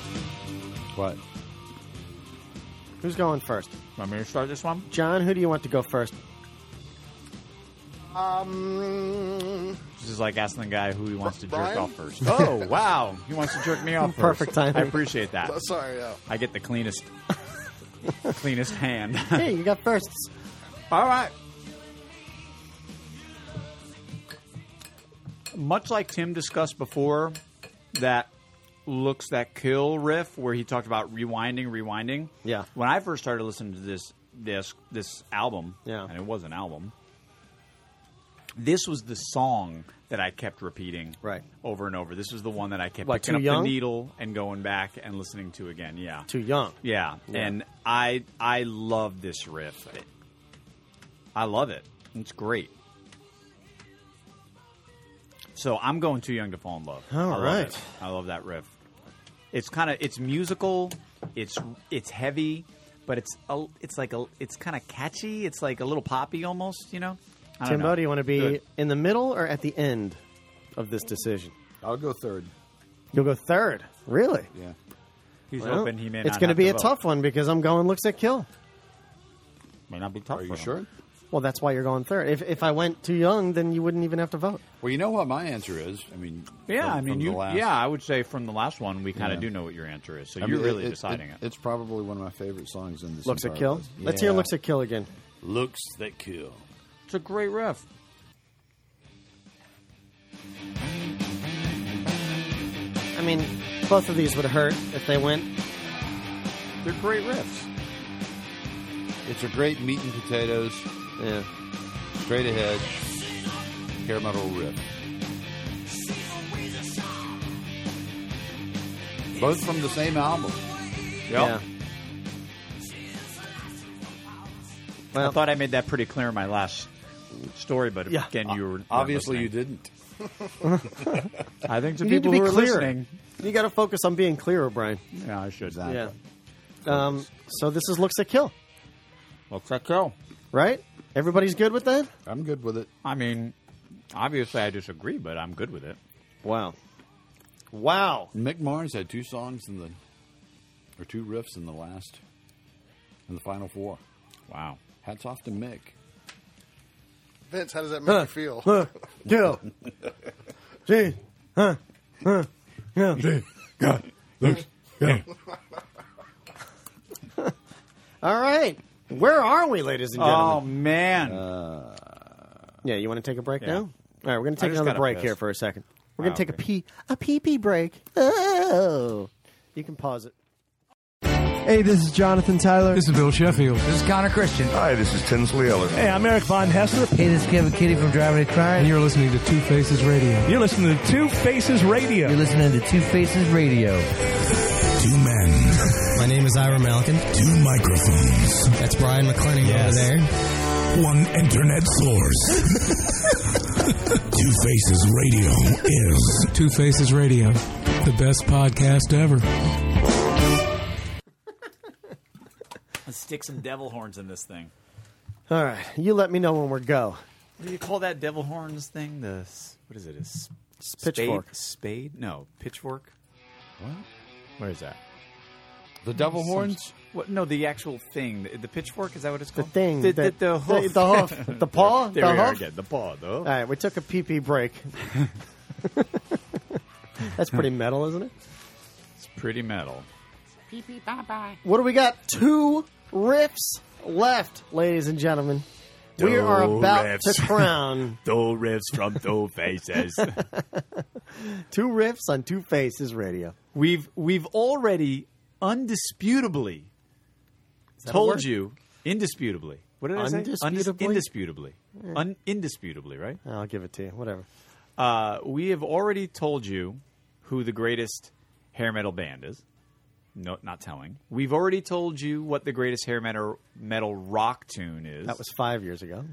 What?
Who's going first?
Want me to start this one?
John, who do you want to go first?
Um,
This is like asking the guy who he wants to jerk
Brian?
off first. Oh, wow. He wants to jerk me off first.
Perfect timing.
I appreciate that.
Uh, sorry, yeah.
I get the cleanest cleanest hand.
hey, you got firsts.
All right. Much like Tim discussed before, that looks that kill riff where he talked about rewinding, rewinding.
Yeah.
When I first started listening to this disc, this album,
Yeah.
and it was an album. This was the song that I kept repeating
Right.
over and over. This was the one that I kept
What,
picking
Too
up
Young?
the needle and going back and listening to again. Yeah.
Too young.
Yeah,
Yeah.
and I I love this riff. I love it. It's great. So I'm going too young to fall in love.
All
I love
right.
it. I love that riff. It's kind of it's musical. It's it's heavy, but it's a, it's like a it's kind of catchy. It's like a little poppy almost. You know. I don't
Timbo,
know.
do you want to be
Good.
in the middle or at the end of this decision?
I'll go third.
You'll go third. Really?
Yeah.
He's
Well,
open. He may.
it's
not
going to
have
be
to
a
vote.
tough one because I'm going looks at kill.
May not be tough.
Are
for
you
him.
sure?
Well, that's why you're going third. If, if I went too young, then you wouldn't even have to vote.
Well, you know what my answer is. I mean,
Yeah,
from-
I mean,
from the
you.
last-
Yeah, I would say from the last one, we kind of
Yeah.
do know what your answer is. So
I
you're
mean,
really
it-
deciding it.
It's probably one of my favorite songs in this.
Looks at
entire
kill.
list.
Let's hear
Yeah.
looks at kill again.
Looks that kill.
It's a great riff.
I mean, both of these would hurt if they went.
They're great riffs.
It's a great meat and potatoes.
Yeah.
Straight ahead. Hair metal riff. Both from the same album.
Yeah.
I thought I made that pretty clear in my last story, but
Yeah.
again, you were weren't
Obviously, you
listening.
didn't.
I think to
You need
people
to be
who are
clear.
listening,
You got to focus on being clearer, Brian.
yeah, I should.
Exactly.
Yeah. Um, so this is looks at kill,
Looks like go.
right? Everybody's good with that.
I'm good with it.
I mean, obviously, I disagree, but I'm good with it.
Wow. Wow.
Mick Mars had two songs in the, or two riffs in the last, in the final four.
Wow.
Hats off to Mick.
Vince, how does that make you feel?
Huh. Kill. Gee. Huh. Huh. Yeah.
God, looks.
All right. Where are we, ladies and gentlemen?
Oh man,
Uh,
Yeah, you want to take a break
Yeah.
now? All right, we're going to
I
take
just
another
got
break
pissed.
here for a second. We're
Oh,
going to take
okay.
a pee a pee pee break. Oh, you can pause it.
Hey, this is Jonathan Tyler. This is Bill Sheffield. This is Connor Christian.
Hi, this is Tinsley Ellis.
Hey, I'm Eric Von Hessler. Hey, this is Kevin Kitty from Driving to Crime. And you're listening to Two Faces Radio. You're listening to Two Faces Radio. You're listening to Two Faces Radio.
Two men.
My
name is Ira Malkin. Two microphones. That's Brian McClennan over there.
One internet source. Two Faces Radio is.
Two Faces Radio, the best podcast ever.
Let's stick some devil horns in this thing.
All right, you let me know when we're go.
What do you call that devil horns thing? The s- what is it? A s- spade?
pitchfork.
Spade? No, pitchfork. What? Where is that?
The devil horns?
What? No, the actual thing. The, the pitchfork is that what it's
The
called?
thing,
The,
that-
the, the hoof.
the- the hoof. The paw?
There
The
we are
hoof?
again. The paw. The
All
hoof.
right, we took a pee pee break. That's pretty metal, isn't it?
It's pretty metal.
Pee pee bye bye.
What do we got? Two riffs left, ladies and gentlemen. we are
Doe
about
riffs.
to crown
Doe riffs from Doe faces.
two riffs on Two Faces Radio.
We've we've already undisputably
that a
told
word?
you indisputably. What did I say? Undis-
Undisputably?
indisputably.
Yeah.
Un- indisputably, right?
I'll give it to you. Whatever.
Uh, we have already told you who the greatest hair metal band is. No, not telling. We've already told you what the greatest hair metal metal rock tune is.
That was five years ago.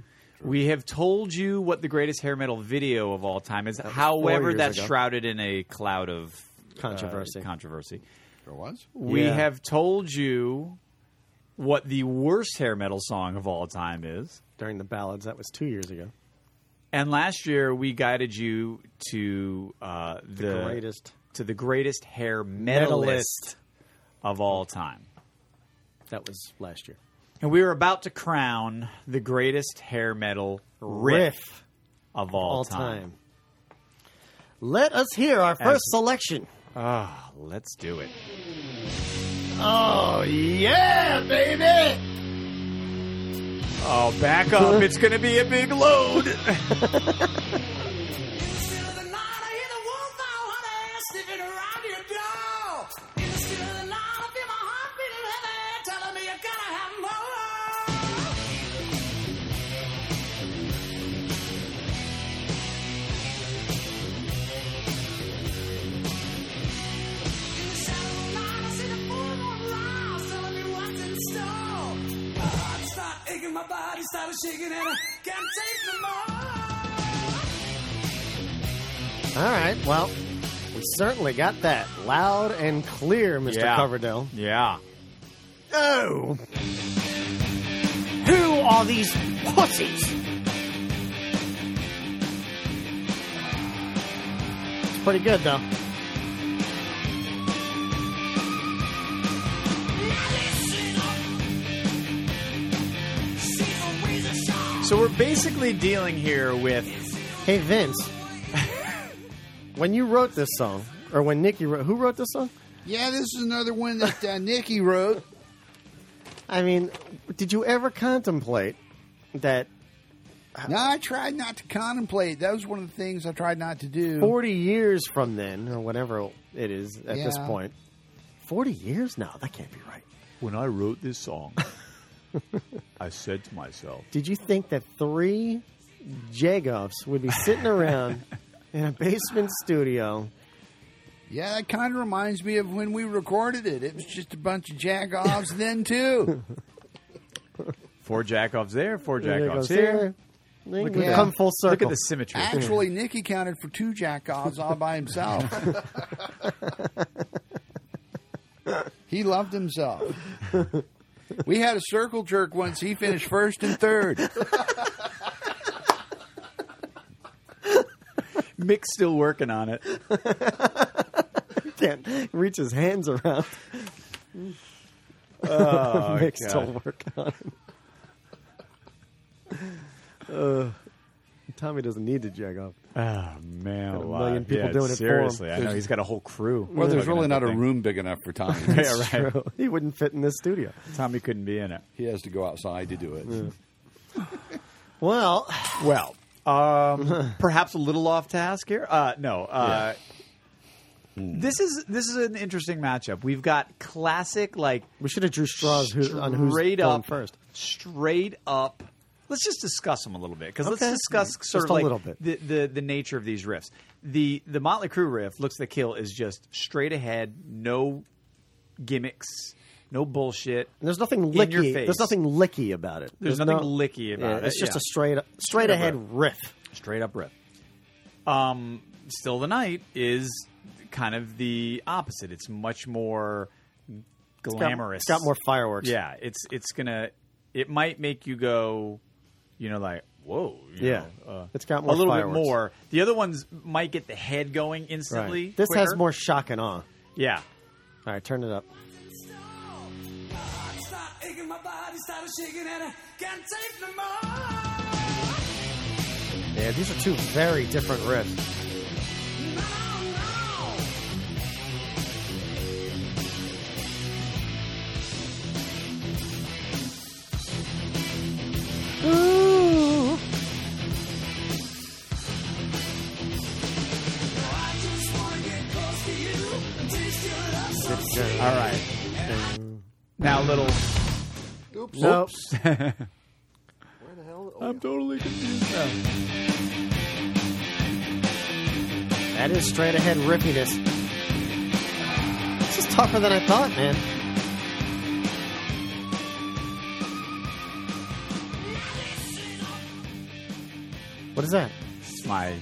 We have told you what the greatest hair metal video of all time is.
four
However,
years
that's
ago.
shrouded in a cloud of uh,
Controversy.
controversy. There
was.
We
Yeah.
have told you what the worst hair metal song of all time is.
During the ballads, that was two years ago.
And last year we guided you to uh, the,
greatest.
to the greatest hair
Metalist.
metalist of all time.
That was last year.
And we are about to crown the greatest hair metal riff,
Riff
of all,
All
time.
time. Let us hear our first
As-
selection.
Ah, let's do it.
Oh, yeah, baby!
Oh, back up. It's going to be a big load.
My body started shaking and I can't take no more.
All right, well, we certainly got that loud and clear, Mr.
Yeah.
Coverdale.
Yeah.
Oh! Who are these pussies? It's pretty good, though.
So we're basically dealing here with.
Hey, Vince. when you wrote this song, or when Nikki wrote, who wrote this song?
Yeah, this is another one that uh, Nikki wrote.
I mean, did you ever contemplate that
No, I tried not to contemplate. That was one of the things I tried not to do.
Mm-hmm.
40 years from then, or whatever it is at this
Yeah.
point, 40 years? No, that can't be right.
When I wrote this song, I said to myself,
Did you think that three Jagoffs would be sitting around in a basement studio?
Yeah, that kind of reminds me of when we recorded it. It was just a bunch of jagoffs then too.
Four jackoffs there, four
There
jackoffs
goes
here.
there.
Look at
We've
that.
come full
Look
circle.
at the symmetry.
Actually, Nikki counted for two jackoffs all by himself. he loved himself. We had a circle jerk once. He finished first and third.
Mick's still working on it.
Can't reach his hands around.
Oh,
Mick's
God.
still working on it. Uh, Tommy doesn't need to jag off.
Oh man,
Got a
wow.
million people
Yeah,
doing it
seriously.
for
I
him.
know he's got a whole crew.
Well, there's
Fucking
really
up
not
that
a
thing.
room big enough for Tommy.
That's
yeah, right.
true. He wouldn't fit in this studio.
Tommy couldn't be in it.
He has to go outside to do it.
Well,
well, um, perhaps a little off task here. Uh, no, uh, Hmm. this is this is an interesting matchup. We've got classic like
we should have drew straws who, on who's
straight
going
up
first.
Straight up. Let's just discuss them a little bit because
Okay.
let's discuss
Yeah,
sort
just
of
a
like
little bit.
The, the the nature of these riffs. The the Motley Crue riff, "Looks to Kill," is just straight ahead, no gimmicks, no bullshit.
There's nothing
In your
licky.
face.
There's nothing licky about it.
There's nothing licky about
yeah, It's
it,
just
yeah.
a straight straight
Yeah,
ahead riff.
Straight up riff. Um, Still the Night is kind of the opposite. It's much more
got-
glamorous.
it's got more fireworks.
Yeah, it's it's gonna. It might make you go, you know, like whoa. you
Yeah.
know, uh,
It's got more
a little
fireworks.
bit more. The other ones might get the head going instantly.
This has
quicker.
more shock and awe.
Yeah.
All right, turn it up.
Start aching, my body started shaking, and I can't take no more.
Yeah, these are two very different riffs.
Ooh.
All right. Now, little.
Oops.
Nope.
Where the hell?
I'm totally confused now.
That is straight ahead riffiness. This is tougher than I thought, man. What is that?
It's my.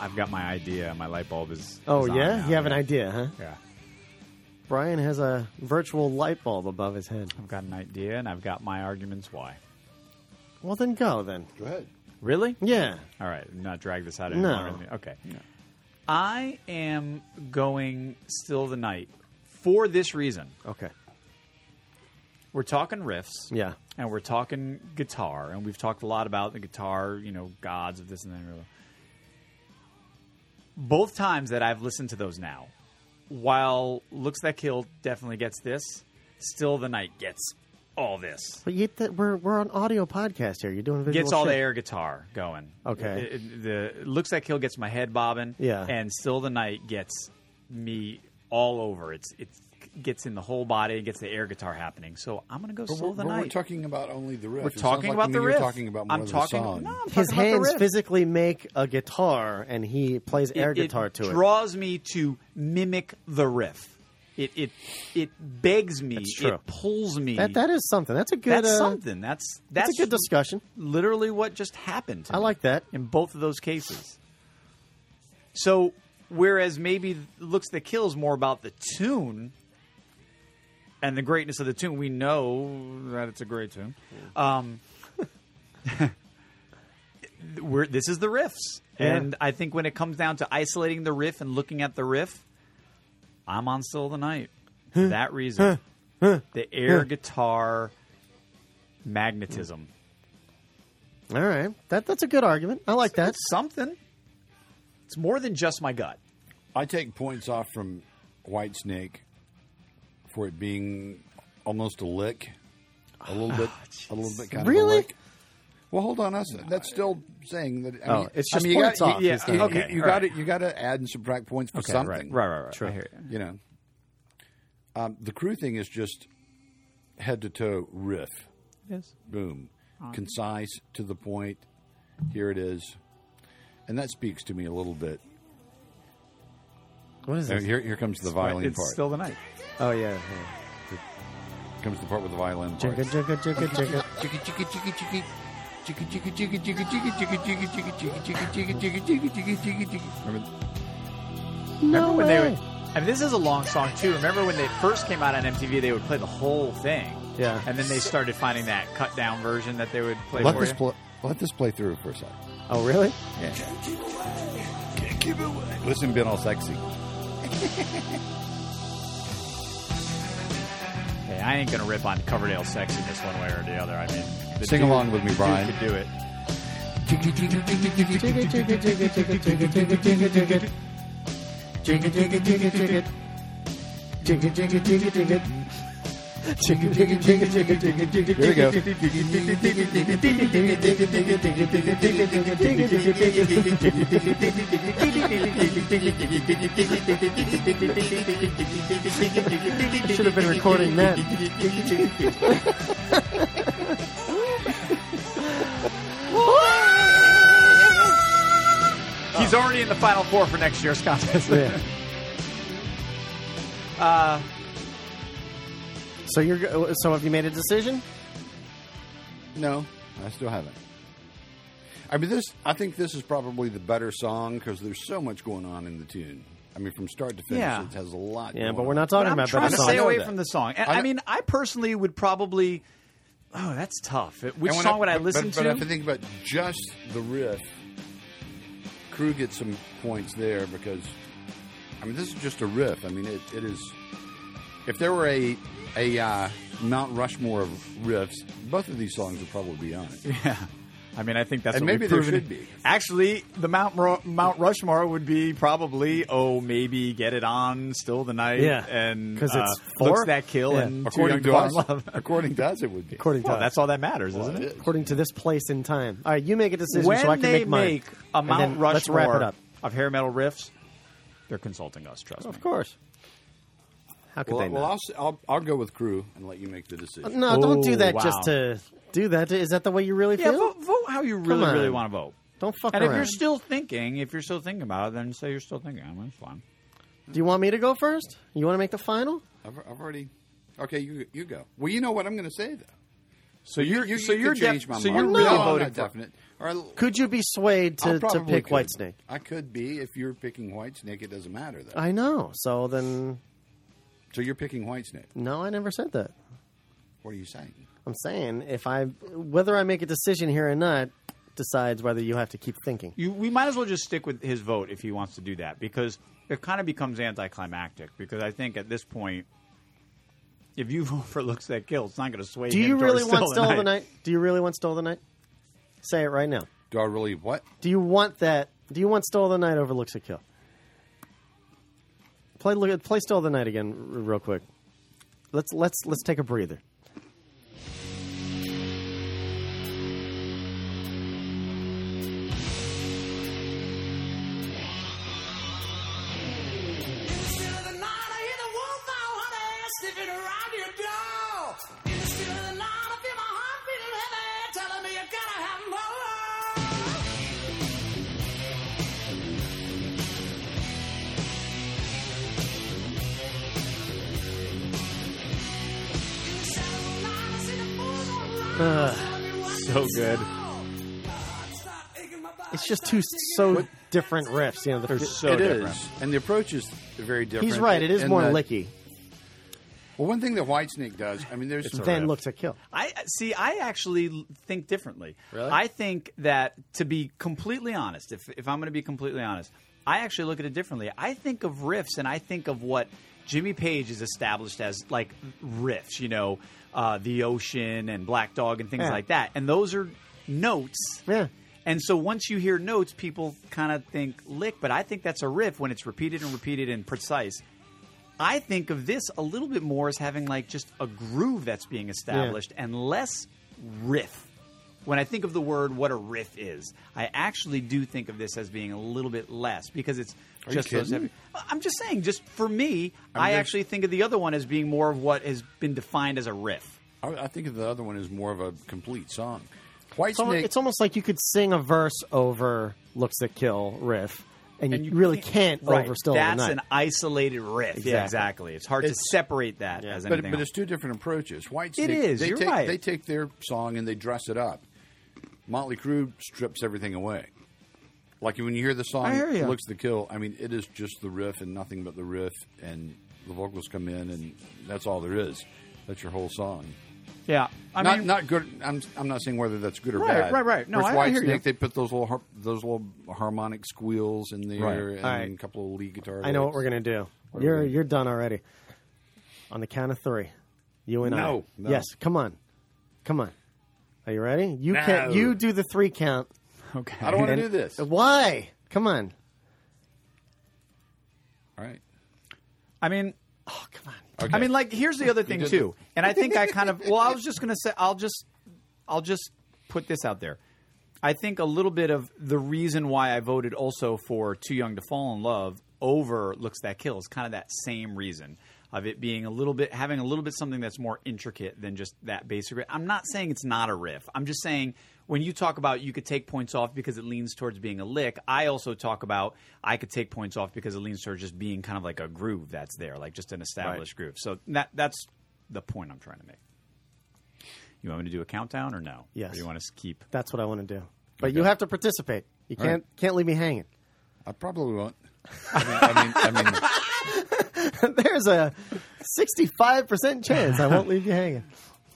I've got my idea. My light bulb is.
Oh
is on
yeah,
now,
you have an idea, huh?
Yeah.
Brian has a virtual light bulb above his head.
I've got an idea, and I've got my arguments why.
Well, then go then.
Go ahead.
Really?
Yeah.
All right. Not drag this out any
No.
longer. than- Okay. I am going still the night for this reason.
Okay.
We're talking riffs.
Oh. Yeah.
And we're talking guitar, and we've talked a lot about the guitar, you know, gods of this and that. Both times that I've listened to those now, while Looks That Kill definitely gets this, Still the Night gets all this.
But yet that we're we're on audio podcast here. You're doing visual.
gets all the
shit.
air guitar going.
Okay.
It- it- the looks that kill gets my head bobbing.
Yeah.
And still the night gets me all over. It's it gets in the whole body. It gets the air guitar happening. So I'm gonna go
But
still
we're,
the
but
night.
we're talking about only the riff.
We're
It sounds
talking
like
about
to
the
me
riff.
You're talking about more
I'm
of
talking-
the song.
no, I'm
His
talking about the
hands
riff.
physically make a guitar, and he plays
It-
air
it
guitar to it.
draws me to mimic the riff. It it it begs me.
That's true.
It pulls me.
That, that is something. That's a good.
That's
uh,
something. That's
that's
that's
a good discussion.
Literally, what just happened?
I like that.
in both of those cases. So, whereas maybe looks that kills more about the tune and the greatness of the tune, we know that it's a great tune. Um, we're, this is the riffs,
Yeah.
and I think when it comes down to isolating the riff and looking at the riff, I'm on still the night. For that reason, the air guitar magnetism.
All right, that that's a good argument. I like that.
something. It's more than just my gut.
I take points off from Whitesnake for it being almost a lick, a little bit, a little bit kind of a
Really?
lick. Well, hold on, that's, that's still saying that. I
Oh,
mean,
it's
I
just
mean, you
points
gotta,
off,
You,
he's
yeah,
saying.
you,
Okay,
you
all
got
right.
to you got to add and subtract points for
Okay, right,
something.
right, right, right. Sure. I hear
you. know, um, the crew thing is just head to toe riff.
Yes.
Boom.
Um,
Concise to the point. Here it is, and that speaks to me a little bit.
What is
Uh,
this?
Here, here comes the violin part.
the night.
Oh yeah.
comes the part with the violin. Part.
Jigga jigga jigga jigga.
Chicka chicka chicka chicka. Chicka chicka chicka chicka chicka chicka chicka chicka chicka chicka chicka chicka chicka chicka chicka. Remember-
Remember
Oh,
when they
way.
would? I mean, this is a long song too. Remember when they first came out on MTV, they would play the whole thing.
Yeah.
And then they started finding that cut down version that they would play
Let
for
this
you.
pl- let this play through for a second.
Oh really?
Yeah. Listen, been all sexy.
hey, I ain't gonna rip on Coverdale sexy this one way or the other. I mean, the
Sing
dude-
along with me,
the dude
Brian.
Could do it.
Jigga, jigga, jigga, jigga, jigga, jigga, jigga, jigga. Jigga, jigga, jigga, jigga. Jigga, jigga, jigga, jigga. Jigga, jigga, jigga, jigga, jigga, jigga,
Here we go.
jigga, jigga, jigga, jigga, jigga, jigga, jigga, jigga, jigga, jigga, jigga, jigga, jigga, jigga, jigga, jigga, jigga, jigga,
Should have been recording that.
He's already in the final four for next year's contest.
Yeah.
Uh,
So you're go- so have you made a decision?
No, I still haven't. I mean, this. I think this is probably the better song because there's so much going on in the tune. I mean, from start to finish,
Yeah.
it has a lot.
Yeah,
going
but we're
on.
not talking
But I'm
about
trying
better
to
songs.
stay
I know
away
that.
from the song. And
I
I,
know-
mean, I personally would probably. Oh, that's tough. Which
And when
song would I
but-
listen
but,
to?
But if I think about just the riff, Crew gets some points there because, I mean, this is just a riff. I mean, it, it is. If there were a a uh, Mount Rushmore of riffs, both of these songs would probably be on it.
Yeah, I mean, I think that's
and
what
maybe
we've
there
proven.
should be.
Actually, the Mount Ru- Mount Rushmore would be probably oh maybe get it on still the night
Yeah.
and
'Cause it's
uh,
four?
looks that kill
Yeah.
and
According
Too
to
Young
us-
Fall in Love.
according to us it would be
According to
well,
us.
that's all that matters, isn't it?
According to this place in time. All right, you make a decision
when
so I can
they
make mine.
a
And
Mount
then
Rushmore
Let's wrap it up.
of hair metal riffs, they're consulting us. Trust me.
Of course. How could
well,
they
well,
not?
I'll, s- I'll I'll go with Crew and let you make the decision.
No, don't do that just to do that. Is that the way you really
Yeah,
feel?
vote, vote how you
Come
really, really
on.
want to vote.
Don't fuck
and if you're
around.
still thinking, if you're still thinking about it, then say you're still thinking. I mean, it's fine.
Do you want me to go first? You want to make the final?
I've, I've already. Okay, you you go. Well, you know what I'm going to say though.
So you're
you,
so
you
you're
could
def-
change my
so
mind.
you're really
no, I'm
voting
not
for-
definite. All right,
Could you be swayed
I
to, to
probably
pick
could.
Whitesnake?
I could be if you're picking Whitesnake. It doesn't matter though.
I know. So then,
So you're picking Whitesnake.
no, I never said that.
What are you saying?
I'm saying if I, whether I make a decision here or not, decides whether you have to keep thinking.
You, we might as well just stick with his vote if he wants to do that because it kind of becomes anticlimactic. Because I think at this point, if you vote for looks that kill, it's not going to sway.
Do
him
you
towards
really
still
want Still
the
of the Night? Do you really want Still of the Night? Say it right now.
Do I really what?
Do you want that? Do you want Still of the Night over Looks a Kill? Play look play Still of the Night again, r- real quick. Let's let's let's take a breather. Ugh.
So good.
It's just two so different riffs. You know, the,
It is, and the approach is very different.
He's right. It is
in
more
that-
licky
Well, one thing that Whitesnake does, I mean, there's some
than Looks a Kill.
I see. I actually l- think differently. I think that to be completely honest, if if I'm going to be completely honest, I actually look at it differently. I think of riffs, and I think of what Jimmy Page is established as like riffs. You know, uh, the ocean and Black Dog and things
Yeah.
like that. And those are notes.
Yeah.
And so once you hear notes, people kind of think lick, but I think that's a riff when it's repeated and repeated and precise. I think of this a little bit more as having like just a groove that's being established and less riff. When I think of the word what a riff is, I actually do think of this as being a little bit less because it's
Are you
just those
kidding?
heavy. I'm just saying, just for me,
I mean,
I
there's-
actually think of the other one as being more of what has been defined as a riff.
I, I think the other one is more of a complete song. Whitesnake.
It's, al- it's almost like you could sing a verse over "Looks a Kill" riff, and, you, really can't,
Right.
over "Still
That's
of the
an
Night."
isolated riff.
Exactly.
Yeah, exactly. It's hard
It's-
to separate that as
but
anything.
but
else.
it's two different approaches. Whitesnake.
It is,
They
you're
take,
right.
They take their song and they dress it up. Motley Crue strips everything away. Like when you hear the song,
I hear ya.
"Looks the Kill." I mean, it is just the riff and nothing but the riff, and the vocals come in, and that's all there is. That's your whole song.
Yeah, I
not
mean-
not good. I'm I'm not saying whether that's good or
Right,
bad.
right, right. No,
With
I- I hear
Whitesnake,
you.
they put those little har- those little harmonic squeals in there,
Right.
and
All right.
a couple of lead guitar.
I know what
hits.
we're gonna do.
What are we
You're
gonna do?
you're done already. On the count of three, you and
No,
I.
no.
Yes, come on, come on. Are you ready? You
No.
can You do the three count.
Okay.
I don't wanna
And-
do this.
Why? Come on.
All right.
I mean, oh,
Okay.
I mean, like here's the other
You
thing
did
too,
it.
and I think I kind of. Well, I was just gonna say, I'll just, I'll just put this out there. I think a little bit of the reason why I voted also for Too Young to Fall in Love over Looks That Kill is kind of that same reason of it being a little bit having a little bit something that's more intricate than just that basic. riff. I'm not saying it's not a riff. I'm just saying when you talk about you could take points off because it leans towards being a lick, I also talk about I could take points off because it leans towards just being kind of like a groove that's there, like just an established groove. So that that's the point I'm trying to make. You want me to do a countdown or no?
Yes.
Or you want us to keep?
That's what I want to do. But you have to participate. You
All right.
can't can't leave me hanging.
I probably won't. I mean, I mean,
There's a 65% chance I won't leave you hanging.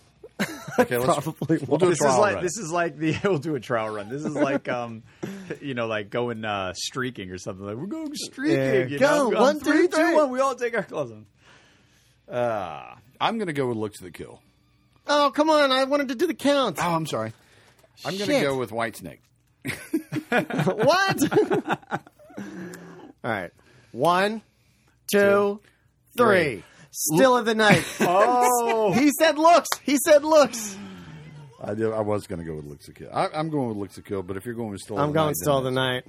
okay,
let's, Probably
we'll do a
this
trial
is like
run.
this is like the we'll do a trial run. This is like um, you know, like going uh, streaking or something. Like we're going streaking.
Yeah.
you
Go,
know?
one,
three,
three, three.
two, one. We all take our clothes on.
Uh, I'm going to go with Look to the Kill.
Oh, come on. I wanted to do the count.
Oh, I'm sorry. I'm going to
Shit.
go with Whitesnake.
what? All right. One, two, three.
three.
Still of the night.
Oh.
He said looks. He said looks.
I did, I was going to go with Look to Kill. I, I'm going with Look to Kill, but if you're going with Still
I'm
the
going
Night, then
still the night.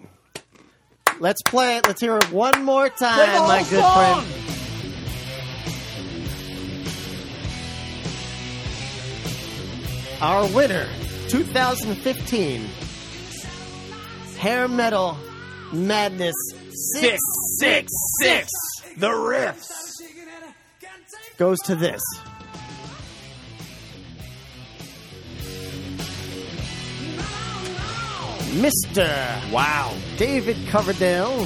Let's play it. Let's hear it one more time,
the
my
whole
good
song.
friend. Our winner, 2015 Hair Metal Madness 6
six, six.
The Riffs goes to this. Mr. Wow. David Coverdale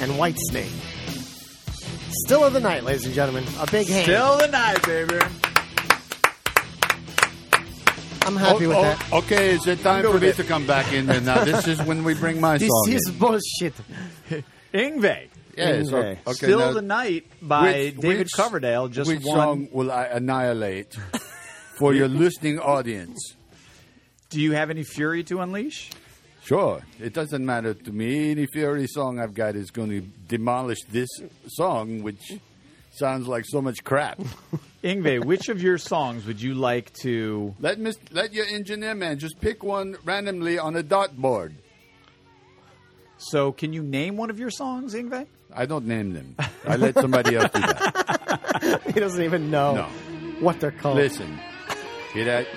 and Whitesnake. Still of the night, ladies and gentlemen. A big hand.
Still the night, baby.
I'm happy
Oh,
with
oh,
that.
Okay, is it
I'm
time
good
for
with
me
it.
to come back in? And now this is when we bring my
this
song.
is
in.
bullshit.
Ingve.
Yes,
Ingve.
okay, okay,
Still
now-
the night by
Which-
David
which-
Coverdale. Just
which
won.
song will I annihilate for your listening audience?
Do you have any fury to unleash?
Sure, it doesn't matter to me. Any Fury song I've got is going to demolish this song, which sounds like so much crap.
Ingve, which of your songs would you like to?
Let mis- let your engineer man just pick one randomly on a dartboard.
So, can you name one of your songs, Ingve?
I don't name them. I let somebody else do that.
he doesn't even know
No.
what they're called.
Listen, hear that?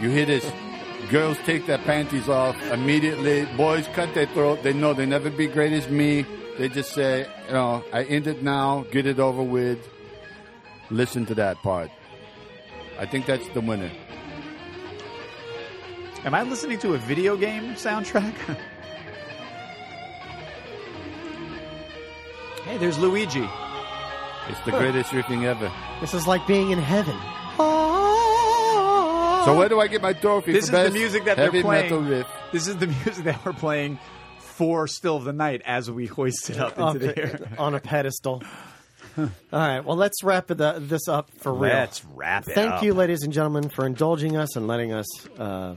You hear this? Girls take their panties off immediately. Boys cut their throat. They know they never be great as me. They just say, you know, I end it now. Get it over with. Listen to that part. I think that's the winner.
Am I listening to a video game soundtrack? hey, there's Luigi.
It's the greatest riffing ever.
This is like being in heaven.
So where do I get my trophy?
This
for
is
best
the music that they're
heavy
playing.
metal riff.
This is the music that we're playing for Still of the Night as we hoist it up into the air.
on a pedestal. All right, well, let's wrap it, uh, this up for real.
Let's wrap it
Thank
up.
you, ladies and gentlemen, for indulging us and letting us uh,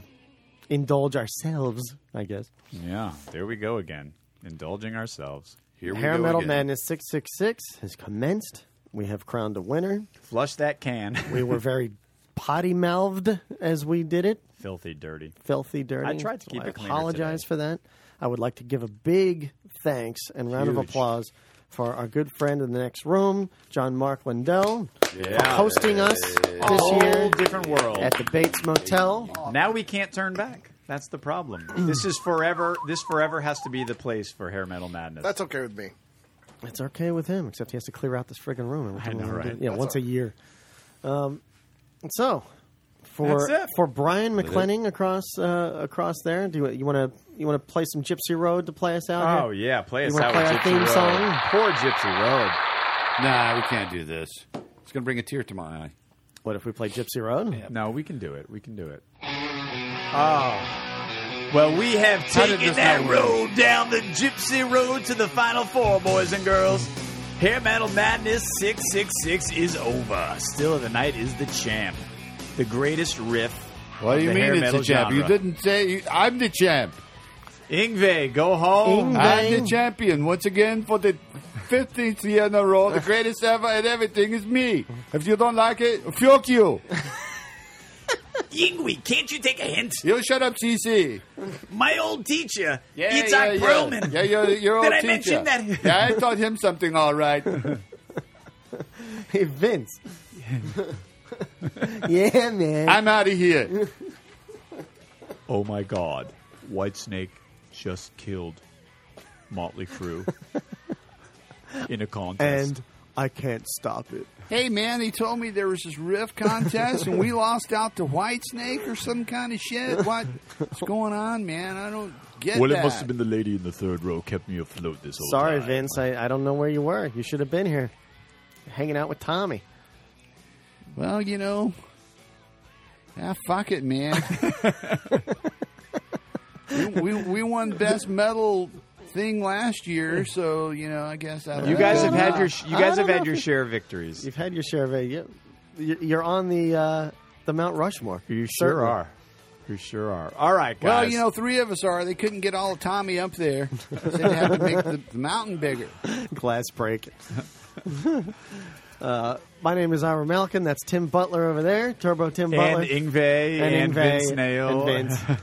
indulge ourselves, I guess.
Yeah, there we go again, indulging ourselves. Here
Hair Metal Madness 666 has commenced. We have crowned a winner.
Flush that can.
We were very potty mouthed as we did it.
filthy, dirty.
Filthy, dirty.
I tried to keep
I
it cleaner
apologize for that. I would like to give a big thanks and round of
Huge.
applause for our good friend in the next room, John Mark Lindell, for
Yeah. Oh.
hosting us
A
this
whole
year
different world.
at the Bates Motel.
Now we can't turn back. That's the problem. this is forever. This forever has to be the place for hair metal madness.
That's okay with me.
It's okay with him, except he has to clear out this friggin' room. And we're
I know,
doing-
right?
Yeah,
That's
once
all.
a year. Um, so, for
That's it.
for Brian
That is-
McClenning across uh, across there, do you want to you want to play some Gypsy Road to play us out?
Oh
here?
yeah, play
You
us
wanna
out
play
with
our
Gypsy
theme
Road.
song?
Poor Gypsy Road.
Nah, we can't do this. It's going to bring a tear to my eye.
What if we play Gypsy Road?
No, we can do it. We can do it. Oh. Well, we have taken that road down the gypsy road to the final four, boys and girls. Hair Metal Madness 666 is over. Still of the Night is the champ. The greatest riff.
What do
of
you
the
mean
hair
it's
metal
a champ? You
genre.
didn't say you, I'm the champ.
Ingve, go home.
I'm the champion once again for the 15th year in a row. The greatest ever at everything is me. If you don't like it, fuck you.
Yingwei, can't you take a hint?
You shut up, CC.
My old teacher,
Yeah, yeah,
Itzhak Perlman.
Yeah, yeah you're, you're old
Did I
teacher.
mention that?
yeah, I taught him something all right.
hey, Vince. yeah, man.
I'm out of here.
Oh my God. Whitesnake just killed Motley Crue in a contest.
And
I can't stop it.
Hey man, he told me there was this riff contest and we lost out to Whitesnake or some kind of shit. What- What's going on, man? I don't get
well,
that.
it must have been the lady in the third row kept me afloat this whole
Sorry,
time.
Vince. I, I don't know where you were. You should have been here, hanging out with Tommy.
Well, you know, ah, fuck it, man. we, we, we won best metal thing last year, so you know, I guess I
You guys have had your sh- you
Uh, I
guys
don't
have
know
had
if
your
you-
share of victories.
You've had your share of it. You- you- You're on the uh, the Mount Rushmore. You
Sure are. You sure are. All right, guys.
Well, you know, three of us are. They couldn't get all of Tommy up there. So they had to make the, the mountain bigger.
Glass break. uh, my name is Ira Malkin. That's Tim Butler over there. Turbo Tim Butler.
And Ingve and Vince Nail.
And, Vince.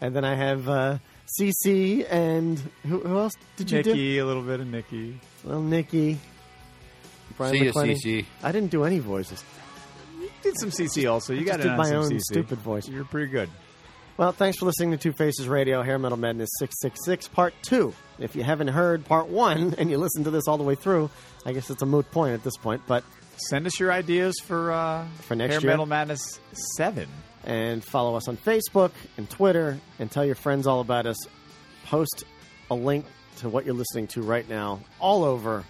and then I have uh, CC and who, who else did you do?
Nikki, a little bit of Nikki.
Well, Nikki. Brian
See ya,
McClenny.
CC.
I didn't do any voices.
Did some CC also. You
I
got
just
it
did
on
my
some
own
CC.
stupid voice.
You're pretty good.
Well, thanks for listening to Two Faces Radio, Hair Metal Madness 666, Part 2. If you haven't heard Part 1 and you listen to this all the way through, I guess it's a moot point at this point, but
Send us your ideas for uh,
for next
Hair
year.
Metal Madness Seven.
And follow us on Facebook and Twitter and tell your friends all about us. Post a link to what you're listening to right now all over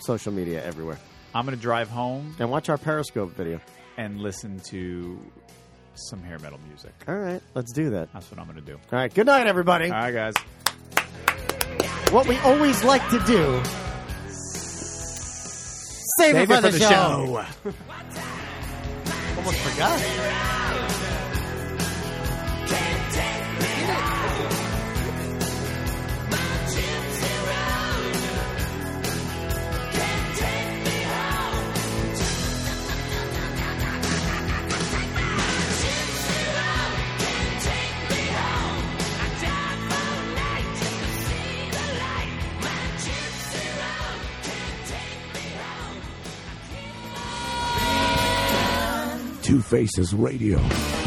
social media everywhere.
I'm going to drive home
And watch our Periscope video.
and listen to some hair metal music.
All right, let's do that.
That's what I'm going to do.
All right, good night, everybody.
All right, guys.
What we always like to do. Save, it for, the, show. Almost forgot.
Two Faces Radio.